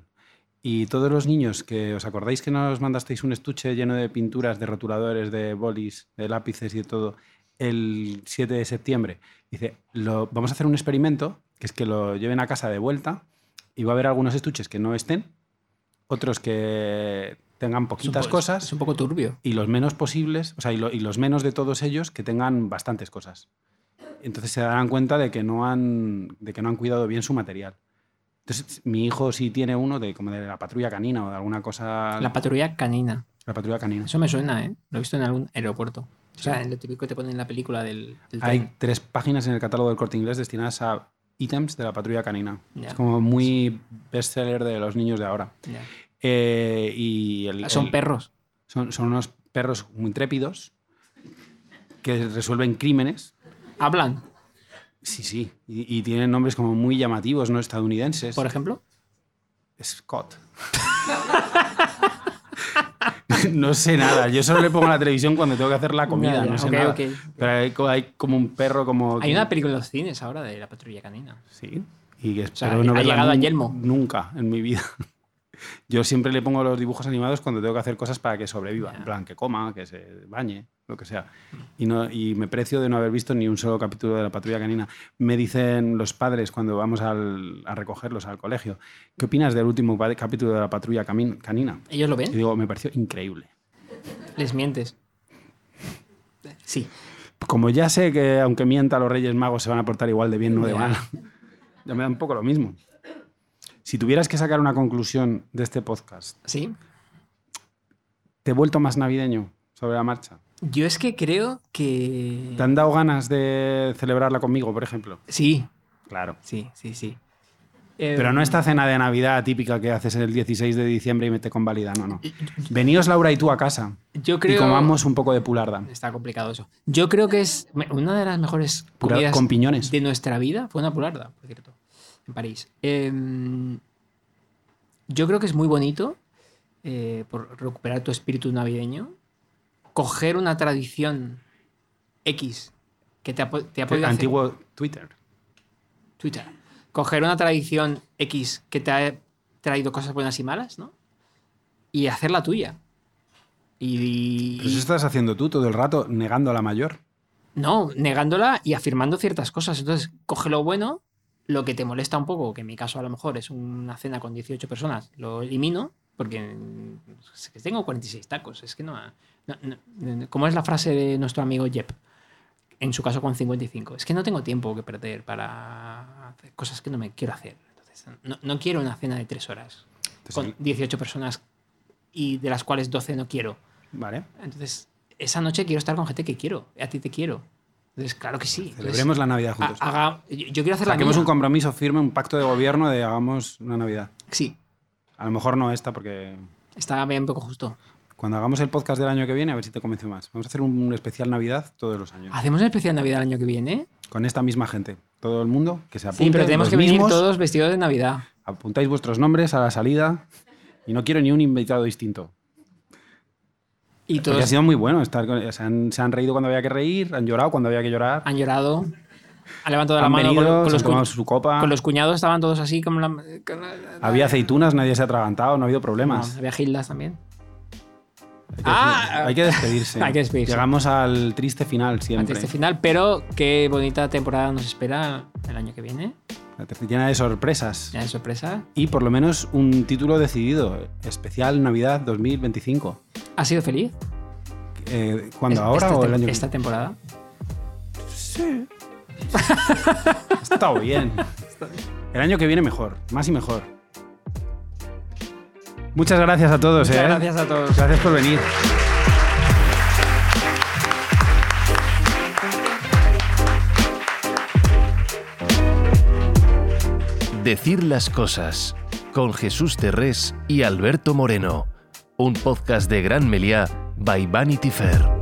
Speaker 1: Y todos los niños que os acordáis que nos mandasteis un estuche lleno de pinturas, de rotuladores, de bolis, de lápices y de todo, el 7 de septiembre, dice, lo, vamos a hacer un experimento, que es que lo lleven a casa de vuelta y va a haber algunos estuches que no estén, otros que tengan
Speaker 2: Es un
Speaker 1: poquitas
Speaker 2: po-
Speaker 1: cosas
Speaker 2: Es un poco turbio.
Speaker 1: y los menos posibles, o sea, y, lo- y los menos de todos ellos que tengan bastantes cosas. Entonces se darán cuenta de que no han, de que no han cuidado bien su material. Entonces, mi hijo sí tiene uno de como de la patrulla canina o de alguna cosa.
Speaker 2: La patrulla canina.
Speaker 1: la patrulla canina.
Speaker 2: Eso me suena, ¿eh? Lo he visto en algún aeropuerto. O sea, en lo típico que te ponen en la película del, del
Speaker 1: Hay
Speaker 2: tren.
Speaker 1: tres páginas en el catálogo del corte inglés destinadas a ítems de la patrulla canina.
Speaker 2: Ya.
Speaker 1: Es como muy bestseller de los niños de ahora.
Speaker 2: Ya.
Speaker 1: Eh, y el-
Speaker 2: Son
Speaker 1: el-
Speaker 2: perros.
Speaker 1: son- son unos perros muy trépidos que resuelven crímenes.
Speaker 2: Hablan,
Speaker 1: Sí, sí. Y, y tienen nombres como muy llamativos, no estadounidenses.
Speaker 2: por ejemplo.
Speaker 1: Scott. no sé nada. Yo solo le pongo la televisión cuando tengo que hacer la comida.
Speaker 2: Ya, ya.
Speaker 1: No sé
Speaker 2: Ok,
Speaker 1: nada.
Speaker 2: ok.
Speaker 1: Pero hay, co- hay como un perro como.
Speaker 2: Hay una película en los cines ahora de la patrulla canina.
Speaker 1: Sí. Y
Speaker 2: sea,
Speaker 1: espero no
Speaker 2: ha
Speaker 1: verla
Speaker 2: llegado a
Speaker 1: nun-
Speaker 2: Yelmo.
Speaker 1: Nunca en mi vida. Yo siempre le pongo los dibujos animados cuando tengo que hacer cosas para que sobreviva. En plan, que coma, que se bañe, lo que sea. Y, no, y me precio de no haber visto ni un solo capítulo de La Patrulla Canina. Me dicen los padres cuando vamos al- a recogerlos al colegio, ¿qué opinas del último pa- capítulo de La Patrulla Camin- Canina?
Speaker 2: ¿Ellos lo ven?
Speaker 1: Y digo, me pareció increíble.
Speaker 2: Les mientes. Sí.
Speaker 1: Como ya sé que aunque mienta los Reyes Magos se van a portar igual de bien, no de
Speaker 2: Ya.
Speaker 1: mal, ya me da un poco lo mismo. Si tuvieras que sacar una conclusión de este podcast,
Speaker 2: Sí.
Speaker 1: ¿te he vuelto más navideño sobre la marcha?
Speaker 2: Yo es que creo que.
Speaker 1: ¿Te han dado ganas de celebrarla conmigo, por ejemplo?
Speaker 2: Sí,
Speaker 1: Claro.
Speaker 2: sí, sí, sí.
Speaker 1: Pero no esta cena de Navidad típica que haces el 16 de diciembre y me te convalida, no, no. Veníos Laura y tú a casa
Speaker 2: Yo creo.
Speaker 1: y comamos un poco de pularda.
Speaker 2: Está complicado eso. Yo creo que es me- una de las mejores
Speaker 1: Pura-
Speaker 2: comidas
Speaker 1: con piñones.
Speaker 2: de nuestra vida. Fue una pularda, por cierto, en París. Em, yo creo que es muy bonito, eh, por recuperar tu espíritu navideño, coger una tradición X que te ha, po- te ha podido hacer-
Speaker 1: Antiguo Twitter.
Speaker 2: Twitter. Coger una tradición X que te ha traído cosas buenas y malas, ¿no? Y hacerla tuya. Y,
Speaker 1: Pero eso estás haciendo tú todo el rato, negando a la mayor.
Speaker 2: No, negándola y afirmando ciertas cosas. Entonces, coge lo bueno, lo que te molesta un poco, que en mi caso a lo mejor es una cena con 18 personas, lo elimino, porque mm, es que tengo 46 tacos. Es que no, no- no- ¿Cómo es la frase de nuestro amigo Jep? En su caso con 55. Es que no tengo tiempo que perder para hacer cosas que no me quiero hacer. Entonces, no, no quiero una cena de tres horas
Speaker 1: Entonces,
Speaker 2: con 18 personas y de las cuales 12 no quiero.
Speaker 1: Vale.
Speaker 2: Entonces, esa noche quiero estar con gente que quiero. A ti te quiero. Entonces, claro que sí. Entonces,
Speaker 1: Celebremos la Navidad
Speaker 2: ha-
Speaker 1: juntos.
Speaker 2: haga- yo yo quiero hacer la
Speaker 1: Saquemos
Speaker 2: mía.
Speaker 1: un compromiso firme, un pacto de gobierno de hagamos una Navidad.
Speaker 2: Sí,
Speaker 1: A lo mejor no esta, porque
Speaker 2: está bien poco justo.
Speaker 1: cuando hagamos el podcast del año que viene, a ver si te convence más. Vamos a hacer un especial Navidad todos los años.
Speaker 2: Hacemos una especial Navidad el año que viene.
Speaker 1: Con esta misma gente. Todo el mundo que se apunte.
Speaker 2: Sí, pero tenemos
Speaker 1: los
Speaker 2: que venir
Speaker 1: mismos,
Speaker 2: todos vestidos de Navidad.
Speaker 1: Apuntáis vuestros nombres a la salida. Y no quiero ni un invitado distinto.
Speaker 2: Y
Speaker 1: Porque ha
Speaker 2: todos
Speaker 1: sido muy bueno. Estar con- se, han, se han reído cuando había que reír, han llorado cuando había que llorar.
Speaker 2: han llorado, han levantado la
Speaker 1: Han
Speaker 2: mano
Speaker 1: venido,
Speaker 2: con, con
Speaker 1: se han
Speaker 2: los
Speaker 1: tomado
Speaker 2: cu-
Speaker 1: su copa.
Speaker 2: con los cuñados, estaban todos así. Como la- con la-
Speaker 1: Había aceitunas, nadie se ha atragantado, no ha habido problemas.
Speaker 2: No, había gildas también.
Speaker 1: Hay que-
Speaker 2: Ah,
Speaker 1: hay que despedirse.
Speaker 2: hay que despedirse.
Speaker 1: Llegamos al triste final siempre.
Speaker 2: Antes de este final, pero qué bonita temporada nos espera el año que viene.
Speaker 1: La ter- llena de sorpresas.
Speaker 2: Ya de sorpresa.
Speaker 1: Y por lo menos un título decidido, especial Navidad 2025.
Speaker 2: ¿Has sido feliz?
Speaker 1: Eh, ¿Cuándo?
Speaker 2: Es- este
Speaker 1: ¿Ahora
Speaker 2: esta
Speaker 1: o
Speaker 2: tem-
Speaker 1: el año que
Speaker 2: Esta temporada.
Speaker 1: viene? Está bien. El año que viene mejor, más y mejor. Muchas gracias a todos.
Speaker 2: Muchas
Speaker 1: eh.
Speaker 2: gracias a todos.
Speaker 1: Gracias por venir.
Speaker 3: Decir las cosas con Jesús Terrés y Alberto Moreno, un podcast de Gran Meliá by Vanity Fair.